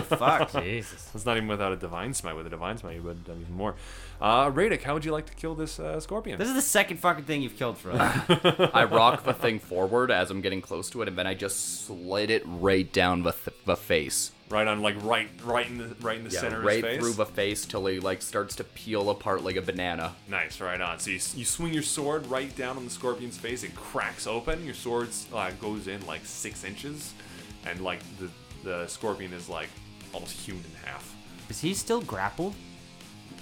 [SPEAKER 2] [laughs]
[SPEAKER 3] fuck.
[SPEAKER 5] Jesus.
[SPEAKER 2] That's not even without a divine smite. With a divine smite, you would have done even more. Uh, Radek, how would you like to kill this uh, scorpion?
[SPEAKER 3] This is the second fucking thing you've killed for us.
[SPEAKER 4] I rock the thing forward as I'm getting close to it, and then I just slid it right down the, th- the face.
[SPEAKER 2] right on, like right, right in the right in the
[SPEAKER 4] Yeah,
[SPEAKER 2] center of his
[SPEAKER 4] right
[SPEAKER 2] face.
[SPEAKER 4] through the face till he like starts to peel apart like a banana.
[SPEAKER 2] Nice, right on. So you, you swing your sword right down on the scorpion's face. It cracks open. Your sword uh, goes in like six inches, and like the the scorpion is like almost hewn in half.
[SPEAKER 3] Is he still grappled?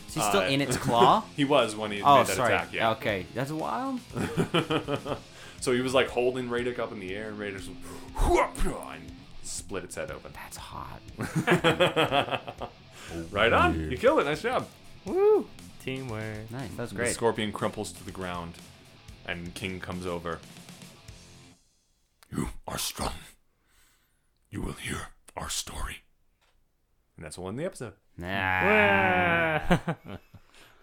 [SPEAKER 3] Is he still
[SPEAKER 2] Uh,
[SPEAKER 3] in
[SPEAKER 2] [laughs]
[SPEAKER 3] its claw?
[SPEAKER 2] He was when he
[SPEAKER 3] Oh,
[SPEAKER 2] made that
[SPEAKER 3] sorry.
[SPEAKER 2] attack. Yeah.
[SPEAKER 3] Okay, that's wild.
[SPEAKER 2] So he was like holding Radek up in the air, and Radek just [laughs] whoop, and split its head open. [laughs]
[SPEAKER 3] That's hot.
[SPEAKER 2] Right on. You killed it. Nice job.
[SPEAKER 5] Woo! Teamwork.
[SPEAKER 3] Nice, that's
[SPEAKER 2] The
[SPEAKER 3] great.
[SPEAKER 2] scorpion crumples to the ground, and King comes over.
[SPEAKER 6] You are strong. You will hear our story.
[SPEAKER 2] And that's all in the episode.
[SPEAKER 3] Nah.
[SPEAKER 2] Ah.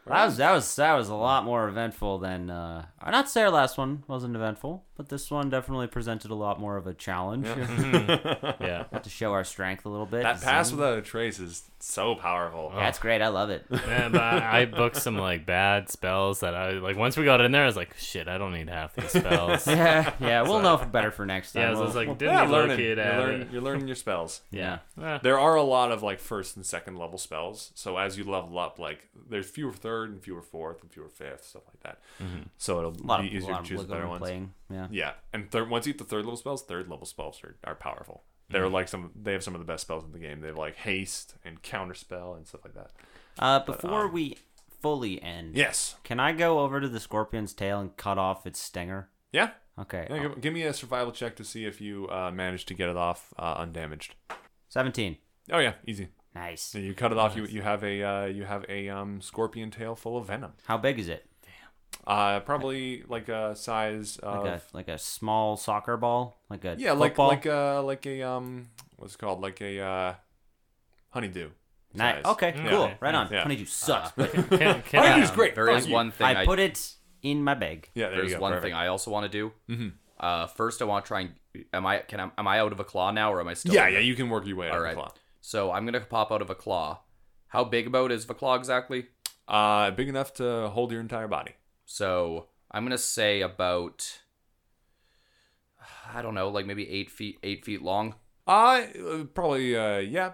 [SPEAKER 3] That was that was that was a lot more eventful than uh not to say our last one wasn't eventful, but this one definitely presented a lot more of a challenge. [laughs]
[SPEAKER 5] yeah.
[SPEAKER 3] Got to show our strength a little bit.
[SPEAKER 2] That pass
[SPEAKER 3] Zing.
[SPEAKER 2] without a trace is so powerful.
[SPEAKER 3] Yeah, that's great. I
[SPEAKER 2] [laughs]
[SPEAKER 3] love it. [laughs]
[SPEAKER 5] yeah, but uh, I, I booked some like bad spells that I like. Once we got in there, I was like, "Shit, I don't need half
[SPEAKER 2] [laughs]
[SPEAKER 5] these spells." yeah,
[SPEAKER 3] yeah, yeah, we'll know for better for next time.
[SPEAKER 5] so I was
[SPEAKER 3] We'll-
[SPEAKER 5] like, "Didn't
[SPEAKER 2] Yeah,
[SPEAKER 5] he
[SPEAKER 2] learning.
[SPEAKER 5] locate
[SPEAKER 2] You're,
[SPEAKER 5] at
[SPEAKER 2] learning
[SPEAKER 5] it?
[SPEAKER 2] you're learning your [laughs] spells.
[SPEAKER 5] Yeah. Eh.
[SPEAKER 2] There are a lot of like first and second level spells. So as you level up, like there's fewer third and fewer fourth and fewer fifth, stuff like that. So it'll
[SPEAKER 3] Mm-hmm. a lot
[SPEAKER 2] be
[SPEAKER 3] of, a
[SPEAKER 2] easier
[SPEAKER 3] lot
[SPEAKER 2] to
[SPEAKER 3] of
[SPEAKER 2] choose
[SPEAKER 3] wiggle
[SPEAKER 2] better
[SPEAKER 3] and
[SPEAKER 2] ones.
[SPEAKER 3] playing. Yeah.
[SPEAKER 2] Yeah, and third once you get the third level spells, third level spells are, are powerful. They're
[SPEAKER 3] Mm-hmm.
[SPEAKER 2] like some. They have some of the best spells in the game. They have like haste and counterspell and stuff like that.
[SPEAKER 3] Uh, before
[SPEAKER 2] um,
[SPEAKER 3] we fully end,
[SPEAKER 2] Yes.
[SPEAKER 3] can I go over to the scorpion's tail and cut off its stinger?
[SPEAKER 2] Yeah.
[SPEAKER 3] Okay.
[SPEAKER 2] yeah give, give me a survival check to see if you uh, managed to get it off uh, undamaged.
[SPEAKER 3] 17.
[SPEAKER 2] Oh yeah, easy.
[SPEAKER 3] Nice.
[SPEAKER 2] So you cut it off. You you have a uh, you have a um, scorpion tail full of venom.
[SPEAKER 3] How big is it?
[SPEAKER 2] Uh, probably like a size of
[SPEAKER 3] Like a like a small soccer ball? Like a
[SPEAKER 2] yeah, like
[SPEAKER 3] football?
[SPEAKER 2] like a like a um, what's it called like a uh, honeydew.
[SPEAKER 3] Nice.
[SPEAKER 2] size.
[SPEAKER 3] Okay,
[SPEAKER 4] Mm.
[SPEAKER 5] Yeah.
[SPEAKER 3] cool.
[SPEAKER 5] Yeah.
[SPEAKER 3] Right on.
[SPEAKER 2] Yeah. Uh,
[SPEAKER 3] Honeydew
[SPEAKER 2] [laughs]
[SPEAKER 3] sucks.
[SPEAKER 5] Can, can,
[SPEAKER 2] Honeydew
[SPEAKER 5] uh,
[SPEAKER 2] is great.
[SPEAKER 4] um, There
[SPEAKER 2] Fuck
[SPEAKER 4] is
[SPEAKER 2] you.
[SPEAKER 4] one thing
[SPEAKER 3] I
[SPEAKER 4] I,
[SPEAKER 3] put it in my bag.
[SPEAKER 2] Yeah, there
[SPEAKER 4] there's
[SPEAKER 2] you go.
[SPEAKER 4] one
[SPEAKER 2] perfect. Mm-hmm.
[SPEAKER 4] thing I also want to do. Uh, first, I want to try and am I can I, am I out of a claw now or am I still?
[SPEAKER 2] yeah,
[SPEAKER 4] in
[SPEAKER 2] yeah,
[SPEAKER 4] it?
[SPEAKER 2] you can work your way out
[SPEAKER 4] All
[SPEAKER 2] of
[SPEAKER 4] right.
[SPEAKER 2] the claw.
[SPEAKER 4] So I'm gonna pop out of a claw. How big about is the claw exactly?
[SPEAKER 2] Uh, big enough to hold your entire body.
[SPEAKER 4] So I'm gonna say about. I don't know, like maybe eight feet, eight feet long,
[SPEAKER 2] Uh, probably, uh, yeah.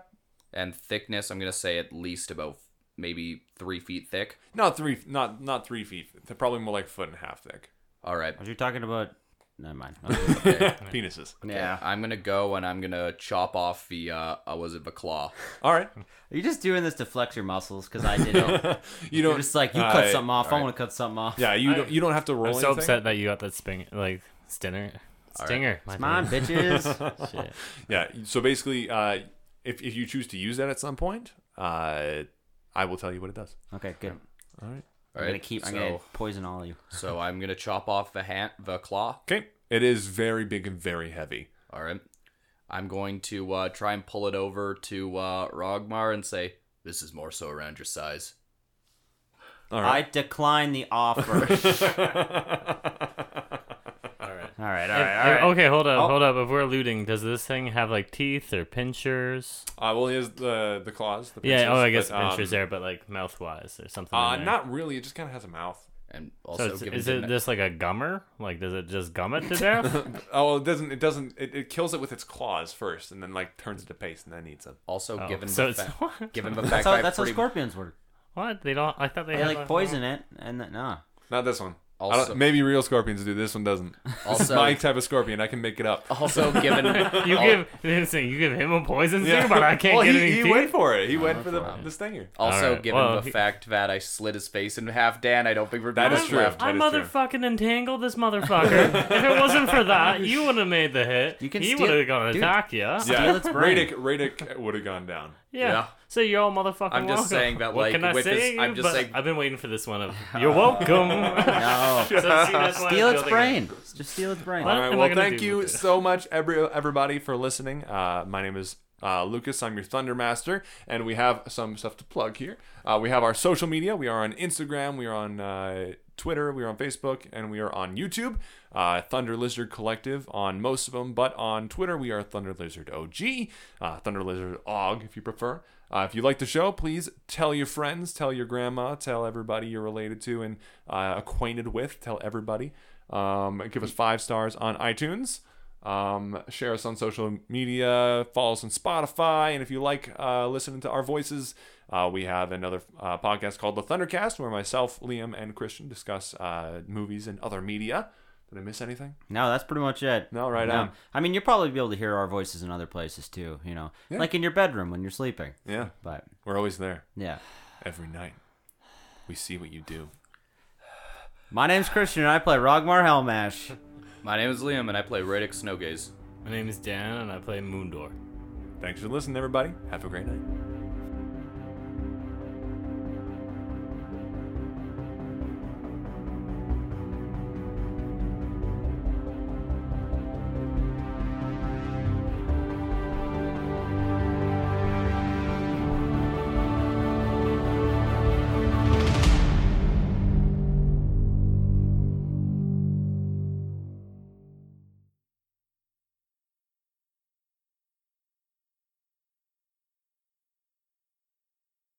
[SPEAKER 4] and thickness. I'm gonna say at least about maybe three feet thick.
[SPEAKER 2] Not three, not not three feet. They're probably more like a foot and a half thick.
[SPEAKER 4] All right.
[SPEAKER 3] Are you talking about? Never mind. Okay.
[SPEAKER 2] [laughs] Penises.
[SPEAKER 4] Yeah. I'm gonna go and I'm gonna chop off the uh, uh was it the claw?
[SPEAKER 2] All right.
[SPEAKER 3] Are you just doing this to flex your muscles? Because I
[SPEAKER 2] [laughs]
[SPEAKER 3] did. it.
[SPEAKER 2] You
[SPEAKER 3] You're
[SPEAKER 2] don't.
[SPEAKER 3] just like you
[SPEAKER 2] uh,
[SPEAKER 3] cut something off. I
[SPEAKER 2] alright.
[SPEAKER 3] want to cut something off.
[SPEAKER 2] Yeah, you don't. You don't have to roll.
[SPEAKER 5] I'm so
[SPEAKER 2] anything.
[SPEAKER 5] upset that you got that sping like stinger. Stinger.
[SPEAKER 3] Come on, bitches.
[SPEAKER 2] [laughs]
[SPEAKER 5] bad. Shit.
[SPEAKER 2] Yeah. So basically, uh, if if you choose to use that at some point, uh, I will tell you what it does.
[SPEAKER 3] Okay, good.
[SPEAKER 4] All
[SPEAKER 3] I'm gonna
[SPEAKER 4] right.
[SPEAKER 3] keep.
[SPEAKER 4] So,
[SPEAKER 3] I'm gonna poison all of you.
[SPEAKER 4] so I'm gonna chop off the hand, the claw.
[SPEAKER 2] Okay. It is very big and very heavy.
[SPEAKER 4] All right. I'm going to uh, try and pull it over to uh, Rogmar and say, "This is more so around your size."
[SPEAKER 2] All right.
[SPEAKER 3] I decline the
[SPEAKER 2] [laughs]
[SPEAKER 3] offer. all right, all right, all right.
[SPEAKER 5] Hey, Okay, hold up, hold up. If we're looting, does this thing have like teeth or pinchers?
[SPEAKER 2] Uh, well, he has the the claws. The
[SPEAKER 5] yeah.
[SPEAKER 2] pincers,
[SPEAKER 5] Oh, I guess
[SPEAKER 2] but, um,
[SPEAKER 5] pinchers there, but like mouth wise or something.
[SPEAKER 2] Uh,
[SPEAKER 5] in there.
[SPEAKER 2] not really. It just kind of has a mouth.
[SPEAKER 4] And
[SPEAKER 5] So
[SPEAKER 4] also,
[SPEAKER 5] it's,
[SPEAKER 4] given
[SPEAKER 5] is it
[SPEAKER 4] that-
[SPEAKER 5] just like a gummer? Like, does it just gum it to death?
[SPEAKER 2] Oh, it doesn't. It doesn't. It, it kills it with its claws first, and then like turns it to paste, and then eats it.
[SPEAKER 4] also given
[SPEAKER 5] oh, so
[SPEAKER 4] the
[SPEAKER 5] it's- [laughs]
[SPEAKER 4] fa- given the
[SPEAKER 3] That's
[SPEAKER 4] fact
[SPEAKER 3] how,
[SPEAKER 4] that I
[SPEAKER 3] that's how
[SPEAKER 4] pretty-
[SPEAKER 3] scorpions work.
[SPEAKER 5] what? They don't. I thought they,
[SPEAKER 3] They
[SPEAKER 5] had
[SPEAKER 3] like
[SPEAKER 5] a-
[SPEAKER 3] poison it, and then, nah.
[SPEAKER 2] Not this one. I don't-
[SPEAKER 4] Also-
[SPEAKER 2] maybe real scorpions do. This one doesn't. [laughs] This is
[SPEAKER 4] Also-
[SPEAKER 2] my type of scorpion. I can make it
[SPEAKER 5] [laughs]
[SPEAKER 2] up.
[SPEAKER 4] [laughs] also given [laughs]
[SPEAKER 5] You
[SPEAKER 4] al-
[SPEAKER 5] give [laughs] listen, you give him a poison stinger, but I can't
[SPEAKER 2] well,
[SPEAKER 5] get
[SPEAKER 2] he,
[SPEAKER 5] any
[SPEAKER 2] he
[SPEAKER 5] teeth?
[SPEAKER 2] went for it. He went for the, the stinger.
[SPEAKER 4] also
[SPEAKER 5] Alright,
[SPEAKER 4] given
[SPEAKER 5] well,
[SPEAKER 4] the
[SPEAKER 5] he-
[SPEAKER 4] fact that I slit his face in half, Dan. I don't think we're
[SPEAKER 2] That is
[SPEAKER 4] much
[SPEAKER 2] true.
[SPEAKER 4] left.
[SPEAKER 5] I
[SPEAKER 2] That is true.
[SPEAKER 5] motherfucking entangled this motherfucker. if it wasn't for that, you would have made the hit.
[SPEAKER 3] You can
[SPEAKER 5] he
[SPEAKER 3] steal-
[SPEAKER 5] would have gone and
[SPEAKER 3] dude.
[SPEAKER 5] attack you. Yeah.
[SPEAKER 2] Yeah,
[SPEAKER 3] its brain.
[SPEAKER 2] Radic Radic would have gone down.
[SPEAKER 4] Yeah.
[SPEAKER 5] So you're all motherfucking
[SPEAKER 4] I'm just
[SPEAKER 5] welcome.
[SPEAKER 4] saying that,
[SPEAKER 5] what
[SPEAKER 4] like,
[SPEAKER 5] can I
[SPEAKER 4] with
[SPEAKER 5] say?
[SPEAKER 4] this- I'm just
[SPEAKER 5] But
[SPEAKER 4] saying-
[SPEAKER 5] I've been waiting for this one of
[SPEAKER 4] [laughs]
[SPEAKER 5] you're welcome.
[SPEAKER 2] Oh.
[SPEAKER 3] [laughs] No,
[SPEAKER 5] [laughs] So see, that's why I'm
[SPEAKER 3] steal its
[SPEAKER 5] building it.
[SPEAKER 3] brain. Just steal its brain.
[SPEAKER 5] What?
[SPEAKER 2] All right.
[SPEAKER 5] am I
[SPEAKER 2] Well,
[SPEAKER 5] gonna
[SPEAKER 2] thank
[SPEAKER 5] do
[SPEAKER 2] you
[SPEAKER 5] with it?
[SPEAKER 2] so much, every everybody, for listening. Uh, my name is uh, Lucas. I'm your Thunder Master, and we have some stuff to plug here. Uh, we have our social media. We are on Instagram. We are on uh, Twitter. We are on Facebook, and we are on YouTube. Uh, Thunder Lizard Collective on most of them, but on Twitter we are Thunder Lizard OG, uh, Thunder Lizard OG if you prefer. Uh, if you like the show, please tell your friends, tell your grandma, tell everybody you're related to and uh, acquainted with. Tell everybody. Um, give us five stars on iTunes. Um, share us on social media. Follow us on Spotify. And if you like uh, listening to our voices, uh, we have another uh, podcast called The Thundercast, where myself, Liam, and Christian discuss uh, movies and other media. Did I miss anything?
[SPEAKER 3] No, that's pretty much it.
[SPEAKER 2] No, right
[SPEAKER 3] No.
[SPEAKER 2] on.
[SPEAKER 3] I mean, you'll probably be able to hear our voices in other places too. You know, like in your bedroom when you're sleeping.
[SPEAKER 2] Yeah,
[SPEAKER 3] But
[SPEAKER 2] we're always there
[SPEAKER 3] yeah,
[SPEAKER 2] every night. We see what you do.
[SPEAKER 3] my name's Christian, and I play Rogmar Hellmash.
[SPEAKER 4] My name is Liam, and I play Radic Snowgaze.
[SPEAKER 5] My name is Dan and I play Moondor.
[SPEAKER 2] Thanks for listening, everybody. Have a great night.